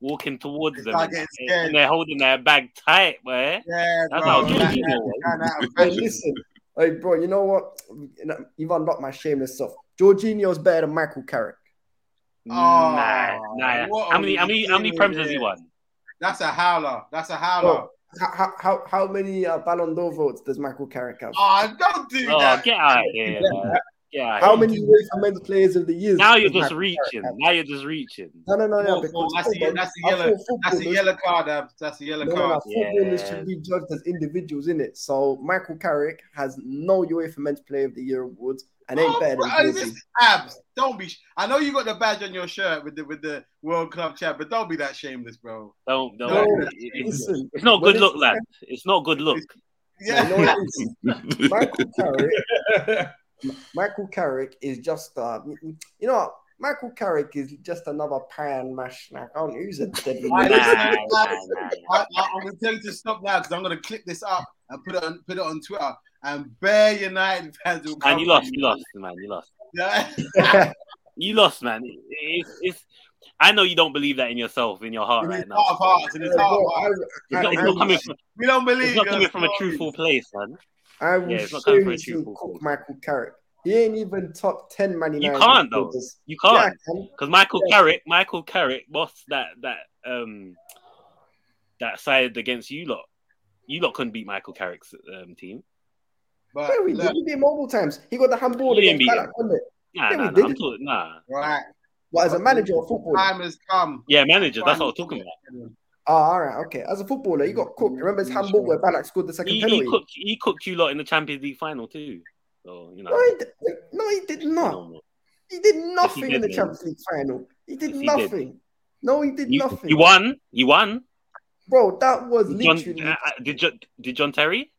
S4: walking towards
S1: They
S4: them
S1: start
S4: and,
S1: getting scared.
S4: and they're holding their bag tight, boy.
S1: Yeah,
S4: That's
S1: bro.
S4: how
S1: That-
S4: Jorginho was.
S1: kind of out of
S7: Hey,
S1: fashion.
S7: listen, hey, bro, you know what? You've unlocked my shameless self. Jorginho's better than Michael Carrick.
S4: Nah,
S1: Oh,
S4: nah.
S1: what
S4: How
S1: are
S4: many?
S1: we
S4: How many? How many
S1: doing
S4: prems has he
S1: here?
S4: won?
S1: That's a howler. That's a howler.
S7: Bro, how, how, how, how many uh, Ballon d'Or votes does Michael Carrick have?
S1: Oh, don't do
S4: Oh,
S1: that.
S4: get out of here, man. Get out of
S7: how
S4: here.
S7: many UEFA Men's Players of the Year?
S4: Now you're
S7: does
S4: just
S7: Michael
S4: reaching.
S7: Carrick
S4: Now you're just reaching.
S7: have? No, no, no, no.
S1: Football,
S7: because
S1: that's a-
S7: football-
S1: that's a
S7: I
S1: yellow-
S7: thought
S1: That's a
S7: footballers-
S1: yellow card, Abs. That's a yellow
S7: No, no,
S1: card.
S7: no, footballers
S4: Yeah.
S7: should be judged as individuals, innit? So Michael Carrick has no UEFA Men's Player of the Year awards and ain't
S1: Oh,
S7: better than
S1: bro, is
S7: Jorginho.
S1: this- Abs, don't be. sh- I know you got the badge on your shirt with the with the World Club chat, but don't be that shameless, bro.
S4: Don't don't.
S1: No,
S4: it- it's,
S7: Listen,
S4: it's not
S7: when
S4: good
S7: it's-
S4: look, lad. It's not good look.
S1: Yeah,
S7: No, [LAUGHS] you know what it
S1: [LAUGHS]
S7: is? Michael Carrick
S5: yeah,
S7: Michael Carrick is just uh, you know what? Michael Carrick is just another pan mash. I can't use [LAUGHS] it.
S1: I
S4: Nah, nah,
S1: listen-
S4: nah.
S1: I, I, I'm gonna tell you to stop now because I'm gonna clip this up and put it on put it on Twitter. And Bear United fans will come.
S4: And you lost, you lost, man. You lost. [LAUGHS]
S1: Yeah.
S4: You lost, man. It- It's, it's, I know you don't believe that in yourself, in your heart
S1: In his
S4: right now.
S1: heart of hearts, in his heart of hearts.
S4: It's not, it's not coming from,
S1: We don't believe.
S4: it's not coming
S1: us,
S4: from a
S1: bro.
S4: truthful place, man.
S7: I will
S4: Yeah, it's not time for a
S7: seriously
S4: truthful
S7: cook
S4: call.
S7: Michael Carrick. He ain't even top ten Man
S4: You
S7: United.
S4: can't, though.
S7: midfielders.
S4: You
S7: Yeah,
S4: can't
S7: I can.
S4: because Michael
S7: Yeah.
S4: Carrick, Michael Carrick, lost that that um that side against you lot. You lot couldn't beat Michael Carrick's um, team.
S1: But
S7: Yeah, we
S1: look,
S7: did. We beat him multiple times. He got the handball
S4: You didn't
S7: against
S4: beat
S7: Balak, wasn't it?
S4: Nah,
S7: Yeah, we
S4: nah,
S7: did.
S4: nah. I'm talking, nah.
S1: right,
S7: But as a manager of football, ah,
S1: time has come.
S4: Yeah, manager. That's what I'm talking about.
S7: all right, okay. As a footballer, he got cooked. Remember his handball where Balak scored the second
S4: He,
S7: penalty?
S4: he cooked. He cooked you lot in the Champions League final too. So you know.
S7: no, he did, no, he did not.
S4: normal.
S7: He did nothing in
S4: did,
S7: the
S4: man.
S7: Champions League final. He did
S4: Yes, he did.
S7: nothing. No, he did
S4: You,
S7: nothing.
S4: you won. You won.
S7: Bro, that was
S4: John,
S7: literally.
S4: uh, did, John, did John Terry?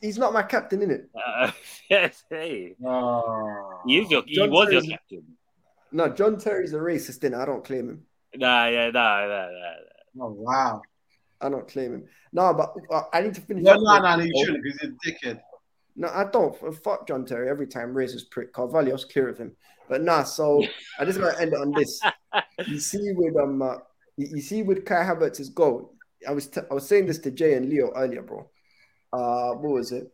S7: he's not my captain, innit?
S4: Uh, [LAUGHS] yes, hey.
S1: Oh.
S4: He, is your, he
S7: John
S4: was
S7: Terry's-
S4: your captain.
S7: No, John Terry's a racist, innit? I don't claim him.
S4: Nah, yeah, nah, nah, nah. nah.
S1: Oh, wow.
S7: I don't claim him. No, but uh, I need to finish.
S1: No,
S7: up
S1: no,
S7: with-
S1: no, you shouldn't because he's a dickhead.
S7: No, I don't. F- Fuck John Terry every time. Racist prick. Carvalho's clear of him. But nah, so I just want to end it on this. You see with um, uh, you, you see with Kai Havertz's goal. I was t- I was saying this to Jay and Leo earlier, bro. Uh, what was it?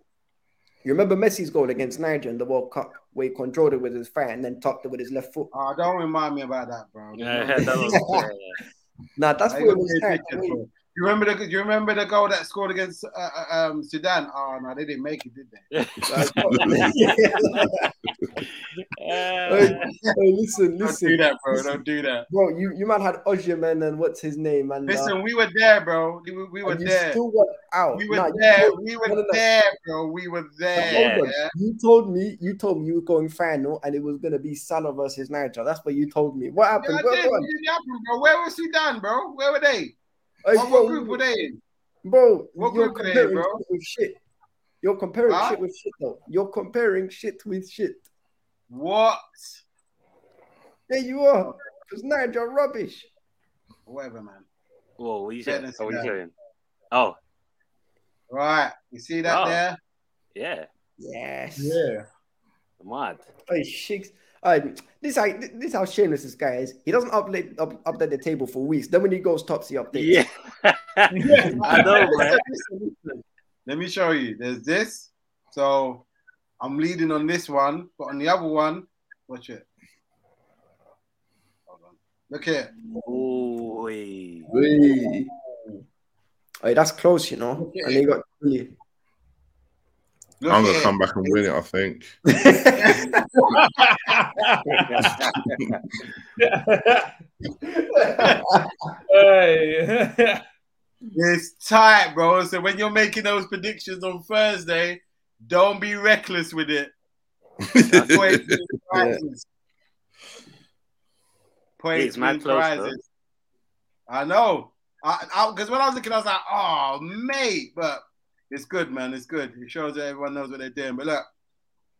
S7: You remember Messi's goal against Niger in the World Cup, where he controlled it with his right and then topped it with his left foot.
S1: Oh, don't remind me about that, bro. [LAUGHS]
S4: Yeah, [LAUGHS] that was, uh,
S7: Nah, that's
S1: Like,
S7: what it
S1: what
S7: was.
S1: they
S7: Like.
S1: did there, bro. You remember the you remember the goal that scored against uh, uh, um, Sudan? Oh no, they didn't make it, did they? [LAUGHS]
S4: yeah.
S7: [LAUGHS] Hey,
S4: Uh,
S7: hey, listen,
S1: Don't do
S7: listen,
S1: that, bro. Don't do that.
S7: bro. You you man had Osimhen and what's his name and uh,
S1: Listen, we were there, bro. We, we were
S7: and you
S1: there.
S7: still went out.
S1: We were
S7: Nah, you
S1: there.
S7: told-
S1: We
S7: no, no,
S1: were
S7: no.
S1: there, bro. We were
S4: Yeah.
S1: there.
S7: Hold on. You told me you told me you were going final and it was gonna be Salah versus Niger. That's what you told me. What
S1: Yeah,
S7: happened?
S1: I
S7: What-
S1: did.
S7: what-
S1: What did happen, bro? Where was Sudan, bro? Where were they?
S7: Hey,
S1: What,
S7: bro,
S1: what group were they in?
S7: bro,
S1: What
S7: you're
S1: group were they,
S7: comparing
S1: bro?
S7: shit with shit. You're comparing
S1: Huh?
S7: shit with shit though. You're comparing shit with shit.
S1: What?
S7: There you are. Because Niger are rubbish.
S1: Whatever, man.
S4: Whoa, what are you
S1: Yeah,
S4: saying?
S1: that's
S4: Oh, what are you
S1: bad.
S4: saying? Oh,
S1: Right. You see that
S4: Wow.
S1: there?
S4: yeah.
S7: Yes.
S4: Mad.
S7: Hey, Shiggs. Um, this how this how shameless this guy is. He doesn't update up, update the table for weeks. Then when he goes tops, he updates.
S4: Yeah. I
S1: [LAUGHS]
S4: know, man.
S1: Let me show you. There's this. So I'm leading on this one, but on the other one, watch it. Hold on. Look here.
S4: Ooh, wee.
S7: Hey. Hey, that's close, you know. And they got Billy.
S8: I'm gonna come back and win it.
S1: [LAUGHS]
S8: I think.
S5: Hey.
S1: It's tight, bro. So when you're making those predictions on Thursday, don't be reckless with it. Point to the prizes. Point
S4: It's
S1: to
S4: mad
S1: the
S4: close,
S1: prizes. I know. I because when I was looking, I was like, "Oh, mate!" But it's good, man. It's good. It shows that everyone knows what they're doing. But look,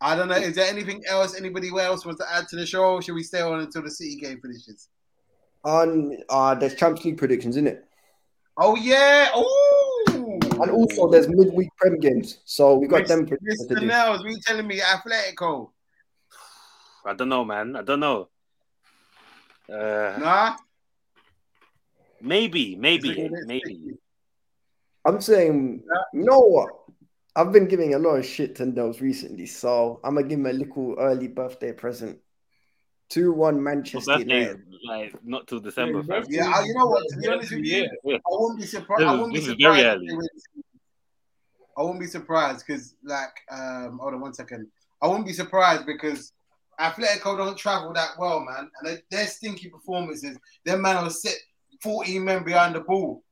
S1: I don't know. Is there anything else anybody else wants to add to the show? Or should we stay on until the City game finishes?
S7: On uh, there's Champions League predictions, isn't it?
S1: Oh yeah! Ooh!
S7: And also there's midweek Prem games, so we got them predictions to
S1: Mr.
S7: do.
S1: Nels, we telling me Atletico?
S4: I don't know, man. I don't know. Uh,
S1: Nah,
S4: Maybe, maybe,
S1: Is it-
S4: maybe.
S7: I'm saying, you know what? I've been giving a lot of shit to Nels recently, so I'm gonna give him a little early birthday present. Two one
S4: Well,
S7: Manchester
S4: birthday
S7: United.
S4: is, like not till December. fam.
S1: yeah. I- You know what? To be honest with you,
S4: Yeah.
S1: I wouldn't be surprised.
S4: This
S1: I
S4: is-
S1: wouldn't be
S4: this is
S1: surprised.
S4: very
S1: if
S4: early.
S1: they went- I wouldn't be surprised because, like, um, hold on one second. I wouldn't be surprised because Atletico don't travel that well, man, and they, their stinky performances. Their man will sit 14 men behind the ball.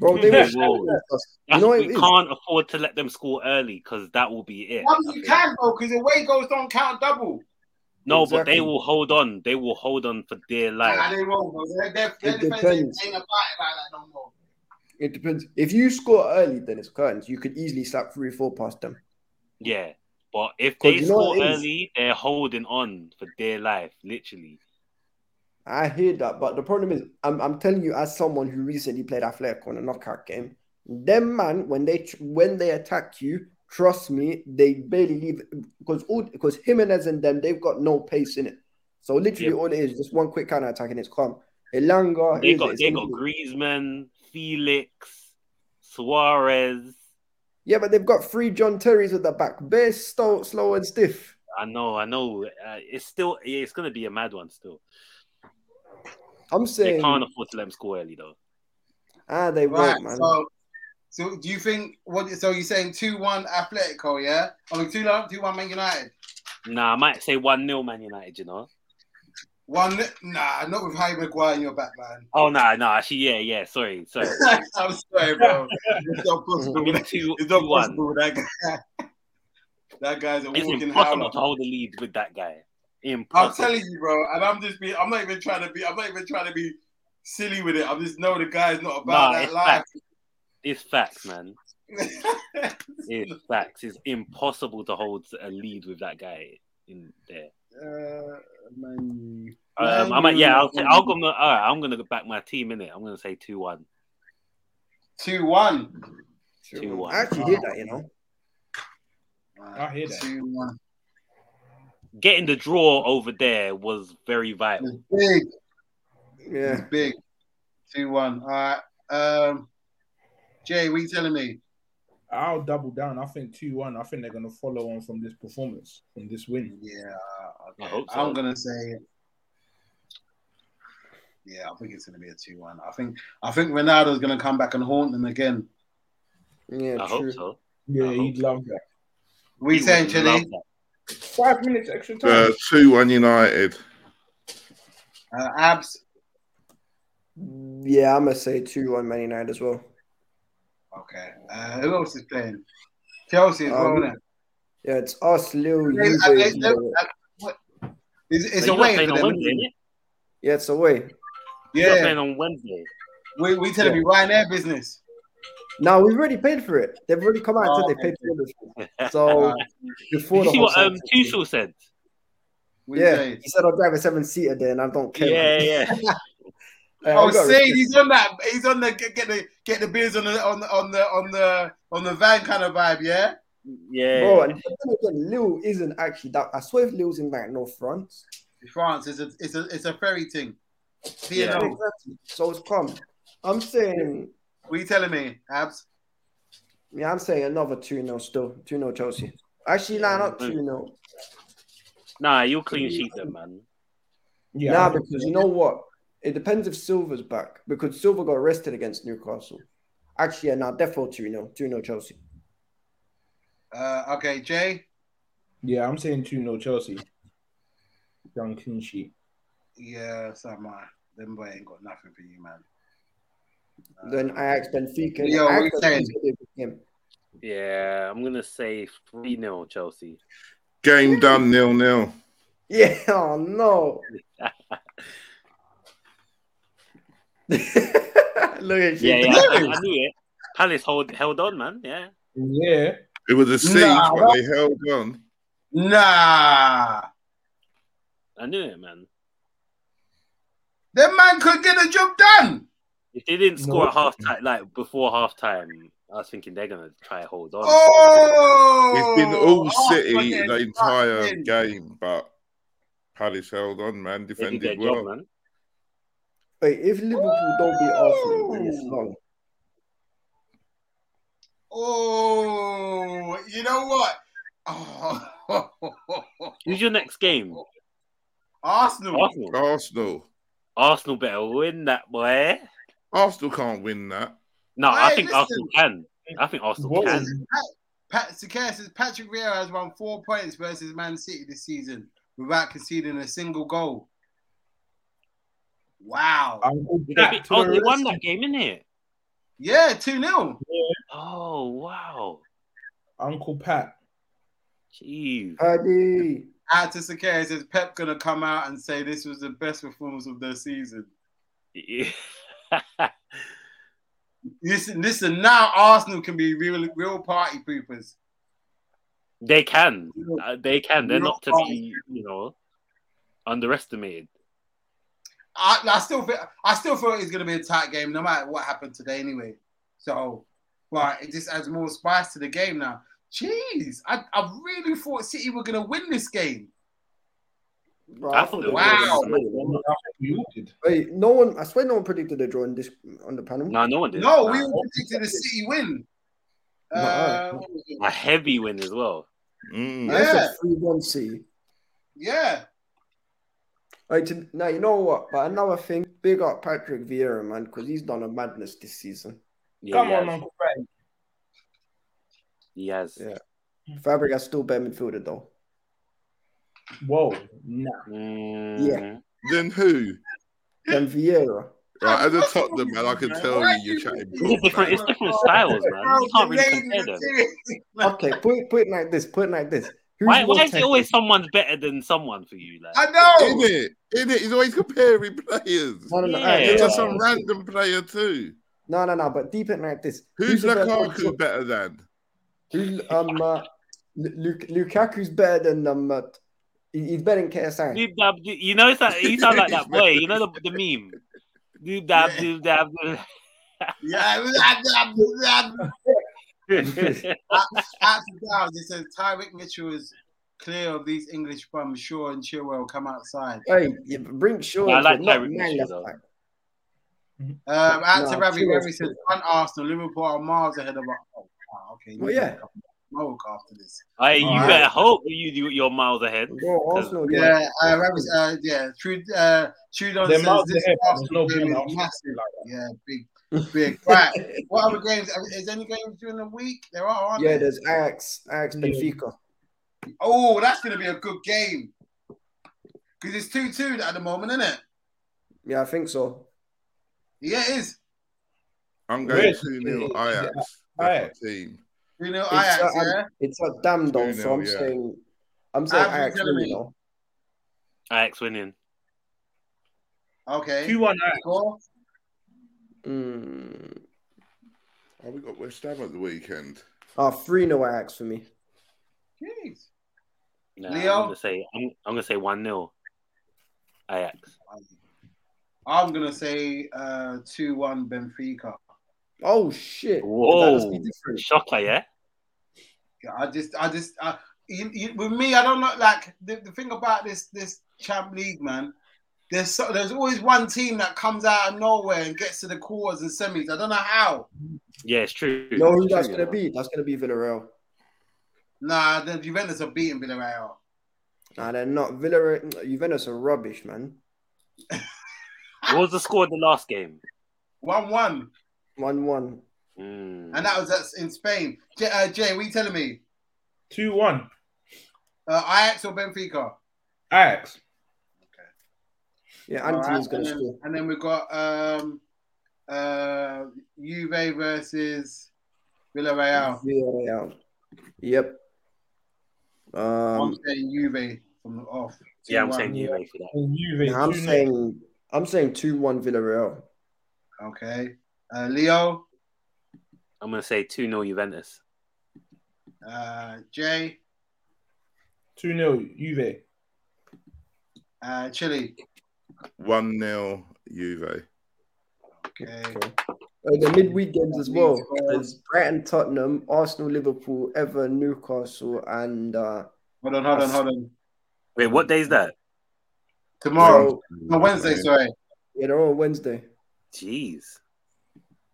S7: Bro, they were
S4: Yeah.
S7: shit against us. You know what
S4: we
S7: it is?
S4: can't afford to let them score early because that will be it.
S1: Why
S4: I
S1: do you
S4: think.
S1: can, bro? Because away goals don't count double.
S4: No, but
S7: Exactly.
S4: they will hold on. They will hold on for dear
S1: Nah,
S4: life.
S1: they won't, bro. Their, their, their
S7: It
S1: defense
S7: depends.
S1: ain't about it like that no more.
S7: It depends. If you score early, then it's curtains. You could easily slap three or four past them.
S4: Yeah. But if
S7: 'Cause
S4: they
S7: you know what
S4: score
S7: it is?
S4: early, they're holding on for dear life, literally.
S7: I hear that, but the problem is, I'm, I'm telling you, as someone who recently played Atletico in a knockout game, them man, when they when they attack you, trust me, they barely leave because all because Jimenez and them, they've got no pace in it. So literally,
S4: Yeah.
S7: all it is just one quick counter attack and it's calm. Elanga,
S4: They
S7: is it?
S4: got
S7: It's
S4: they got
S7: anything.
S4: Griezmann, Felix, Suarez.
S7: yeah, but they've got three John Terrys at the back, bare slow, slow and stiff.
S4: I know, I know. Uh, it's still yeah, it's gonna be a mad one still.
S7: I'm
S4: They
S7: saying,
S4: can't afford to let them score early though.
S7: ah, they
S1: Right.
S7: won't, man.
S1: So, so do you think what? So you're saying two one Atletico? Yeah. I mean two one, two one Man United.
S4: Nah, I might say one 0 Man United, you know.
S1: One. Nah, not with Harry Maguire in your back, man. [LAUGHS]
S4: Oh no, nah, no, nah, actually yeah, yeah, sorry, sorry.
S1: I'm sorry, bro. It's not possible.
S4: Maybe two,
S1: It's not
S4: two one.
S1: possible. That guy. [LAUGHS] That guy's a
S4: It's
S1: walking howler.
S4: impossible to hold the lead with that guy.
S1: I'm
S4: Impossible.
S1: telling you, bro. And I'm just being. I'm not even trying to be. I'm not even trying to be silly with it. I'm just know the guy's not about
S4: Nah,
S1: that
S4: it's
S1: life.
S4: facts. It's facts, man.
S1: [LAUGHS]
S4: It's facts. It's impossible to hold a lead with that guy in there.
S1: uh, man.
S4: Um, I might, yeah, I'll, say, I'll go. All right, I'm gonna go back my team in it. I'm gonna say two one.
S1: Two one.
S4: Two one.
S7: I actually hear that, you know.
S5: I hear that.
S1: Two one.
S4: Getting the draw over there was very vital.
S1: It's big. It's
S7: Yeah,
S1: big. Two one. All right. Um, Jay, what you telling me?
S5: [LAUGHS] I'll double down. I think two one. I think they're gonna follow on from this performance, from this win.
S1: Yeah.
S4: I hope so.
S1: I'm gonna say. Yeah, I think it's gonna be a two one. I think I think Ronaldo's gonna come back and haunt them again.
S7: yeah,
S4: I hope
S7: true.
S4: so.
S5: Yeah,
S4: I hope
S5: he'd love that.
S1: We
S4: He
S1: saying
S4: would love
S1: Chile.
S4: that.
S5: Five minutes extra time.
S8: Uh, Two one United.
S1: Uh, abs.
S7: Yeah, I'm gonna say two one Man United as well.
S1: Okay. Uh, who else is playing? Chelsea as well.
S7: Um,
S1: innit?
S7: Yeah, it's us, Lil,
S1: They-
S7: Juve,
S1: uh, they- they-
S7: Lille.
S1: uh, what- It's, it's
S4: But
S1: a
S4: you lot
S1: way
S4: playing
S1: for
S4: on
S1: them.
S4: Wednesday,
S1: isn't it?
S4: innit?
S7: Yeah, it's away.
S4: You lot
S1: Yeah,
S4: playing on Wednesday.
S1: we we telling me Ryanair business.
S7: Now we've already paid for it. They've already come out and
S1: Oh,
S7: said they paid for this.
S1: Uh, [LAUGHS]
S7: So before
S4: Did you
S7: the
S4: see
S7: whole
S4: what um,
S7: sanctions thing.
S4: Tuchel said?
S1: we
S7: yeah,
S1: saying-
S7: he said I'll drive a seven seater then. I don't care.
S4: Yeah,
S7: [LAUGHS]
S1: [LAUGHS]
S4: yeah.
S7: Uh,
S1: Oh,
S7: I've got
S1: see,
S7: respect.
S1: he's on that. He's on the get, get the get the beers on the on the on the on the on the van kind of vibe. Yeah.
S4: Yeah.
S7: Bro, and then again, Lil isn't actually that. I swear, if Lil's in like North France.
S1: France is a it's a it's a ferry thing. You
S4: Yeah.
S1: know,
S7: So it's calm. I'm saying,
S1: what you telling me, Abs?
S7: yeah, I'm saying another two 0 still two 0 Chelsea. Actually, nah, not two 0
S4: Nah, you'll clean sheet them, man.
S5: yeah,
S7: nah,
S5: I think-
S7: because you know what? It depends if Silver's back because Silver got arrested against Newcastle. Actually, yeah, now definitely 2 0. 2 0 Chelsea.
S1: Uh, okay, Jay.
S5: Yeah, I'm saying 2 0 Chelsea. Young clean sheet.
S1: Yeah, so am I. Them boy ain't got nothing for you, man.
S7: Then Ajax Benfica.
S1: Leo, what
S7: Ajax
S1: you saying?
S7: Benfica is a good game.
S4: Yeah, I'm gonna say three 0 Chelsea.
S8: Game done, nil nil.
S7: Yeah, [LAUGHS] oh no. [LAUGHS] Look at you.
S4: Yeah, yeah, I, I knew it. Palace hold held on, man. Yeah,
S5: Yeah.
S8: It was a siege,
S1: Nah,
S8: but they held on.
S1: Nah.
S4: I knew it, man.
S1: That man could get a job done.
S4: If they didn't score
S5: No.
S4: at half time, like before half time, I was thinking they're gonna try and hold on.
S1: Oh,
S8: It's been all
S1: Oh,
S8: City
S1: fucking
S8: the entire
S1: fucking-
S8: game, but Palace held on, man.
S4: they did their
S8: Defended
S4: job,
S8: well.
S4: man.
S7: Wait, if Liverpool don't beat Arsenal, then it's long.
S1: Oh, you know what? Oh.
S4: Who's your next game?
S1: [LAUGHS]
S8: Oh,
S1: Arsenal.
S4: Arsenal.
S8: Arsenal.
S4: Arsenal better win that, boy.
S8: Arsenal can't win that.
S4: No, I
S1: Hey,
S4: think
S1: listen.
S4: Arsenal can. I think Arsenal
S5: What
S4: can.
S5: was-
S1: Pat Sakaya says Patrick Vieira has won four points versus Man City this season without conceding a single goal. Wow.
S5: I'll go
S4: Did they
S5: back
S4: beat-
S5: to
S4: oh,
S5: the
S4: they won
S5: rest-
S4: that game, innit?
S1: Yeah, 2 0.
S4: Oh, wow.
S5: Uncle Pat.
S4: Jeez.
S7: Paddy.
S1: Out to Sakaya says Pep going to come out and say this was the best performance of their season.
S4: [LAUGHS]
S1: Listen, listen, now Arsenal can be real real party poopers.
S4: they can. Uh, they can. They're
S1: You're
S4: not to
S1: right.
S4: be, you know, underestimated.
S1: I, I still feel I still feel it's gonna be a tight game no matter what happened today anyway. So but it just adds more spice to the game now. Jeez, I, I really thought City were gonna win this game.
S7: Bro,
S4: I thought they were
S1: Wow.
S4: gonna win that match.
S5: You did.
S7: Wait, no one. I swear, no one predicted a draw in this on the panel.
S4: No, no one did.
S1: No,
S4: Nah.
S1: we all predicted a City win.
S7: No,
S1: Uh,
S7: alright.
S4: a heavy win as well.
S8: Mm.
S7: I
S1: Yeah.
S7: said three one C.
S1: yeah.
S7: Like to, now, you know what? But another thing, big up Patrick Vieira, man, because he's done a madness this season.
S4: Yeah,
S5: Come
S4: he
S5: on,
S4: has.
S5: Uncle Pat.
S4: He has.
S7: Yeah. Fabregas still better midfielder though.
S5: Whoa. Nah.
S4: Mm,
S8: Then who?
S7: Then
S4: [LAUGHS]
S7: Vieira.
S8: Right, as a Tottenham man, I can tell you you're chatting.
S4: It's different, it's different styles, man. You can't really compare them.
S7: Okay, put it put it like this. Put it like this. Who's
S4: Why, why
S7: more
S4: is it
S7: technical?
S4: always someone's better than someone for you? Like,
S1: I know.
S8: In it, in it, he's always comparing players.
S7: No, no, no,
S4: Yeah.
S7: alright,
S8: It's
S4: It's just
S8: just some random player too.
S7: no, no, no. But deep it like this.
S8: Who's
S7: the best
S8: Lukaku
S7: option?
S8: better than?
S7: Who, um, uh, Lu- Lukaku's better than um, uh, he- he's better than KSI.
S4: Doob dab, doo- you know, it's like, you sound like that boy. You know the, the meme. Doob dab, doob
S7: [LAUGHS]
S4: dab. [LAUGHS]
S1: Yeah, I'm
S4: doob.
S1: At the down, it says Tyrick Mitchell is clear of these English bums. Shaw and Chilwell come outside.
S7: Hey, yeah, bring Shaw.
S4: Nah, I like
S7: into it, not
S4: Tyreek
S7: my
S4: Mitchell,
S7: left
S4: though.
S7: back.
S1: Um, out to
S7: Nah,
S1: Ravi
S7: Chilwell.
S1: Ravi says front Arsenal, Liverpool are miles ahead of. us." Oh, wow, okay.
S7: Well, yeah.
S1: Smoke after this.
S4: Hey, you
S1: Alright.
S4: better hope you, you, you're miles ahead.
S7: Bro, Arsenal.
S1: Yeah, uh, Ravi. Uh, yeah, Trud, uh, Trudon
S5: They're
S1: says
S5: miles
S1: this
S5: ahead, but
S1: Arsenal
S5: there's no
S1: game
S5: winner.
S1: is massive. Yeah, big, big. [LAUGHS] right. What other games? uh, Is there any games during the week? There are, aren't
S7: Yeah,
S1: there?
S7: there's Ajax, Ajax, Benfica.
S1: Oh, that's going to be a good game. Because it's 2 2 at the moment, isn't it?
S7: Yeah, I think so.
S1: Yeah, it is.
S8: I'm
S5: Where
S8: going
S5: is-
S8: two 0
S5: is it
S8: Ajax. That's
S5: Ajax?
S8: my team.
S1: 3 0
S7: It's,
S1: Ajax,
S7: uh,
S1: yeah?
S7: It's a damn though, so
S8: 2-0,
S7: I'm
S8: yeah.
S7: saying, I'm saying
S1: Ajax is
S7: Ajax
S1: gonna
S7: win,
S1: be-
S7: you know.
S4: Ajax winning.
S1: Okay.
S5: Two one Ajax.
S1: Score?
S7: Mm.
S8: Oh, we got West Ham at the weekend.
S7: Ah, three no Ajax for me.
S1: Jeez.
S4: Nah,
S1: Leo?
S4: I'm gonna say I'm, I'm gonna say one 0 Ajax.
S1: I'm going to say 2 1 Benfica.
S7: Oh shit! That must be
S4: Whoa,
S7: different.
S4: shocker, yeah.
S1: Yeah, I just, I just, I, you, you, with me, I don't know. Like the, the thing about this this Champ League, man, there's so, there's always one team that comes out of nowhere and gets to the quarters and semis. I don't know how.
S4: Yeah, it's true.
S7: You know who
S4: It's
S7: that's
S4: true,
S7: gonna
S4: you know.
S7: be? That's gonna be Villarreal.
S1: Nah, the Juventus are beating Villarreal.
S7: Nah, they're not. Villarreal, Juventus are rubbish, man.
S4: What was the score of the last game?
S1: One one.
S7: One one.
S4: Hmm.
S1: And that was that's in Spain. Jay, uh, Jay what are you telling me?
S5: 2 1.
S1: Uh, Ajax or Benfica?
S5: Ajax.
S7: Yeah,
S1: All
S7: Anthony's
S1: right, and
S7: going to
S1: then,
S7: score.
S1: And then we've got um, uh, Juve versus Villarreal.
S7: Villarreal. Yep.
S1: I'm
S7: Um,
S1: saying Juve from the off.
S4: Yeah, I'm
S1: 2-1.
S4: saying you mate, for that.
S5: Juve,
S7: I'm
S5: 2-0.
S7: saying I'm saying two one Villarreal.
S1: Okay. Uh, Leo,
S4: I'm gonna say two 0 Juventus.
S1: uh, Jay,
S5: 2 0 Juve.
S1: uh, Chile.
S8: 1 0 Juve.
S1: Okay.
S7: Uh, the midweek games as well. There's Brighton, Tottenham, Arsenal, Liverpool, Everton, Newcastle, and uh,
S1: Hold on, hold on, hold on.
S4: Wait, what day is that?
S1: Tomorrow.
S7: so-
S1: No, Oh, Wednesday, sorry.
S7: yeah, they're on Wednesday.
S4: Jeez.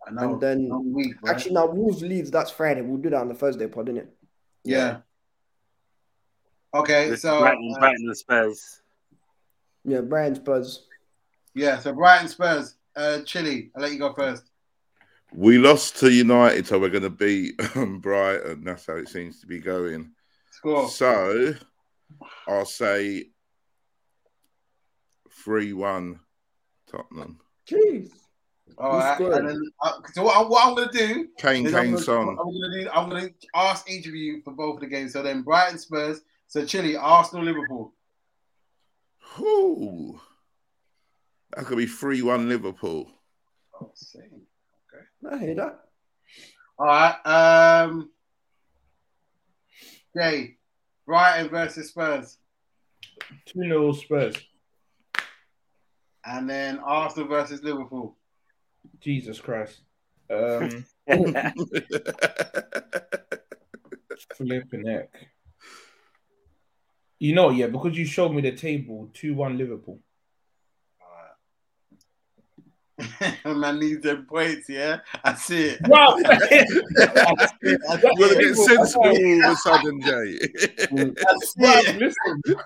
S1: I know.
S7: And then-
S1: I'm weak, bro.
S7: Actually, now Wolves leads. That's Friday. We'll do that on the Thursday pod, innit?
S1: yeah. Okay,
S4: This-
S1: so
S4: Brighton,
S1: uh,
S4: Brighton
S1: [LAUGHS]
S4: and Spurs.
S7: Yeah, Brighton, Spurs.
S1: yeah, so Brighton Spurs, uh, Chile. I'll let you go first.
S8: We lost to United, so we're going to beat [LAUGHS] Brighton. That's how it seems to be going.
S1: Score.
S8: So I'll say 3 1 Tottenham.
S7: Jeez.
S1: All right.
S7: scored?
S1: And then, uh, so what, I, what I'm gonna do
S8: Kane,
S1: is I'm
S8: Kane,
S1: gonna, I'm
S8: Son.
S1: gonna do. I'm gonna ask each of you for both of the games. So then, Brighton Spurs. So Chile, Arsenal, Liverpool.
S8: Ooh. That could be 3 1 Liverpool. [LAUGHS]
S1: Oh, same.
S7: I hear that.
S1: All right. Um. Jay, Brighton versus Spurs,
S5: 2 0 Spurs.
S1: and then Arsenal versus Liverpool.
S5: Jesus Christ.
S4: [LAUGHS]
S5: Um, flipping heck. You know, yeah, because you showed me the table 2 1 Liverpool.
S1: [LAUGHS] Man needs them points. Yeah, I see it.
S5: [LAUGHS] Wow.
S8: We're going to get sensible all of a sudden, Jay. [LAUGHS]
S1: I see
S5: Bro,
S1: it.
S5: listen.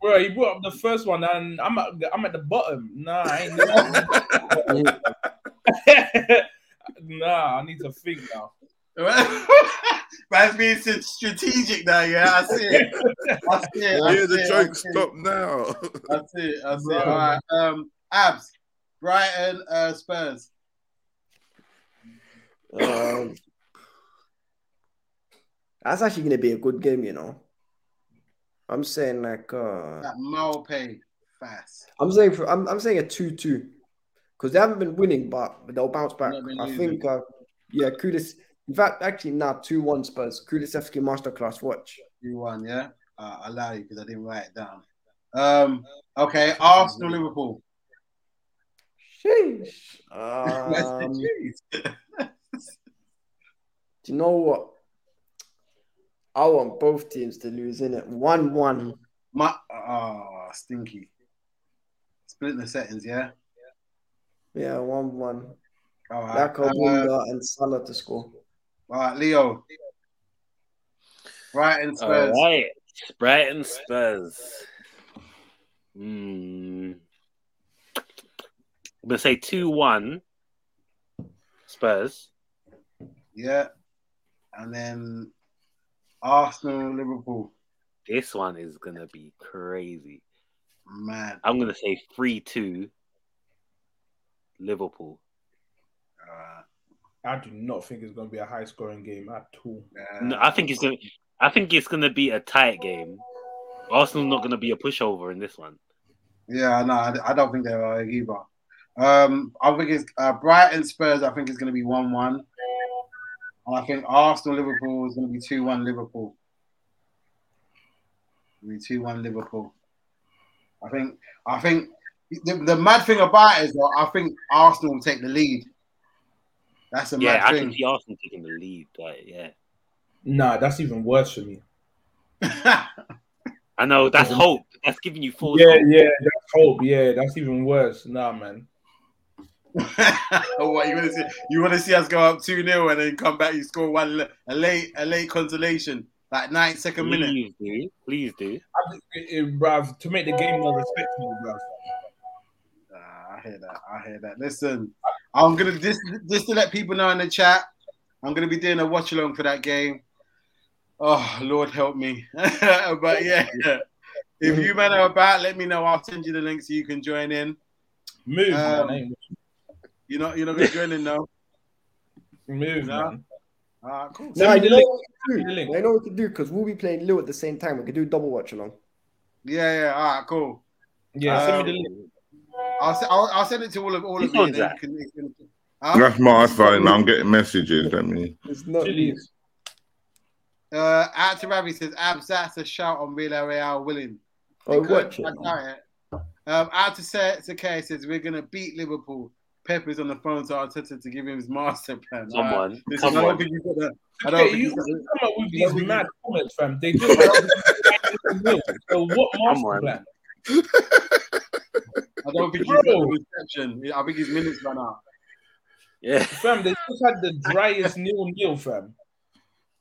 S5: Bro, you brought up the first one, and I'm at the, I'm at the bottom. Nah, I ain't doing that. [LAUGHS] nah, I need to think now.
S1: [LAUGHS] Man's being so strategic now. Yeah, I see it. I see it. I
S8: Yeah,
S1: see
S8: the
S1: it, I
S8: joke
S1: see it.
S8: stop now.
S1: That's it. That's
S5: Bro.
S1: it. All right. Um, abs, Brighton, uh, Spurs.
S7: Um, that's actually going to be a good game, you know. I'm saying like uh,
S1: That Malpe fast.
S7: I'm saying for, I'm I'm saying a two two because they haven't been winning, but they'll bounce back.
S1: Not been
S7: I
S1: losing.
S7: think uh, yeah, Kudis. In fact, actually, now two one Spurs. Kudisevsky masterclass. Watch.
S1: You won, yeah. Uh, I allow you because I didn't write it down. Um, okay. Arsenal, Liverpool. [LAUGHS]
S7: Sheesh.
S1: That's the
S5: [LAUGHS]
S7: Um, do
S1: G's.
S7: you know what? I want both teams to lose in it. One
S5: Mm.
S7: one.
S1: My oh, stinky. Split the settings, yeah.
S7: Yeah, one one.
S1: All right.
S7: Laka,
S1: Uh,
S7: Wunga, and Salah to score.
S1: all right, Leo.
S4: Uh,
S1: Brighton, Spurs.
S4: All right. Brighton Spurs. Hmm. I'm gonna say two one Spurs.
S1: Yeah. And then Arsenal, Liverpool.
S4: This one is gonna be crazy.
S1: Mad.
S4: I'm gonna say three two Liverpool.
S1: Uh,
S5: I do not think it's going to be a high scoring game at all.
S4: No, I think it's gonna. I think it's gonna be a tight game. Arsenal not gonna be a pushover in this one.
S1: Yeah, no, I, I don't think they are either. Um, I think it's uh, Brighton Spurs. I think it's going to be one-one, and I think Arsenal Liverpool is going to be two-one Liverpool. It'll be two-one Liverpool. I think. I think the, the mad thing about it is, though, I think Arsenal will take the lead. That's a
S4: yeah,
S1: mad
S4: I
S1: [LAUGHS]
S4: can
S1: thing.
S4: see Arsenal taking the lead. But yeah,
S5: Nah, that's even worse for me.
S4: I know that's hope. That's giving you false
S5: Yeah,
S4: hope.
S5: yeah, that's hope. Yeah, that's even worse. Nah, man.
S1: what you want to see? You want to see us go up two 0 and then come back? You score one le- a late a late consolation, like ninth
S4: Mm.
S1: second minute.
S4: Please do, please do.
S5: I think it, it, bruv, to make the game more respectable, bruv.
S1: Nah, I hear that. I hear that. Listen, I'm gonna just just to let people know in the chat, I'm gonna be doing a watch along for that game. Oh Lord help me. [LAUGHS] but yeah, if you men are about, let me know. I'll send you the link so you can join in.
S5: Move,
S1: Um,
S5: man. ain't
S1: You're not you're not gonna join in
S4: [LAUGHS]
S1: now.
S5: we? Move,
S1: no.
S5: man.
S1: Ah, cool.
S7: Nah,
S5: Send me
S7: you
S5: the
S7: know
S5: link.
S7: what we
S5: Send me
S7: can
S5: the
S7: do?
S5: link.
S7: I know what we can do because we'll be playing Lou at the same time. We could do double watch along.
S1: Yeah, yeah, all right, cool.
S5: Yeah, send me the
S1: Um,
S5: link.
S1: I'll, se- I'll I'll send it to all of all of
S4: Who's
S1: you.
S4: on
S1: and then
S4: that?
S1: you can- you can- Huh?
S8: That's my phone. I'm getting messages. Let me.
S7: It's not.
S5: Please.
S1: Uh, out to Ravi says abs. That's a shout on Real Real willing.
S7: Oh,
S1: They
S7: watch
S1: could.
S7: it. [LAUGHS]
S1: I doubt it. Um, out to say it's okay. Says we're gonna beat Liverpool. Pepper's on the phone to Arteta to give him his master plan.
S4: Come
S1: Uh,
S4: on,
S1: this is-
S4: come
S1: I don't
S4: on.
S1: think you got that. I don't
S5: Okay,
S1: think you
S5: you you
S1: got that.
S5: come up with
S1: you
S5: these
S1: know, we-
S5: mad comments, fam. They just [LAUGHS] so what master
S4: on.
S5: plan?
S1: I don't think you got
S5: Bro.
S1: the reception. I think his minutes run out. [LAUGHS]
S4: Yeah.
S5: Fam, they just had the driest nil nil, fam.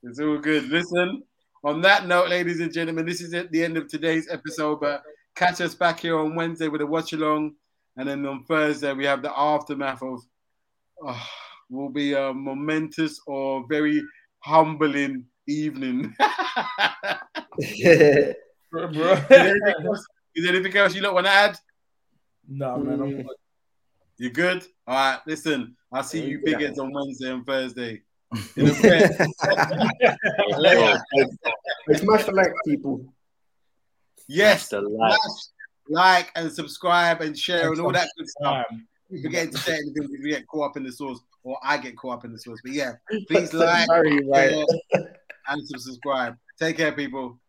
S1: It's all good. Listen, on that note, ladies and gentlemen, this is at the end of today's episode. But catch us back here on Wednesday with a watch along, and then on Thursday we have the aftermath of. oh, will be a momentous or very humbling evening. [LAUGHS]
S5: Bro, bro.
S1: is,
S5: [LAUGHS]
S1: there anything else, is there anything else you lot want to add?
S5: nah, man, I'm
S1: You good? All right, listen. I'll see you bigots on Wednesday and Thursday. In a
S7: [LAUGHS]
S1: bit.
S7: Smash
S1: Later.
S4: Oh,
S7: the like, people.
S1: yes,
S4: The
S1: smash,
S4: light.
S1: like and subscribe and share and all that good stuff.
S5: fam.
S1: If you get to say anything, if you get caught up in the source, or I get caught up in the source. But yeah,
S7: [LAUGHS]
S1: please like,
S7: Sorry, right.
S1: share, and subscribe. Take care, people.